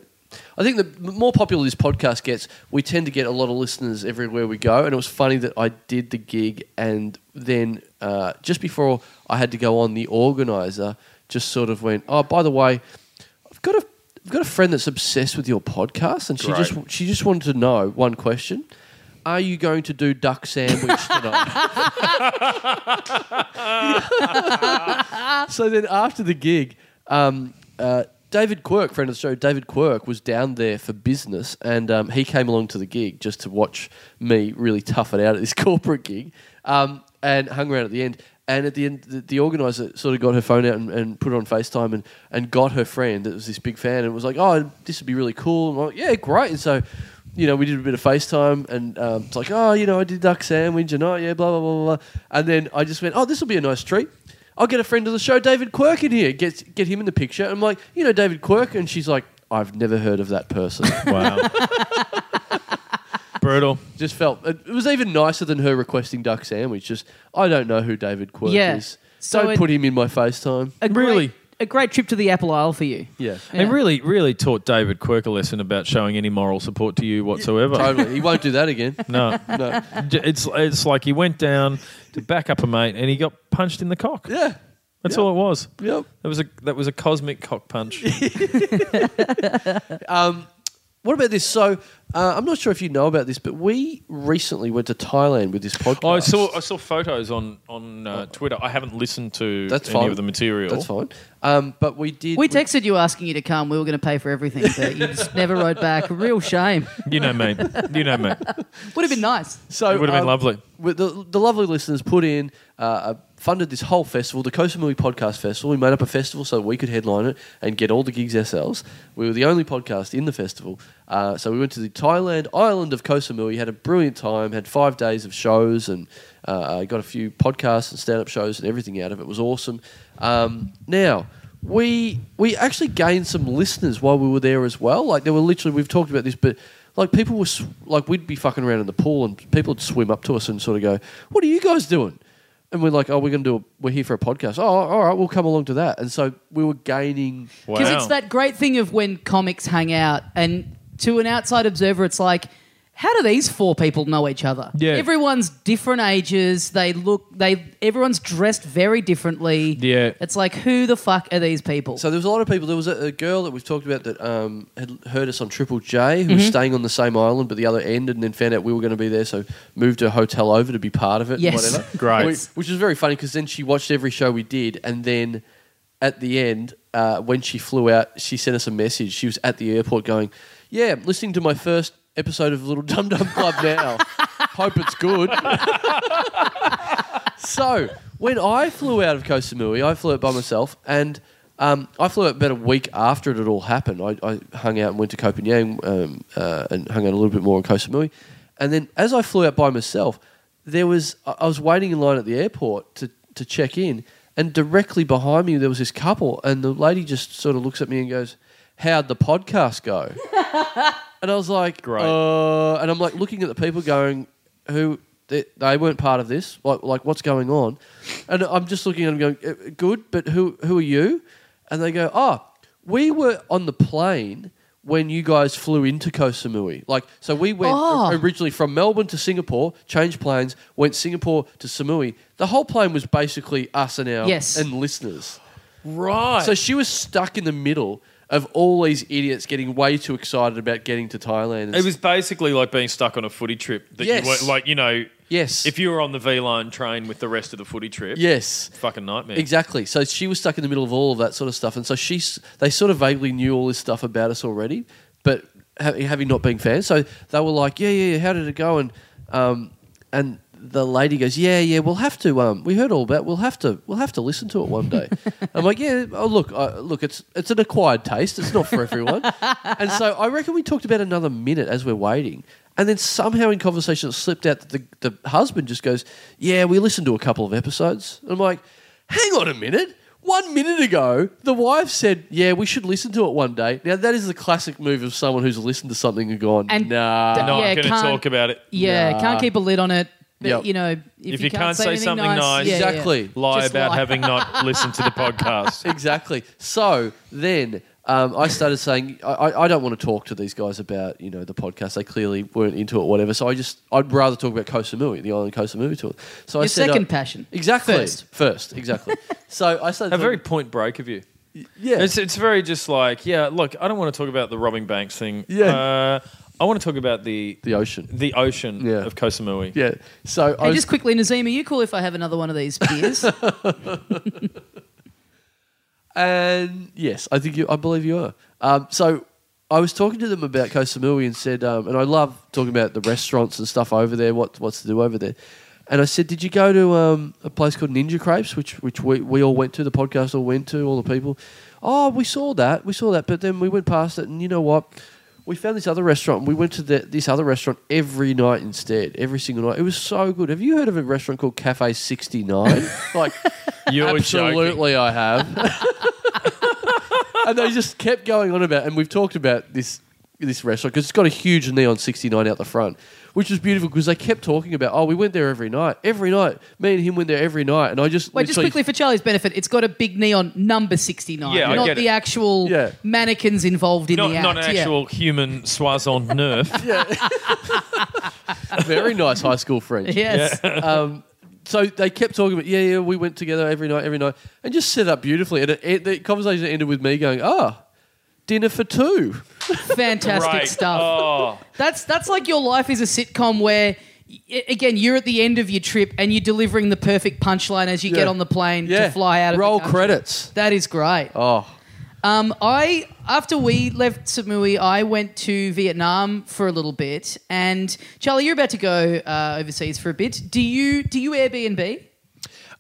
[SPEAKER 2] I think the m- more popular this podcast gets, we tend to get a lot of listeners everywhere we go. And it was funny that I did the gig, and then uh, just before I had to go on, the organizer just sort of went, "Oh, by the way, I've got a I've got a friend that's obsessed with your podcast, and she
[SPEAKER 3] Great.
[SPEAKER 2] just she just wanted to know one question: Are you going to do duck sandwich tonight? [LAUGHS] so then after the gig, um, uh, David Quirk, friend of the show, David Quirk was down there for business, and um, he came along to the gig just to watch me really tough it out at this [LAUGHS] corporate gig, um, and hung around at the end. And at the end, the, the organizer sort of got her phone out and, and put it on FaceTime and, and got her friend that was this big fan and was like, "Oh, this would be really cool." And I'm like, "Yeah, great." And so, you know, we did a bit of FaceTime and um, it's like, "Oh, you know, I did duck sandwich and oh yeah, blah blah blah blah." blah." And then I just went, "Oh, this will be a nice treat." I'll get a friend of the show, David Quirk, in here. Get get him in the picture. I'm like, you know, David Quirk, and she's like, I've never heard of
[SPEAKER 1] [LAUGHS]
[SPEAKER 2] that person.
[SPEAKER 3] Wow.
[SPEAKER 2] [LAUGHS]
[SPEAKER 3] Brutal.
[SPEAKER 2] just felt it, it was even nicer than her requesting duck sandwich. Just I don't know who David Quirk
[SPEAKER 1] Yeah.
[SPEAKER 2] is.
[SPEAKER 1] So
[SPEAKER 2] don't
[SPEAKER 1] it-
[SPEAKER 2] put him in
[SPEAKER 1] [LAUGHS]
[SPEAKER 2] my FaceTime.
[SPEAKER 1] A
[SPEAKER 3] Really?
[SPEAKER 1] Great, a great trip to the Apple Isle for you.
[SPEAKER 2] Yeah,
[SPEAKER 1] Yeah.
[SPEAKER 3] It really, really taught David Quirk a lesson about showing any moral support to you whatsoever.
[SPEAKER 2] totally. He won't do that
[SPEAKER 1] [LAUGHS]
[SPEAKER 2] again.
[SPEAKER 3] [LAUGHS] No,
[SPEAKER 2] No.
[SPEAKER 3] J- it's it's like he went down to back up a mate and he got punched in the cock.
[SPEAKER 2] Yeah.
[SPEAKER 3] That's all it was.
[SPEAKER 2] Yep.
[SPEAKER 3] That was a that was a cosmic
[SPEAKER 2] [LAUGHS]
[SPEAKER 3] cock punch.
[SPEAKER 2] Um, What about this? So uh, I'm not sure if you know about this, but we recently went to Thailand with this podcast.
[SPEAKER 3] I saw I saw photos on on uh, Twitter. I haven't listened to
[SPEAKER 2] Oh. That's
[SPEAKER 3] any
[SPEAKER 2] fine.
[SPEAKER 3] of the material.
[SPEAKER 2] That's fine. Um, but we did.
[SPEAKER 1] We texted you asking you to come. We were going to pay for everything, but you
[SPEAKER 3] [LAUGHS]
[SPEAKER 1] just never wrote back. Real shame.
[SPEAKER 3] You know me. You
[SPEAKER 2] [LAUGHS]
[SPEAKER 3] know me.
[SPEAKER 1] Would have been nice.
[SPEAKER 2] So um,
[SPEAKER 3] It would've been lovely.
[SPEAKER 2] with The, the lovely listeners put in, uh, uh, funded this whole festival, the Kosamui Podcast Festival. We made up a festival so we could headline it and get all the gigs ourselves. We were the only podcast in the festival, uh, so we went to the Thailand island of Kosamui. Had a brilliant time. Had five days of shows and uh, uh, got a few podcasts and stand-up shows and everything out of it. It was awesome. Um, now. We we actually gained some listeners while we were there as well. Like there were literally we've talked about this, but Like people were sw- like we'd be fucking around in the pool and people would swim up to us and sort of go, "What are you guys doing?" And we're like, "Oh, we're gonna do. A, we're here for a podcast. Oh, all right, we'll come along to that." And so we were gaining.
[SPEAKER 1] Because it's that great thing of when comics hang out, and to an outside observer, it's like, how do these four people know each other?
[SPEAKER 3] Yeah.
[SPEAKER 1] Everyone's different ages. They look. They everyone's dressed very differently.
[SPEAKER 3] Yeah.
[SPEAKER 1] It's like, who the fuck are these people?
[SPEAKER 2] So there was a lot of people. There was a, a girl that we've talked about that um, had heard us on Triple J, who was
[SPEAKER 1] Mm-hmm.
[SPEAKER 2] staying on the same island but the other end, and then found out we were going to be there, so moved her hotel over to be part of it. and
[SPEAKER 1] Yes. [LAUGHS]
[SPEAKER 2] whatever.
[SPEAKER 3] Great.
[SPEAKER 2] We- which was very funny because then she watched every show we did, and then at the end, uh, when she flew out, she sent us a message. She was at the airport going, "Yeah, I'm listening to my first episode of Little Dum Dum Club
[SPEAKER 1] [LAUGHS]
[SPEAKER 2] now. Hope it's good." so when I flew out of Koh Samui, I flew out by myself, and um, I flew out about a week after it had all happened. I, I hung out and went to Copenhagen um, uh, and hung out a little bit more in Koh Samui, and then as I flew out by myself, there was I I was waiting in line at the airport to to check in, and directly behind me there was this couple, and the lady just sort of looks at me and goes, "How'd the podcast go?" And I was like,
[SPEAKER 3] Great.
[SPEAKER 2] Uh, and I'm like looking at the people going, who they, they weren't part of this. Like, like what's going on? And I'm just looking at them going, "Uh, good, but who who are you? And they go, oh, we were on the plane when you guys flew into Koh Samui. Like, so we went
[SPEAKER 1] Oh.
[SPEAKER 2] o- originally from Melbourne to Singapore, changed planes, went Singapore to Samui. The whole plane was basically us and our
[SPEAKER 1] Yes.
[SPEAKER 2] and listeners.
[SPEAKER 3] right.
[SPEAKER 2] So she was stuck in the middle of all these idiots getting way too excited about getting to Thailand. and
[SPEAKER 3] it was basically like being stuck on a footy trip. That
[SPEAKER 2] Yes.
[SPEAKER 3] you were, like you know,
[SPEAKER 2] Yes.
[SPEAKER 3] if you were on the V line train with the rest of the footy trip,
[SPEAKER 2] yes.
[SPEAKER 3] fucking nightmare.
[SPEAKER 2] Exactly. So she was stuck in the middle of all of that sort of stuff, and so she, s- they sort of vaguely knew all this stuff about us already, but ha- having not been fans, so they were like, "Yeah, yeah, yeah, how did it go?" And um, and the lady goes, "Yeah, yeah, we'll have to. Um, we heard all about. We'll have to. We'll have to listen to it one day." I'm like, "Yeah, oh look, uh, look, it's it's an acquired taste. It's not for everyone." and so I reckon we talked about another minute as we're waiting. And then somehow in conversation it slipped out that the, the husband just goes, Yeah, we listened to a couple of episodes. And I'm like, hang on a minute. One minute ago, the wife said, "Yeah, we should listen to it one day." Now that is the classic move of someone who's listened to something and gone,
[SPEAKER 1] And-
[SPEAKER 2] "Nah."
[SPEAKER 1] d-
[SPEAKER 3] No,
[SPEAKER 1] Yeah,
[SPEAKER 3] I'm going to
[SPEAKER 1] can't-
[SPEAKER 3] talk about it.
[SPEAKER 1] yeah,
[SPEAKER 2] Nah.
[SPEAKER 1] can't keep a lid on it. But,
[SPEAKER 2] Yep.
[SPEAKER 1] You know, if,
[SPEAKER 3] If you can't say
[SPEAKER 1] anything
[SPEAKER 3] something nice-
[SPEAKER 1] yeah, yeah.
[SPEAKER 2] Exactly.
[SPEAKER 3] Lie
[SPEAKER 1] Just
[SPEAKER 3] about
[SPEAKER 1] lie. [LAUGHS]
[SPEAKER 3] having not listened to the podcast.
[SPEAKER 2] exactly. So then um, I started saying, I, I I don't want to talk to these guys about you know the podcast. They clearly weren't into it, whatever. So I just I'd rather talk about Koh Samui, the island Koh Samui tour. So I
[SPEAKER 1] Your
[SPEAKER 2] said,
[SPEAKER 1] second
[SPEAKER 2] uh,
[SPEAKER 1] passion.
[SPEAKER 2] Exactly.
[SPEAKER 1] First.
[SPEAKER 2] First, exactly. so I started
[SPEAKER 3] [LAUGHS] A very
[SPEAKER 2] talking-
[SPEAKER 3] point break of you.
[SPEAKER 2] yeah.
[SPEAKER 3] It's, it's very just like, yeah, look, I don't want to talk about the robbing banks thing.
[SPEAKER 2] Yeah.
[SPEAKER 3] Uh, I want to talk about the
[SPEAKER 2] the ocean.
[SPEAKER 3] the ocean
[SPEAKER 2] Yeah.
[SPEAKER 3] of Koh Samui.
[SPEAKER 2] Yeah. So I
[SPEAKER 1] Hey,
[SPEAKER 2] was,
[SPEAKER 1] just quickly, Nazim, are you cool if I have another one of these
[SPEAKER 2] [LAUGHS]
[SPEAKER 1] beers?
[SPEAKER 2] And yes, I think you, I believe you are. Um, so I was talking to them about Koh Samui and said, um, and I love talking about the restaurants and stuff over there. What what's to do over there? And I said, did you go to um, a place called Ninja Crepes, which which we, we all went to, the podcast all went to, all the people. Oh, we saw that, we saw that, but then we went past it, and you know what? We found this other restaurant. and We went to the, this other restaurant every night instead, every single night. It was so good. Have you heard of a restaurant called Cafe Sixty Nine? like,
[SPEAKER 3] You're
[SPEAKER 2] absolutely,
[SPEAKER 3] joking.
[SPEAKER 2] I have [LAUGHS] and they just kept going on about, and we've talked about this this restaurant because it's got a huge neon 69 out the front, which was beautiful because they kept talking about, oh, we went there every night, every night. Me and him went there every night, and I just
[SPEAKER 1] Wait, just
[SPEAKER 2] literally-
[SPEAKER 1] quickly for Charlie's benefit, it's got a big neon number 69,
[SPEAKER 3] Yeah, I
[SPEAKER 1] not
[SPEAKER 3] get
[SPEAKER 1] the
[SPEAKER 3] it.
[SPEAKER 1] actual
[SPEAKER 2] Yeah.
[SPEAKER 1] mannequins involved in
[SPEAKER 3] Not,
[SPEAKER 1] the act.
[SPEAKER 3] not an
[SPEAKER 1] yeah.
[SPEAKER 3] actual human
[SPEAKER 1] [LAUGHS]
[SPEAKER 3] soissons nerf.
[SPEAKER 2] [LAUGHS] very nice high school friend.
[SPEAKER 1] Yes.
[SPEAKER 2] um, so they kept talking about, yeah, yeah, we went together every night, every night, and just set up beautifully. And it, it, the conversation ended with me going, ah, dinner for two.
[SPEAKER 1] [LAUGHS] Fantastic
[SPEAKER 3] Right.
[SPEAKER 1] stuff.
[SPEAKER 3] Oh,
[SPEAKER 1] That's that's like your life is a sitcom where y- again you're at the end of your trip and you're delivering the perfect punchline as you
[SPEAKER 2] Yeah.
[SPEAKER 1] get on the plane to fly out of the
[SPEAKER 2] Roll
[SPEAKER 1] country.
[SPEAKER 2] credits.
[SPEAKER 1] That is great.
[SPEAKER 2] Oh,
[SPEAKER 1] Um, I after we left Samui, I went to Vietnam for a little bit. And Charlie, you're about to go uh, overseas for a bit. Do you do you Airbnb?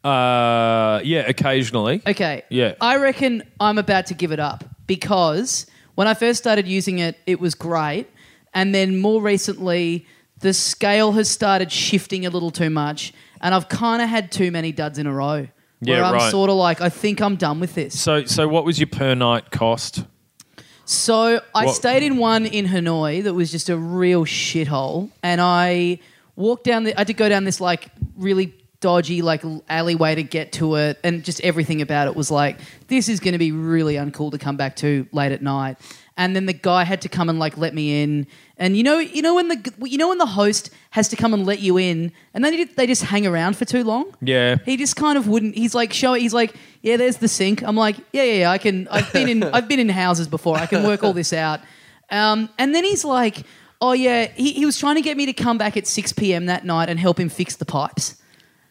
[SPEAKER 3] Oh. uh, yeah, occasionally.
[SPEAKER 1] Okay.
[SPEAKER 3] Yeah.
[SPEAKER 1] I reckon I'm about to give it up because when I first started using it, it was great. And then more recently, the scale has started shifting a little too much. And I've kind of had too many duds in a row. Where
[SPEAKER 3] Yeah,
[SPEAKER 1] I'm
[SPEAKER 3] right.
[SPEAKER 1] sort of like, I think I'm done with this.
[SPEAKER 3] So, so what was your per night cost?
[SPEAKER 1] So I
[SPEAKER 3] What-
[SPEAKER 1] stayed in one in Hanoi that was just a real shithole, and I walked down. The, I had to go down this like really dodgy like l- alleyway to get to it, and just everything about it was like this is going to be really uncool to come back to late at night. And then the guy had to come and like let me in, and you know, you know when the g- you know when the host has to come and let you in, and then they just hang around for too long.
[SPEAKER 3] Yeah.
[SPEAKER 1] He just kind of wouldn't. He's like, show it. He's like, yeah, there's the sink. I'm like, yeah, yeah, yeah I can. I've been in. I've been in houses before. I can work all this out. Um, and then he's like, oh yeah, he, he was trying to get me to come back at 6 p.m. that night and help him fix the pipes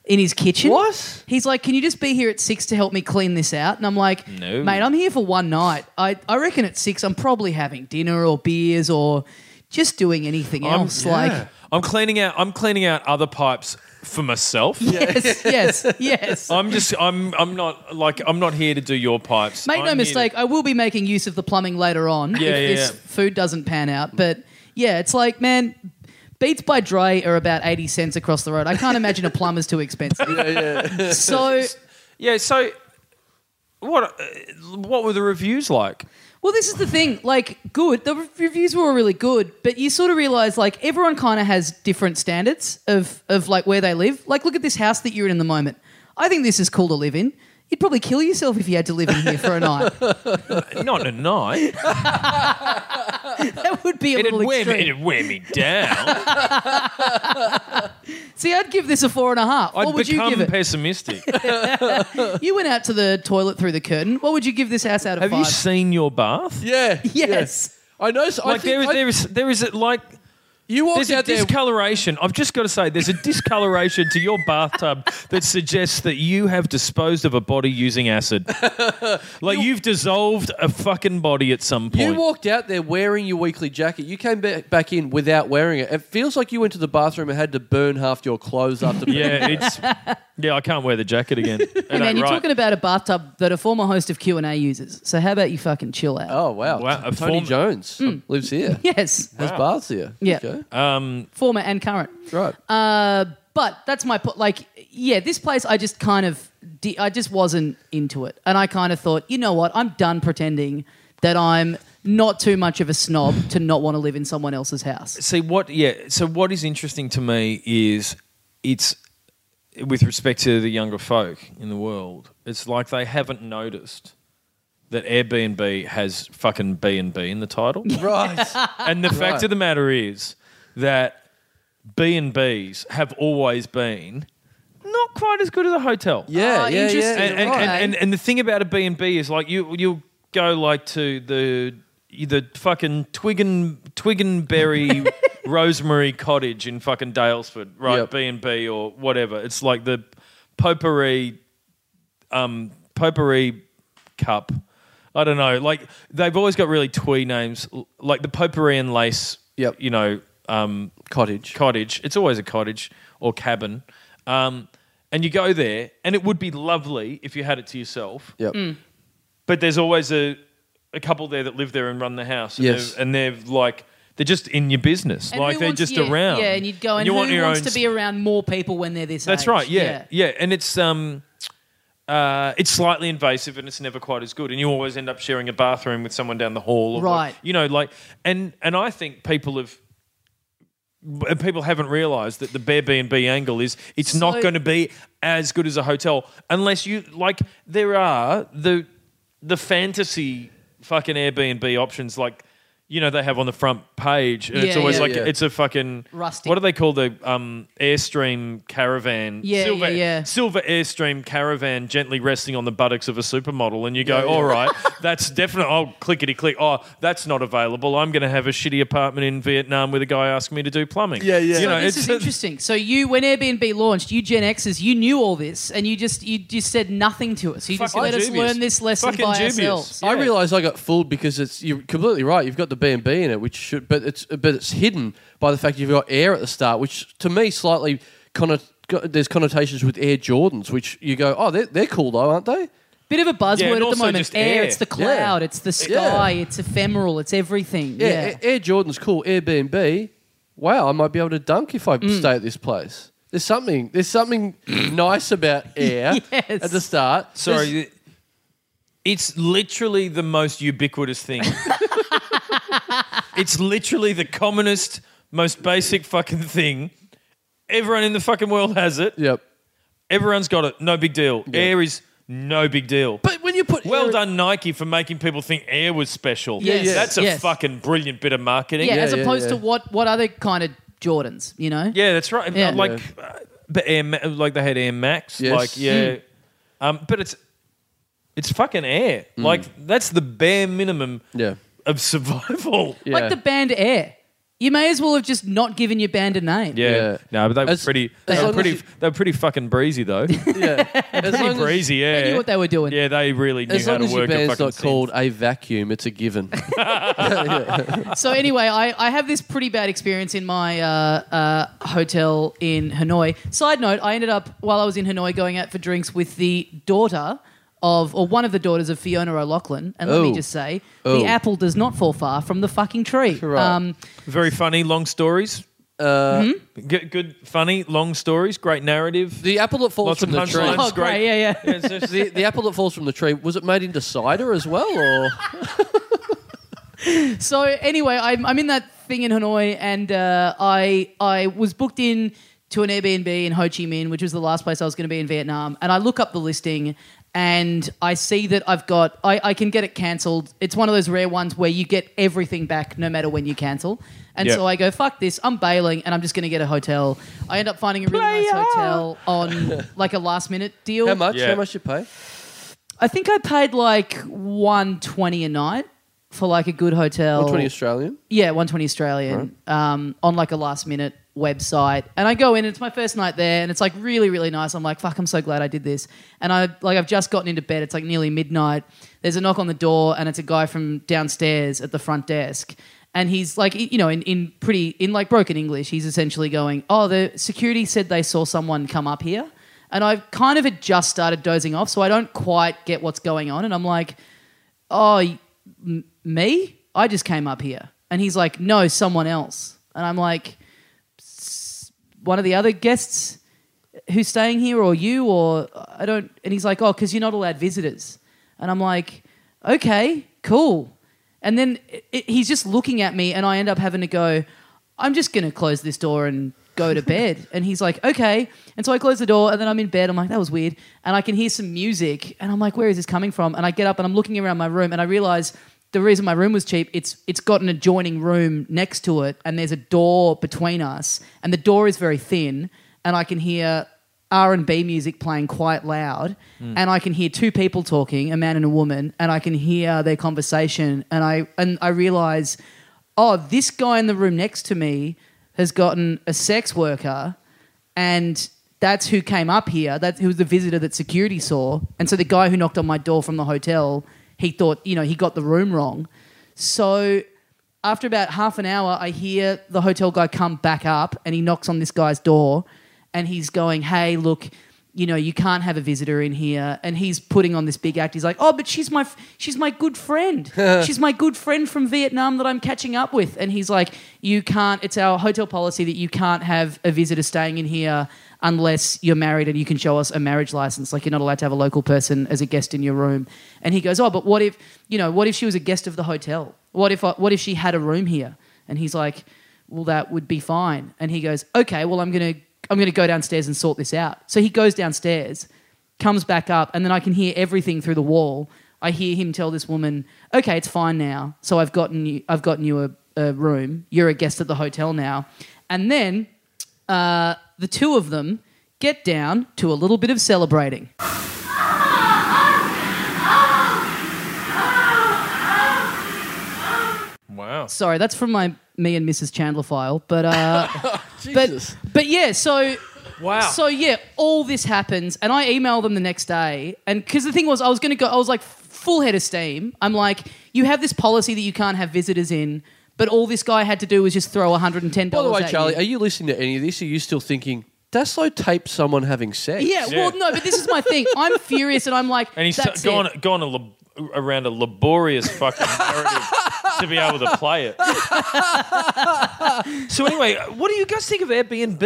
[SPEAKER 1] in his kitchen.
[SPEAKER 2] What?
[SPEAKER 1] He's like, can you just be here at six to help me clean this out? And I'm like,
[SPEAKER 3] No.
[SPEAKER 1] mate, I'm here for one night. I I reckon at six I'm probably having dinner or beers or just doing anything else. Like.
[SPEAKER 3] [LAUGHS] I'm cleaning out. I'm cleaning out other pipes for myself.
[SPEAKER 1] [LAUGHS] Yes, yes, yes.
[SPEAKER 3] I'm just. I'm. I'm not like. I'm not here to do your pipes.
[SPEAKER 1] Make
[SPEAKER 3] I'm
[SPEAKER 1] no
[SPEAKER 3] here to-
[SPEAKER 1] mistake, I will be making use of the plumbing later on
[SPEAKER 3] Yeah,
[SPEAKER 1] if
[SPEAKER 3] yeah,
[SPEAKER 1] this
[SPEAKER 3] yeah.
[SPEAKER 1] food doesn't pan out. But yeah, it's like, man, beats by Dre are about 80 cents across the road. I can't imagine a plumber's too
[SPEAKER 3] [LAUGHS]
[SPEAKER 1] expensive. So,
[SPEAKER 3] yeah. So, what? uh, What were the reviews like?
[SPEAKER 1] well, this is the thing. Like, good. The re- reviews were all really good, but you sort of realize, like, everyone kind of has different standards of, of, like, where they live. Like, look at this house that you're in in the moment. I think this is cool to live in. You'd probably kill yourself if you had to live in here for a night. [LAUGHS]
[SPEAKER 3] Not a night.
[SPEAKER 1] That would be a
[SPEAKER 3] It'd
[SPEAKER 1] little
[SPEAKER 3] wear, me,
[SPEAKER 1] extreme.
[SPEAKER 3] it'd wear me down.
[SPEAKER 1] See, I'd give this a four and a half. [LAUGHS]
[SPEAKER 3] I'd
[SPEAKER 1] what would you
[SPEAKER 3] become
[SPEAKER 1] give it? [LAUGHS]
[SPEAKER 3] pessimistic.
[SPEAKER 1] You went out to the toilet through the curtain. What would you give this house out of
[SPEAKER 3] Have
[SPEAKER 1] five?
[SPEAKER 3] you seen your bath?
[SPEAKER 2] Yeah.
[SPEAKER 1] [LAUGHS] Yes.
[SPEAKER 2] yeah. I know. s- I
[SPEAKER 3] Like
[SPEAKER 2] think
[SPEAKER 3] there is,
[SPEAKER 2] I-
[SPEAKER 3] there is, there is a, like
[SPEAKER 2] you
[SPEAKER 3] there's
[SPEAKER 2] walked
[SPEAKER 3] a
[SPEAKER 2] out there.
[SPEAKER 3] discoloration. I've just got to say, there's a discoloration to your bathtub that suggests that you have disposed of a body using acid.
[SPEAKER 1] [LAUGHS]
[SPEAKER 3] Like you, have dissolved a fucking body at some
[SPEAKER 2] You
[SPEAKER 3] point.
[SPEAKER 2] walked out there wearing your weekly jacket. You came ba- back in without wearing it. It feels like you went to the bathroom and had to burn half your clothes after. being-
[SPEAKER 3] [LAUGHS] yeah, it's yeah. I can't wear the jacket again. It
[SPEAKER 1] [LAUGHS] Hey, man,
[SPEAKER 3] ain't
[SPEAKER 1] you're
[SPEAKER 3] right.
[SPEAKER 1] talking about a bathtub that a former host of Q and A uses. So how about you fucking chill out?
[SPEAKER 2] [LAUGHS] Oh wow.
[SPEAKER 3] Wow, a
[SPEAKER 2] Tony
[SPEAKER 3] form-
[SPEAKER 2] Jones
[SPEAKER 1] [LAUGHS]
[SPEAKER 2] lives here.
[SPEAKER 1] Yes,
[SPEAKER 2] Has baths here.
[SPEAKER 1] Hmm. Yeah.
[SPEAKER 2] Okay.
[SPEAKER 3] Uh,
[SPEAKER 1] former and current.
[SPEAKER 2] Right.
[SPEAKER 1] Uh, but that's my point. Like, yeah, this place, I just kind of, de- I just wasn't into it, and I kind of thought, you know what, I'm done pretending that I'm not too much of a snob to not want to live in someone else's house.
[SPEAKER 3] see what yeah so what is interesting to me is it's with respect to the younger folk in the world it's like they haven't noticed that airbnb has fucking b&b in the title
[SPEAKER 1] [LAUGHS] Oh,
[SPEAKER 2] right.
[SPEAKER 3] and the fact of the matter is that b&b's have always been not quite as good as a hotel
[SPEAKER 2] Yeah.
[SPEAKER 1] Oh,
[SPEAKER 2] yeah. Yeah.
[SPEAKER 1] interesting.
[SPEAKER 3] and, and,
[SPEAKER 2] Right.
[SPEAKER 1] Okay.
[SPEAKER 3] and, and, and the thing about a B&B is like you you'll go like to the the fucking Twiggen
[SPEAKER 2] [LAUGHS]
[SPEAKER 3] Twiggenberry Rosemary Cottage in fucking Dalesford, right?
[SPEAKER 2] Yep.
[SPEAKER 3] B&B or whatever. It's like the potpourri um potpourri cup. I don't know. Like they've always got really twee names l- like the potpourri and lace,
[SPEAKER 2] Yep.
[SPEAKER 3] you know, um
[SPEAKER 2] Cottage.
[SPEAKER 3] cottage. It's always a cottage or cabin. Um, and you go there, and it would be lovely if you had it to yourself.
[SPEAKER 2] Yep.
[SPEAKER 1] Hmm.
[SPEAKER 3] But there's always a, a couple there that live there and run the house. And
[SPEAKER 2] Yes.
[SPEAKER 3] They're, and they're like, they're just in your business.
[SPEAKER 1] And
[SPEAKER 3] like,
[SPEAKER 1] who
[SPEAKER 3] they're
[SPEAKER 1] wants-
[SPEAKER 3] just
[SPEAKER 1] yeah,
[SPEAKER 3] around.
[SPEAKER 1] Yeah, and you'd go, and
[SPEAKER 3] you
[SPEAKER 1] who
[SPEAKER 3] want your
[SPEAKER 1] wants
[SPEAKER 3] own
[SPEAKER 1] to be around more people when they're this
[SPEAKER 3] that's
[SPEAKER 1] age?
[SPEAKER 3] right. Yeah, yeah, and it's um, uh, it's slightly invasive, and it's never quite as good. And you always end up sharing a bathroom with someone down the hall, or what-
[SPEAKER 1] Right.
[SPEAKER 3] you know, like and and I think people have. b- People haven't realised that the bare B and B angle is it's
[SPEAKER 1] So-
[SPEAKER 3] not going to be as good as a hotel unless you like. There are the the fantasy fucking Airbnb options like you know they have on the front page, and it's
[SPEAKER 1] Yeah,
[SPEAKER 3] always
[SPEAKER 1] yeah.
[SPEAKER 3] like
[SPEAKER 2] Yeah.
[SPEAKER 3] it's a fucking
[SPEAKER 1] Rustic.
[SPEAKER 3] What do they call the um, Airstream caravan?
[SPEAKER 1] Yeah,
[SPEAKER 3] silver,
[SPEAKER 1] yeah, yeah.
[SPEAKER 3] silver Airstream caravan gently resting on the buttocks of a supermodel, and you go, all right, that's definitely. Oh, clickety click. Oh, that's not available. I'm going to have a shitty apartment in Vietnam with a guy asking me to do plumbing.
[SPEAKER 2] Yeah, yeah.
[SPEAKER 3] You
[SPEAKER 2] So
[SPEAKER 3] know,
[SPEAKER 1] Oh, this is
[SPEAKER 3] it's
[SPEAKER 1] interesting. So you, when Airbnb launched, you Gen Xers, you knew all this, and you just you just said nothing to us. You just
[SPEAKER 3] Fucking
[SPEAKER 1] let us
[SPEAKER 3] dubious.
[SPEAKER 1] learn this lesson
[SPEAKER 3] Fucking
[SPEAKER 1] by
[SPEAKER 3] dubious.
[SPEAKER 1] ourselves.
[SPEAKER 2] I
[SPEAKER 3] Yeah.
[SPEAKER 2] realised I got fooled because it's you're completely right. You've got the B and B in it, which should, but it's but it's hidden by the fact you've got air at the start, which to me slightly connot, co- there's connotations with Air Jordans, which you go, oh, they're, they're cool though, aren't they?
[SPEAKER 1] Bit of a buzzword
[SPEAKER 3] and
[SPEAKER 1] at the
[SPEAKER 3] also
[SPEAKER 1] moment.
[SPEAKER 3] just
[SPEAKER 1] Air,
[SPEAKER 3] air.
[SPEAKER 1] it's the cloud, it's the
[SPEAKER 2] Yeah.
[SPEAKER 1] sky, it's ephemeral, it's everything.
[SPEAKER 2] Yeah,
[SPEAKER 1] Yeah.
[SPEAKER 2] Air- Air Jordans cool. Airbnb, wow, I might be able to dunk if I stay at this place. There's something there's [COUGHS] something nice about air
[SPEAKER 1] Yes.
[SPEAKER 2] at the start.
[SPEAKER 3] Sorry. It's literally the most ubiquitous thing It's literally the commonest, most basic fucking thing. Everyone in the fucking world has it.
[SPEAKER 2] Yep.
[SPEAKER 3] Everyone's got it. No big deal. Air is no big deal.
[SPEAKER 2] But when you put
[SPEAKER 3] well
[SPEAKER 2] air-
[SPEAKER 3] done, Nike, for making people think air was special.
[SPEAKER 1] Yes,
[SPEAKER 2] yeah.
[SPEAKER 3] That's a
[SPEAKER 1] yes.
[SPEAKER 3] fucking brilliant bit of marketing.
[SPEAKER 1] yeah, as
[SPEAKER 2] yeah,
[SPEAKER 1] opposed
[SPEAKER 2] yeah.
[SPEAKER 1] to what what other kind of Jordans, you know?
[SPEAKER 3] Yeah, that's right.
[SPEAKER 1] Yeah.
[SPEAKER 3] Like, uh, but Air, Ma- like they had Air Max.
[SPEAKER 2] Yes.
[SPEAKER 3] Like, yeah.
[SPEAKER 1] Hmm.
[SPEAKER 3] Um, but it's it's fucking air.
[SPEAKER 2] Hmm.
[SPEAKER 3] Like that's the bare minimum
[SPEAKER 2] Yeah. [LAUGHS]
[SPEAKER 3] of survival. Yeah.
[SPEAKER 1] Like the band Air. You may as well have just not given your band a name.
[SPEAKER 2] Yeah.
[SPEAKER 3] No, but they were
[SPEAKER 2] As-
[SPEAKER 3] pretty.
[SPEAKER 2] as
[SPEAKER 3] They were
[SPEAKER 2] long as
[SPEAKER 3] pretty.
[SPEAKER 2] you-
[SPEAKER 3] they were pretty fucking breezy
[SPEAKER 2] [LAUGHS]
[SPEAKER 3] though.
[SPEAKER 2] yeah. As long as-
[SPEAKER 3] breezy. Yeah.
[SPEAKER 1] knew what they were doing.
[SPEAKER 3] Yeah, they really knew
[SPEAKER 2] As
[SPEAKER 3] how
[SPEAKER 2] long
[SPEAKER 3] to
[SPEAKER 2] as your
[SPEAKER 3] work a
[SPEAKER 2] band's
[SPEAKER 3] fucking.
[SPEAKER 2] not
[SPEAKER 3] synth.
[SPEAKER 2] called a vacuum, it's a given.
[SPEAKER 1] So anyway, I, I have this pretty bad experience in my uh, uh, hotel in Hanoi. Side note, I ended up while I was in Hanoi going out for drinks with the daughter of or one of the daughters of Fiona O'Loughlin. And let me
[SPEAKER 2] Oh.
[SPEAKER 1] just say,
[SPEAKER 2] Oh.
[SPEAKER 1] the apple does not fall far from the fucking tree. Um,
[SPEAKER 2] Right.
[SPEAKER 3] Very funny, long stories.
[SPEAKER 2] Uh,
[SPEAKER 1] Mm-hmm.
[SPEAKER 3] Good, good, funny, long stories. Great
[SPEAKER 2] [LAUGHS]
[SPEAKER 3] narrative.
[SPEAKER 2] The apple that falls
[SPEAKER 3] Lots of
[SPEAKER 2] from the tree.
[SPEAKER 3] punchlines.
[SPEAKER 1] oh,
[SPEAKER 3] That's
[SPEAKER 1] great.
[SPEAKER 3] great.
[SPEAKER 1] Yeah, yeah.
[SPEAKER 3] Yeah, it's
[SPEAKER 2] [LAUGHS]
[SPEAKER 3] just-
[SPEAKER 2] The, the apple that falls from the tree was it made into cider as well,
[SPEAKER 3] [LAUGHS]
[SPEAKER 2] or
[SPEAKER 1] So anyway, I'm, I'm in that thing in Hanoi, and uh, I I was booked in to an Airbnb in Ho Chi Minh, which was the last place I was going to be in Vietnam. And I look up the listing, and I see that I've got I, I can get it cancelled. It's one of those rare ones where you get everything back no matter when you cancel. And
[SPEAKER 3] Yep.
[SPEAKER 1] so I go fuck this, I'm bailing, and I'm just going to get a hotel. I end up finding a really nice hotel
[SPEAKER 2] [LAUGHS]
[SPEAKER 1] on like a last minute deal.
[SPEAKER 2] how much?
[SPEAKER 3] Yeah.
[SPEAKER 2] How much you pay?
[SPEAKER 1] I think I paid like one twenty a night for like a good
[SPEAKER 3] Oh.
[SPEAKER 1] hotel.
[SPEAKER 2] Twenty Australian.
[SPEAKER 1] Yeah, 120 Australian um, on like a last minute website. And I go in and it's my first night there and it's like really, really nice. I'm like, fuck, I'm so glad I did this. And I like I've just gotten into bed. It's like nearly midnight. There's a knock on the door and it's a guy from downstairs at the front desk. And he's like, you know, in, in pretty, in like broken English, he's essentially going, oh, the security said they saw someone come up here. And I've kind of had just started dozing off, so I don't quite get what's going on. And I'm like, oh, y- m- me? I just came up here. And he's like, no, someone else. And I'm like, "S- one of the other guests who's staying here or you or I don't. And he's like, oh, because you're not allowed visitors. And I'm like, okay, cool. And then i i- he's just looking at me and I end up having to go, I'm just going to close this door and go to bed. and he's like, okay. And so I close the door and then I'm in bed. I'm like, that was weird. And I can hear some music and I'm like, where is this coming from? And I get up and I'm looking around my room and I realize the reason my room was cheap, it's it's got an adjoining room next to it and there's a door between us and the door is very thin and I can hear R&B music playing quite loud and I can hear two people talking, a man and a woman, and I can hear their conversation and I and I realize oh, this guy in the room next to me has gotten a sex worker, and that's who came up here. That who was the visitor that security saw, and so the guy who knocked on my door from the hotel, he thought, you know, he got the room wrong. So after about half an hour, I hear the hotel guy come back up, and he knocks on this guy's door, and he's going, "Hey, look." You know, you can't have a visitor in here, and he's putting on this big act. He's like, "Oh, but she's my f- she's my good friend. she's my good friend from Vietnam that I'm catching up with." And he's like, "You can't. It's our hotel policy that you can't have a visitor staying in here unless you're married and you can show us a marriage license. Like you're not allowed to have a local person as a guest in your room." And he goes, "Oh, but what if you know? What if she was a guest of the hotel? What if I, what if she had a room here?" And he's like, "Well, that would be fine." And he goes, "Okay, well, I'm gonna I'm gonna go downstairs and sort this out." So he goes downstairs comes back up, and then I can hear everything through the wall. I hear him tell this woman, "Okay, it's fine now. So I've gotten you, I've gotten you a, a room. You're a guest at the hotel now." And then uh, the two of them get down to a little bit of celebrating.
[SPEAKER 3] wow.
[SPEAKER 1] Sorry, that's from my me and Mrs. Chandler file, but uh,
[SPEAKER 2] Jesus.
[SPEAKER 1] but but yeah. So
[SPEAKER 3] Wow.
[SPEAKER 1] So yeah, all this happens, and I email them the next day, and because the thing was, I was going to go, I was like full head of steam. I'm like, you have this policy that you can't have visitors in, but all this guy had to do was just throw 110.
[SPEAKER 2] By the way, Charlie, are you listening to any of this? Are you still thinking that's so tape someone having sex?
[SPEAKER 1] Yeah, well,
[SPEAKER 3] Yeah.
[SPEAKER 1] no, but this is my thing. I'm furious, and I'm like,
[SPEAKER 3] and he's
[SPEAKER 1] that's
[SPEAKER 3] gone
[SPEAKER 1] it.
[SPEAKER 3] gone a lab- around a laborious fucking narrative to be able to play it. so anyway, what do you guys think of Airbnb?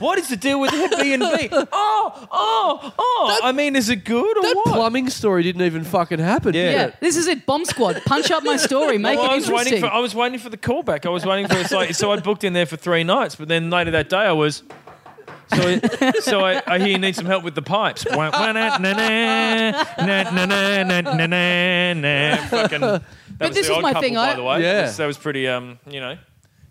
[SPEAKER 3] what is the deal with Airbnb?
[SPEAKER 1] [LAUGHS]
[SPEAKER 3] Oh, oh, oh! I mean, is it good or
[SPEAKER 2] That
[SPEAKER 3] what?
[SPEAKER 2] plumbing story didn't even fucking happen.
[SPEAKER 3] Yeah.
[SPEAKER 2] did
[SPEAKER 1] Yeah,
[SPEAKER 2] it?
[SPEAKER 1] this is it. Bomb Squad. Punch up my story. Make
[SPEAKER 3] [LAUGHS] Well,
[SPEAKER 1] it
[SPEAKER 3] I was
[SPEAKER 1] interesting.
[SPEAKER 3] waiting for I was waiting for the callback. I was waiting for it's like so I booked in there for three nights, but then later that day I was so I, so I, I hear you need some help with the pipes. Wah, wah, na, na, na, na, na, na, na, na, na, na. Fucking, that was
[SPEAKER 1] this is
[SPEAKER 3] the Odd
[SPEAKER 1] my
[SPEAKER 3] couple,
[SPEAKER 1] thing,
[SPEAKER 3] by
[SPEAKER 1] I-
[SPEAKER 3] the way.
[SPEAKER 2] Yeah.
[SPEAKER 3] That was- that was pretty. Um, you know,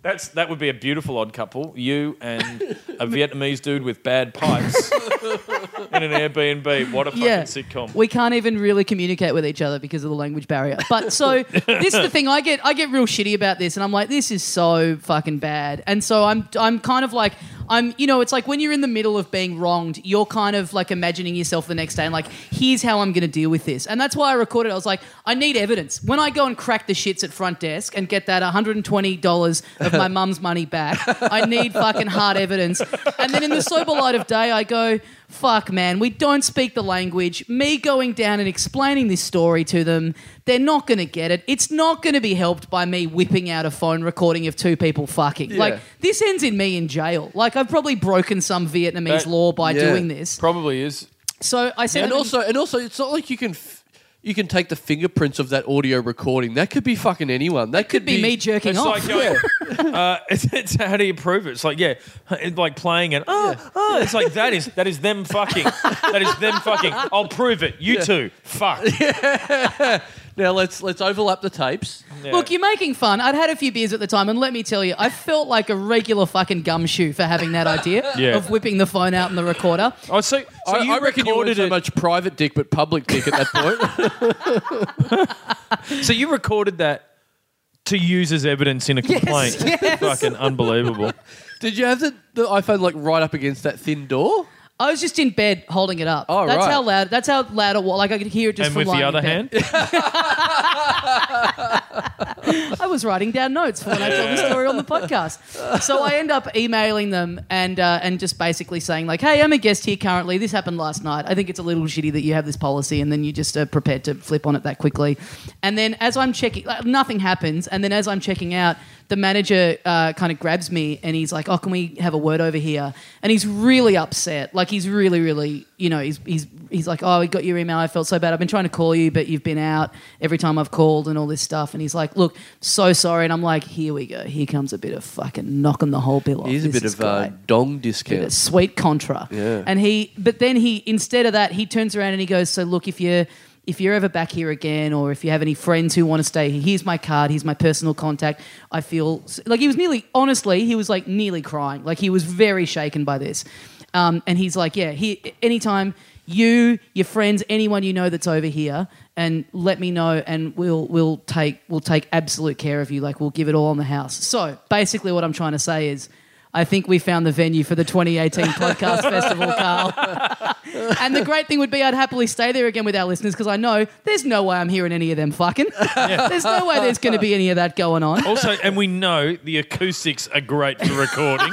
[SPEAKER 3] that's that would be a beautiful odd couple. You and a Vietnamese dude with
[SPEAKER 1] [LAUGHS]
[SPEAKER 3] bad pipes in an Airbnb. What a fucking
[SPEAKER 1] yeah,
[SPEAKER 3] sitcom.
[SPEAKER 1] we can't even really communicate with each other because of the language barrier. But
[SPEAKER 3] [LAUGHS]
[SPEAKER 1] so this is the thing I get I get real shitty about this, and I'm like, this is so fucking bad. And so I'm I'm kind of like I'm you know it's like when you're in the middle of being wronged, you're kind of like imagining yourself the next day and like here's how I'm going to deal with this. And that's why I recorded. I was like, I need evidence. When I go and crack the shits at front desk and get that 120 dollars of my mum's money back, I need fucking hard evidence. And then in the sober light of day, I go fuck man we don't speak the language me going down and explaining this story to them they're not going to get it it's not going to be helped by me whipping out a phone recording of two people fucking like this ends in me in jail like i've probably broken some vietnamese
[SPEAKER 3] That-
[SPEAKER 1] law by
[SPEAKER 2] Yeah.
[SPEAKER 1] doing this
[SPEAKER 3] Probably is.
[SPEAKER 1] so i said
[SPEAKER 2] And also, and also, it's not like you can. F- you can take the fingerprints of that audio recording. That could be fucking anyone. That
[SPEAKER 1] could be, me jerking
[SPEAKER 3] It's
[SPEAKER 1] off
[SPEAKER 3] like going, [LAUGHS] uh, it's, it's how do you prove it? It's like yeah, it's like playing and oh, oh, it's like that is that is them fucking, that is them
[SPEAKER 2] [LAUGHS]
[SPEAKER 3] fucking. I'll prove it. You two, fuck.
[SPEAKER 2] Now let's let's overlap the tapes.
[SPEAKER 3] Yeah.
[SPEAKER 1] Look, you're making fun. I'd had a few beers at the time, and let me tell you, I felt like a regular fucking gumshoe for having that idea
[SPEAKER 3] [LAUGHS] Yeah.
[SPEAKER 1] of whipping the phone out in the recorder.
[SPEAKER 3] Oh, so, so
[SPEAKER 2] I,
[SPEAKER 3] you
[SPEAKER 2] I reckon you weren't
[SPEAKER 3] recorded
[SPEAKER 2] so
[SPEAKER 3] it.
[SPEAKER 2] much private dick, but public dick at that
[SPEAKER 3] [LAUGHS]
[SPEAKER 2] point.
[SPEAKER 3] So you recorded that to use as evidence in a complaint.
[SPEAKER 1] [LAUGHS] yes.
[SPEAKER 3] Fucking
[SPEAKER 1] [LAUGHS]
[SPEAKER 3] unbelievable.
[SPEAKER 2] Did you have the, the iPhone like right up against that thin door?
[SPEAKER 1] I was just in bed holding it up.
[SPEAKER 2] Oh,
[SPEAKER 1] that's
[SPEAKER 2] right.
[SPEAKER 1] how loud. That's how loud it was. Like I could hear it just
[SPEAKER 3] and
[SPEAKER 1] from
[SPEAKER 3] with
[SPEAKER 1] lying in
[SPEAKER 3] the other
[SPEAKER 1] bed.
[SPEAKER 3] hand,
[SPEAKER 1] I was writing down notes for when I told the story on the podcast. So I end up emailing them and uh, and just basically saying like, "Hey, I'm a guest here currently. This happened last night. I think it's a little shitty that you have this policy, and then you just are prepared to flip on it that quickly." And then as I'm checking, like, nothing happens. And then as I'm checking out, the manager uh, kind of grabs me and he's like, "Oh, can we have a word over here?" And he's really upset. Like he's really, really, you know, he's he's he's like, "Oh, we got your email. I felt so bad. I've been trying to call you, but you've been out every time I've called and all this stuff." And he's like, "Look, so sorry." And I'm like, "Here we go. Here comes a bit of fucking knocking the whole bill off.
[SPEAKER 2] Here's a
[SPEAKER 1] This
[SPEAKER 2] bit
[SPEAKER 1] is
[SPEAKER 2] of uh,
[SPEAKER 1] great."
[SPEAKER 2] dong
[SPEAKER 1] bit of
[SPEAKER 2] discount.
[SPEAKER 1] sweet contra.
[SPEAKER 2] Yeah.
[SPEAKER 1] And he, but then he, instead of that, he turns around and he goes, "So look, if you're if you're ever back here again, or if you have any friends who want to stay, here, here's my card. Here's my personal contact. I feel like he was nearly, honestly, he was like nearly crying. Like he was very shaken by this. Um, and he's like, yeah, he, anytime you, your friends, anyone you know that's over here, and let me know, and we'll we'll take we'll take absolute care of you. Like we'll give it all on the house. So basically, what I'm trying to say is, I think we found the venue for the 2018 podcast festival, Carl. and the great thing would be I'd happily stay there again with our listeners because I know there's no way I'm hearing any of them
[SPEAKER 3] [LAUGHS]
[SPEAKER 1] fucking. [LAUGHS] There's no way there's going to be any of that going on.
[SPEAKER 3] also, and we know the acoustics are great for
[SPEAKER 2] [LAUGHS]
[SPEAKER 3] recording.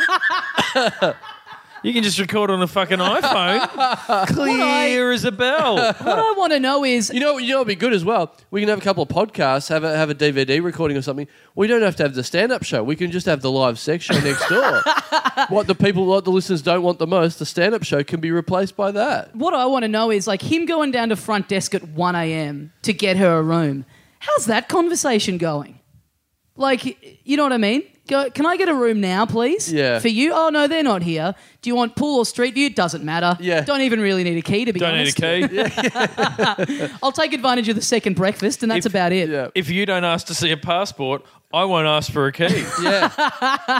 [SPEAKER 3] You can just record on a
[SPEAKER 1] [LAUGHS]
[SPEAKER 3] fucking iPhone. Clear as a
[SPEAKER 2] [LAUGHS]
[SPEAKER 3] bell.
[SPEAKER 1] What I want to know is
[SPEAKER 2] You know, you know, it'd be good as well. We can have a couple of podcasts, have a have a DVD recording or something. We don't have to have the stand up show. We can just have the live sex show next
[SPEAKER 3] [LAUGHS]
[SPEAKER 2] door. what the people, what the listeners don't want the most, the stand up show can be replaced by that.
[SPEAKER 1] what I want to know is like him going down to front desk at 1 a.m. to get her a room. How's that conversation going? Like, you know what I mean? Go, can I get a room now, please?
[SPEAKER 2] Yeah.
[SPEAKER 1] For you? Oh no, they're not here. Do you want pool or street view? Doesn't matter.
[SPEAKER 2] Yeah.
[SPEAKER 1] Don't even really need a key to be
[SPEAKER 3] Don't need a
[SPEAKER 1] honest.
[SPEAKER 3] key.
[SPEAKER 1] I'll take advantage of the second breakfast, and that's
[SPEAKER 3] If-
[SPEAKER 1] about it.
[SPEAKER 3] [LAUGHS]
[SPEAKER 2] Yeah,
[SPEAKER 3] If you don't ask to see a passport, I won't ask for a key.
[SPEAKER 2] yeah,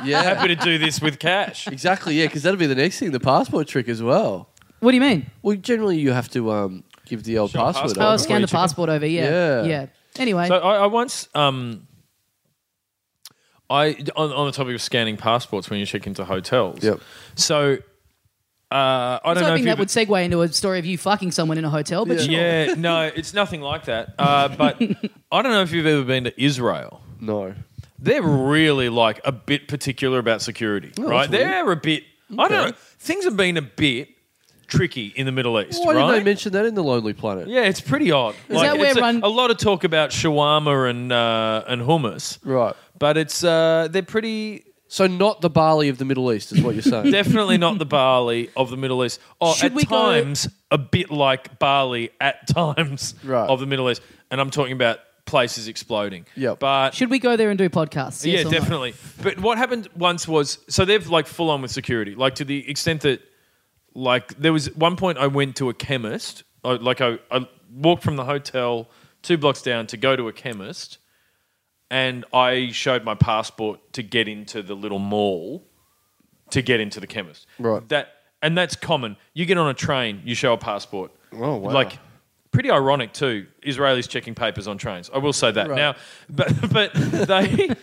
[SPEAKER 2] yeah.
[SPEAKER 3] Happy to do this with cash.
[SPEAKER 2] Exactly, yeah, because that'll be the next thing, the passport trick as well.
[SPEAKER 1] What do you mean?
[SPEAKER 2] Well, generally you have to um, give the old
[SPEAKER 3] Show
[SPEAKER 2] password.
[SPEAKER 3] passport.
[SPEAKER 1] Oh,
[SPEAKER 3] Oh,
[SPEAKER 2] over.
[SPEAKER 3] before
[SPEAKER 1] scan
[SPEAKER 3] you
[SPEAKER 1] the
[SPEAKER 3] check in.
[SPEAKER 1] passport over. Yeah.
[SPEAKER 2] Yeah.
[SPEAKER 1] Yeah. Anyway,
[SPEAKER 3] So I, I once, um, I on, on the topic of scanning passports when you check into hotels.
[SPEAKER 2] Yep.
[SPEAKER 3] So uh, I
[SPEAKER 1] I was
[SPEAKER 3] don't know if
[SPEAKER 1] hoping that
[SPEAKER 3] you've-
[SPEAKER 1] would segue into a story of you fucking someone in a hotel, but sure.
[SPEAKER 3] Yeah, no, it's nothing like that. Uh, but I don't know if you've ever been to Israel.
[SPEAKER 2] No.
[SPEAKER 3] They're really like a bit particular about security,
[SPEAKER 2] that's weird.
[SPEAKER 3] right? They're a bit. I don't know. Things have been a bit tricky in the Middle East,
[SPEAKER 2] Why didn't
[SPEAKER 3] right?
[SPEAKER 2] they mention that in the Lonely Planet?
[SPEAKER 3] yeah, it's pretty odd. Is
[SPEAKER 1] that where
[SPEAKER 3] it's a,
[SPEAKER 1] run-
[SPEAKER 3] a lot of talk about shawarma and uh, and hummus,
[SPEAKER 2] Right.
[SPEAKER 3] but it's uh, they're pretty
[SPEAKER 2] So not the barley of the Middle East is what you're
[SPEAKER 3] [LAUGHS]
[SPEAKER 2] saying.
[SPEAKER 3] definitely
[SPEAKER 1] [LAUGHS]
[SPEAKER 3] not the barley of the Middle East. Oh,
[SPEAKER 1] Should
[SPEAKER 3] at
[SPEAKER 1] we go-
[SPEAKER 3] times a bit like barley at times
[SPEAKER 2] Right.
[SPEAKER 3] of the Middle East, and I'm talking about places exploding.
[SPEAKER 2] Yep.
[SPEAKER 3] but
[SPEAKER 1] Should we go there and do podcasts? Yes
[SPEAKER 3] yeah,
[SPEAKER 1] or no?
[SPEAKER 3] definitely. But what happened once was so they've like full on with security, like to the extent that like there was one point I went to a chemist, I, like I, I walked from the hotel two blocks down to go to a chemist, and I showed my passport to get into the little mall to get into the chemist.
[SPEAKER 2] Right.
[SPEAKER 3] That and that's common. You get on a train, you show a passport.
[SPEAKER 2] Oh, wow.
[SPEAKER 3] Like pretty ironic too. Israelis checking papers on trains. I will say that
[SPEAKER 2] Right.
[SPEAKER 3] now, but [LAUGHS] but they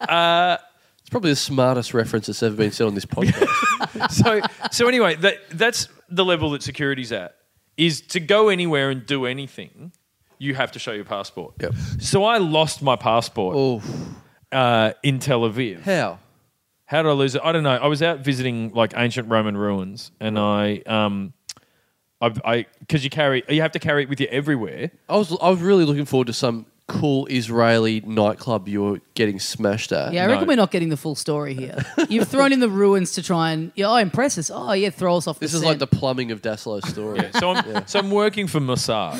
[SPEAKER 2] It's probably the smartest reference that's ever been said
[SPEAKER 3] [LAUGHS]
[SPEAKER 2] on this podcast.
[SPEAKER 3] so so anyway, that that's the level that security's at. Is to go anywhere and do anything, you have to show your passport.
[SPEAKER 2] Yep.
[SPEAKER 3] So I lost my passport
[SPEAKER 2] oh,
[SPEAKER 3] uh, in Tel Aviv.
[SPEAKER 2] how?
[SPEAKER 3] How did I lose it? I don't know. I was out visiting like ancient Roman ruins, and I um, I I because you carry you have to carry it with you everywhere.
[SPEAKER 2] I was I was really looking forward to some cool Israeli nightclub you were getting smashed at.
[SPEAKER 1] Yeah, I reckon
[SPEAKER 3] No.
[SPEAKER 1] we're not getting the full story here. You've thrown in the ruins to try and yeah, oh, impress us. Oh yeah, throw us off.
[SPEAKER 2] This
[SPEAKER 1] the
[SPEAKER 2] is like the plumbing of Daslo's story.
[SPEAKER 3] Yeah, so I'm so I'm working for Mossad.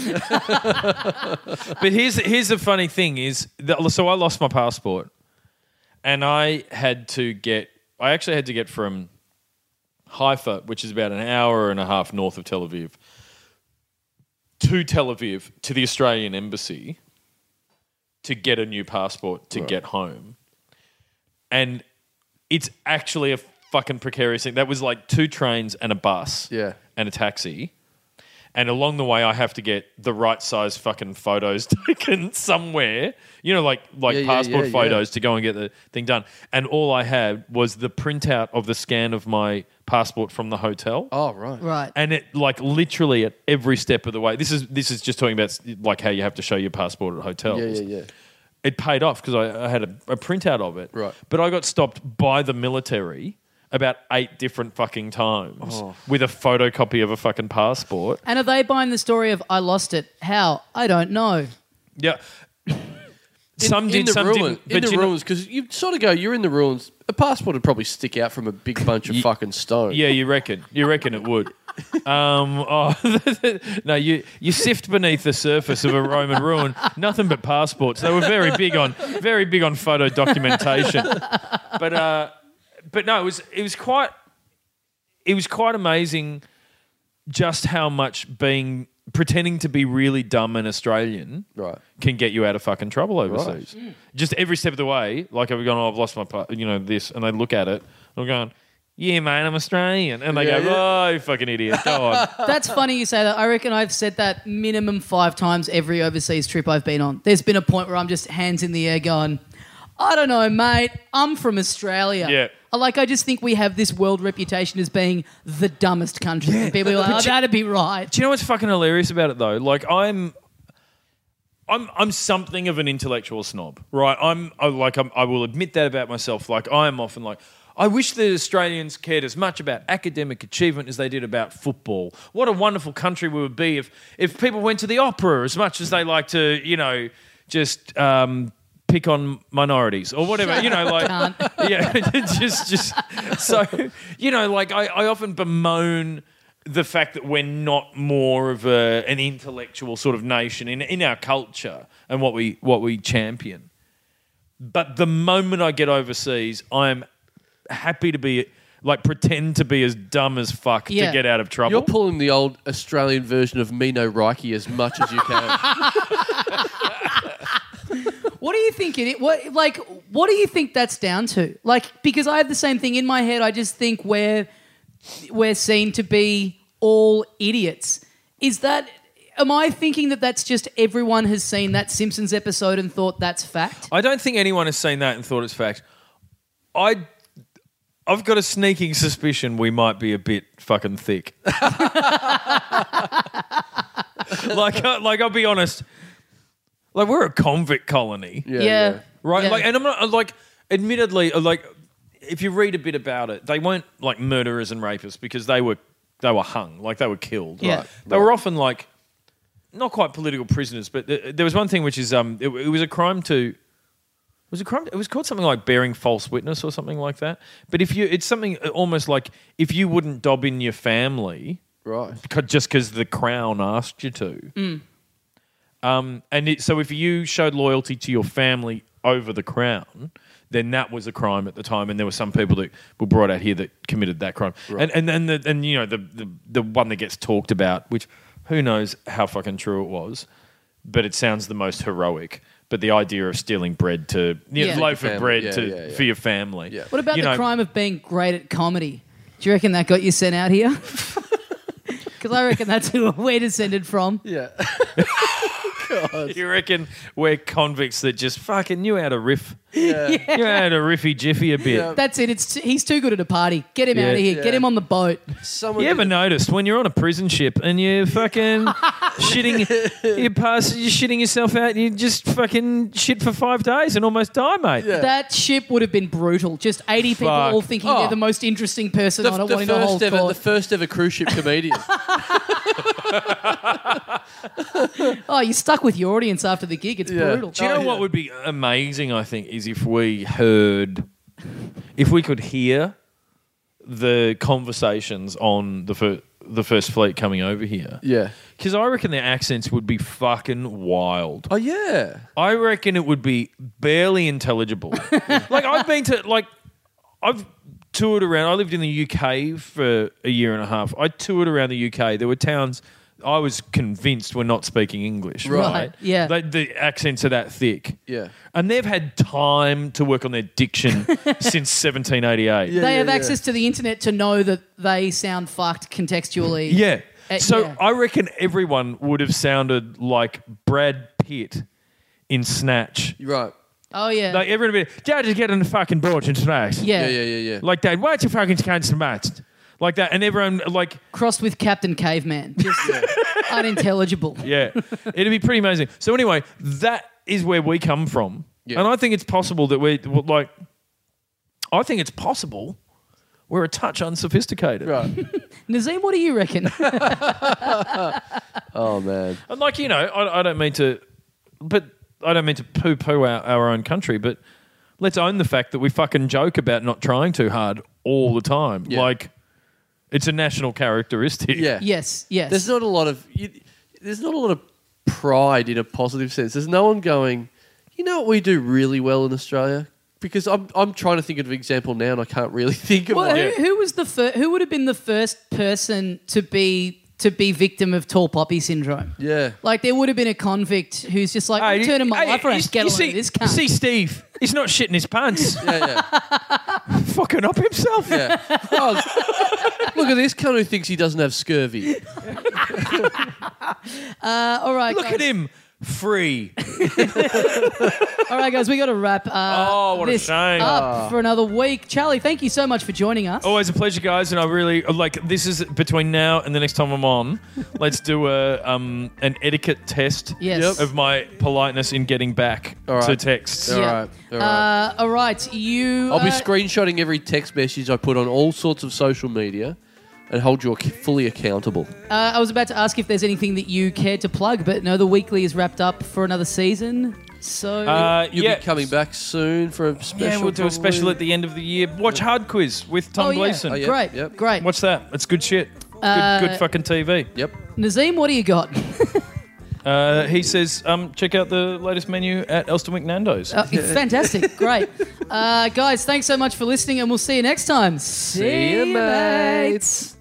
[SPEAKER 3] [LAUGHS] but here's here's the funny thing is that, so I lost my passport, and I had to get I actually had to get from Haifa, which is about an hour and a half north of Tel Aviv, to Tel Aviv to the Australian embassy to get a new passport to get home, and it's actually a fucking precarious thing. That was like two trains and a bus
[SPEAKER 2] Yeah.
[SPEAKER 3] and a taxi. And along the way, I have to get the right size fucking photos [LAUGHS] taken somewhere. You know, like like
[SPEAKER 2] Yeah, yeah,
[SPEAKER 3] passport
[SPEAKER 2] yeah,
[SPEAKER 3] photos to go and get the thing done. And all I had was the printout of the scan of my passport from the hotel.
[SPEAKER 2] Oh right.
[SPEAKER 1] right.
[SPEAKER 3] And it like literally at every step of the way. This is this is just talking about like how you have to show your passport at hotels
[SPEAKER 2] Yeah, yeah, yeah.
[SPEAKER 3] it paid off because I, I had a, a printout of it.
[SPEAKER 2] Right.
[SPEAKER 3] But I got stopped by the military about eight different fucking times
[SPEAKER 2] Oh.
[SPEAKER 3] with a photocopy of a fucking passport.
[SPEAKER 1] And are they buying the story of I lost it? How I don't know.
[SPEAKER 2] [COUGHS]
[SPEAKER 3] Yeah. some
[SPEAKER 2] in
[SPEAKER 3] did,
[SPEAKER 2] the
[SPEAKER 3] some
[SPEAKER 2] ruin,
[SPEAKER 3] didn't.
[SPEAKER 2] in the
[SPEAKER 3] you know-
[SPEAKER 2] ruins, because you sort of go, you're in the ruins. A passport would probably stick out from a big bunch of
[SPEAKER 3] Ye-
[SPEAKER 2] fucking stone.
[SPEAKER 3] yeah, you reckon. You reckon it would. um, [LAUGHS] oh, no, you, you sift beneath the surface of a Roman ruin, nothing but passports. They were very big on very big on photo documentation. But uh, but no, it was it was quite it was quite amazing just how much being pretending to be really dumb and Australian
[SPEAKER 2] Right.
[SPEAKER 3] can get you out of fucking trouble overseas. Mm. Just every step of the way, like I've gone, oh, I've lost my, pa- you know, this, and they look at it, and I'm going, yeah, mate, I'm Australian, and they
[SPEAKER 2] Yeah,
[SPEAKER 3] go, oh, you fucking idiot, go
[SPEAKER 2] [LAUGHS]
[SPEAKER 3] on.
[SPEAKER 1] That's funny you say that. I reckon I've said that minimum five times every overseas trip I've been on. There's been a point where I'm just hands in the air going, I don't know, mate. I'm from Australia.
[SPEAKER 3] Yeah.
[SPEAKER 1] I- Like, I just think we have this world reputation as being the dumbest country. And people are like, oh, that'd be right.
[SPEAKER 3] Do you know what's fucking hilarious about it though? Like I'm, I'm, I'm something of an intellectual snob, right? I'm I, like I'm, I will admit that about myself. Like I am often like. I wish the Australians cared as much about academic achievement as they did about football. What a wonderful country we would be if, if people went to the opera as much as they like to, you know, just um, pick on minorities or whatever. You know, like
[SPEAKER 1] Can't.
[SPEAKER 3] [LAUGHS] yeah, just just so you know, like I, I often bemoan the fact that we're not more of a an intellectual sort of nation in in our culture and what we what we champion. But the moment I get overseas, I'm happy to be like pretend to be as dumb as fuck
[SPEAKER 1] Yeah.
[SPEAKER 3] to get out of trouble.
[SPEAKER 2] You're pulling the old Australian version of Mino Reiki as much as you
[SPEAKER 3] [LAUGHS]
[SPEAKER 2] can.
[SPEAKER 1] What do you think it? What like what do you think that's down to? Like because I have the same thing in my head. I just think we're we're seen to be all idiots. Is that? Am I thinking that that's just everyone has seen that Simpsons episode and thought that's fact?
[SPEAKER 2] Oh,
[SPEAKER 3] I don't think anyone has seen that and thought it's fact. I, I've got a sneaking suspicion we might be a bit fucking thick. [LAUGHS] like, uh, like I'll be honest. Like we're a convict colony,
[SPEAKER 2] Yeah, yeah.
[SPEAKER 3] right?
[SPEAKER 1] Yeah.
[SPEAKER 3] Like, and I'm not like, uh, admittedly, uh, like if you read a bit about it, they weren't like murderers and rapists because they were they were hung, like they were killed.
[SPEAKER 1] Yeah. Right,
[SPEAKER 3] They were often like not quite political prisoners, but th- there was one thing which is um, it, it was a crime to. Was it crime? It was called something like bearing false witness or something like that. But if you, it's something uh, almost like if you wouldn't dob in your family,
[SPEAKER 2] Right.
[SPEAKER 3] c- just because the crown asked you to.
[SPEAKER 2] Mm.
[SPEAKER 3] Um, and it, so if you showed loyalty to your family over the crown, then that was a crime at the time, and there were some people that were brought out here that committed that crime. And and and, the, and you know the, the the one that gets talked about, which who knows how fucking true it was, but it sounds the most heroic. But the idea of stealing bread to you know,
[SPEAKER 1] Yeah.
[SPEAKER 3] loaf of
[SPEAKER 2] Family,
[SPEAKER 3] bread
[SPEAKER 2] yeah,
[SPEAKER 3] to
[SPEAKER 2] yeah, yeah.
[SPEAKER 3] for your family.
[SPEAKER 2] Yeah.
[SPEAKER 1] What about
[SPEAKER 3] You
[SPEAKER 1] the
[SPEAKER 3] know,
[SPEAKER 1] crime of being great at comedy? Do you reckon that got you sent out here?
[SPEAKER 2] [LAUGHS]
[SPEAKER 1] Because I reckon that's who we're descended from.
[SPEAKER 2] Yeah. [LAUGHS]
[SPEAKER 3] You reckon we're convicts that just fucking knew how to riff?
[SPEAKER 2] Yeah.
[SPEAKER 3] You know how to riffy jiffy a bit.
[SPEAKER 2] Yeah.
[SPEAKER 1] That's it. It's he's too good at a party. Get him
[SPEAKER 3] Yeah.
[SPEAKER 1] out of here. Get
[SPEAKER 2] Yeah.
[SPEAKER 1] him on the boat.
[SPEAKER 2] Someone
[SPEAKER 3] You ever
[SPEAKER 2] did-
[SPEAKER 3] noticed when you're on a prison ship and
[SPEAKER 2] [LAUGHS]
[SPEAKER 3] you're fucking shitting, you pass, you're shitting yourself out, you just fucking shit for five days and almost die, mate.
[SPEAKER 2] Yeah.
[SPEAKER 1] That ship would have been brutal. Just eighty people
[SPEAKER 3] Fuck.
[SPEAKER 1] all thinking
[SPEAKER 2] Oh.
[SPEAKER 1] they're the most interesting person
[SPEAKER 2] the,
[SPEAKER 1] on it,
[SPEAKER 2] the
[SPEAKER 1] wanting to
[SPEAKER 2] first
[SPEAKER 1] hold
[SPEAKER 2] ever, the
[SPEAKER 1] court.
[SPEAKER 2] first ever cruise ship comedian.
[SPEAKER 1] oh, you're stuck with your audience after the gig. It's
[SPEAKER 2] Yeah.
[SPEAKER 1] brutal.
[SPEAKER 3] Do you know
[SPEAKER 2] Oh,
[SPEAKER 3] what
[SPEAKER 2] yeah.
[SPEAKER 3] would be amazing? I think is if we heard, if we could hear the conversations on the fir- the first fleet coming over here.
[SPEAKER 2] [LAUGHS] yeah.
[SPEAKER 3] Because I reckon their accents would be fucking wild.
[SPEAKER 2] Oh yeah.
[SPEAKER 3] I reckon it would be barely
[SPEAKER 1] [LAUGHS]
[SPEAKER 3] intelligible. like I've been to like I've toured around. I lived in the UK for a year and a half. I toured around the UK. There were towns I was convinced were not speaking English. Right?
[SPEAKER 1] Right, yeah.
[SPEAKER 3] They- the accents are that thick.
[SPEAKER 2] Yeah.
[SPEAKER 3] And they've had time to work on their
[SPEAKER 1] [LAUGHS]
[SPEAKER 3] diction since 1788.
[SPEAKER 1] they
[SPEAKER 2] yeah,
[SPEAKER 1] have
[SPEAKER 2] yeah.
[SPEAKER 1] access to the internet to know that they sound fucked contextually.
[SPEAKER 3] Yeah.
[SPEAKER 1] Uh,
[SPEAKER 3] so
[SPEAKER 1] yeah.
[SPEAKER 3] I reckon everyone would have sounded like Brad Pitt in Snatch.
[SPEAKER 2] You're right.
[SPEAKER 1] Oh yeah.
[SPEAKER 3] Like everyone would be, Dad, just get in the fucking boat and smash.
[SPEAKER 1] yeah.
[SPEAKER 2] Yeah. Yeah. Yeah. Yeah.
[SPEAKER 3] Like, Dad, why don't you fucking can't smash? Like that. And everyone, like,
[SPEAKER 1] Crossed with Captain
[SPEAKER 2] [LAUGHS]
[SPEAKER 1] Caveman. Just [LAUGHS] unintelligible.
[SPEAKER 3] yeah. It'd be pretty amazing. So, anyway, that is where we come from.
[SPEAKER 2] Yeah.
[SPEAKER 3] And I think it's possible that we, well, like, I think it's possible we're a touch unsophisticated.
[SPEAKER 2] Right.
[SPEAKER 1] Nazim, what do you reckon?
[SPEAKER 2] [LAUGHS] Oh man.
[SPEAKER 3] And, like, you know, I, I don't mean to, but I don't mean to poo poo our, our own country, but let's own the fact that we fucking joke about not trying too hard all the time.
[SPEAKER 2] Yeah.
[SPEAKER 3] Like, it's a national characteristic.
[SPEAKER 2] Yeah.
[SPEAKER 1] yes, yes.
[SPEAKER 2] There's not a lot of you, there's not a lot of pride in a positive sense. There's no one going, you know what we do really well in Australia? Because I'm I'm trying to think of an example now and I can't really [LAUGHS] think of
[SPEAKER 1] well,
[SPEAKER 2] one.
[SPEAKER 1] who, who was the fir- who would have been the first person to be to be victim of tall poppy syndrome?
[SPEAKER 2] Yeah.
[SPEAKER 1] Like there would have been a convict who's just like, I'm
[SPEAKER 3] Hey,
[SPEAKER 1] turning my
[SPEAKER 3] hey,
[SPEAKER 1] life around,
[SPEAKER 3] you-
[SPEAKER 1] get
[SPEAKER 3] you
[SPEAKER 1] on
[SPEAKER 3] see,
[SPEAKER 1] this
[SPEAKER 3] you
[SPEAKER 1] cunt.
[SPEAKER 3] see Steve, he's not shitting
[SPEAKER 1] [LAUGHS]
[SPEAKER 3] his pants.
[SPEAKER 2] Yeah,
[SPEAKER 3] Fucking up himself.
[SPEAKER 2] yeah, [LAUGHS] yeah. Oh, look at this cunt who thinks he doesn't have scurvy.
[SPEAKER 1] Uh, all right,
[SPEAKER 3] Look
[SPEAKER 1] guys.
[SPEAKER 3] at him. Free.
[SPEAKER 1] All right, guys, we got to wrap. Uh,
[SPEAKER 3] Oh, what a
[SPEAKER 1] this
[SPEAKER 3] shame.
[SPEAKER 2] Ah.
[SPEAKER 1] Up for another week, Charlie. Thank you so much for joining us.
[SPEAKER 3] Always a pleasure, guys, and I really like this is between now and the next time I'm on. Let's do a um an etiquette test
[SPEAKER 1] Yes. Yep.
[SPEAKER 3] of my politeness in getting back
[SPEAKER 2] All right.
[SPEAKER 3] to texts.
[SPEAKER 2] All
[SPEAKER 1] Yeah.
[SPEAKER 2] right, all
[SPEAKER 1] Uh, all right, you.
[SPEAKER 2] I'll be
[SPEAKER 1] uh,
[SPEAKER 2] screenshotting every text message I put on all sorts of social media and hold you ac- fully accountable.
[SPEAKER 1] Uh, I was about to ask if there's anything that you care to plug, but no, the weekly is wrapped up for another season. So
[SPEAKER 3] Uh,
[SPEAKER 2] You'll
[SPEAKER 3] yeah.
[SPEAKER 2] be coming back soon for a special.
[SPEAKER 3] Yeah, we'll do a special at the end of the year. Watch Hard Quiz with Tom
[SPEAKER 1] oh, yeah.
[SPEAKER 3] Gleason.
[SPEAKER 2] Oh, yeah.
[SPEAKER 1] Great,
[SPEAKER 2] yep.
[SPEAKER 1] great.
[SPEAKER 3] Watch that. It's good shit.
[SPEAKER 1] Uh,
[SPEAKER 3] good, good fucking TV.
[SPEAKER 2] Yep.
[SPEAKER 1] Nazim, what do you
[SPEAKER 2] [LAUGHS]
[SPEAKER 1] got?
[SPEAKER 3] Uh, he says, um, check out the latest menu at Elstonwick Nando's.
[SPEAKER 1] Uh, it's fantastic, great. Uh, guys, thanks so much for listening, and we'll see you next time. See,
[SPEAKER 2] ya,
[SPEAKER 1] ya,
[SPEAKER 2] mates.
[SPEAKER 1] mates.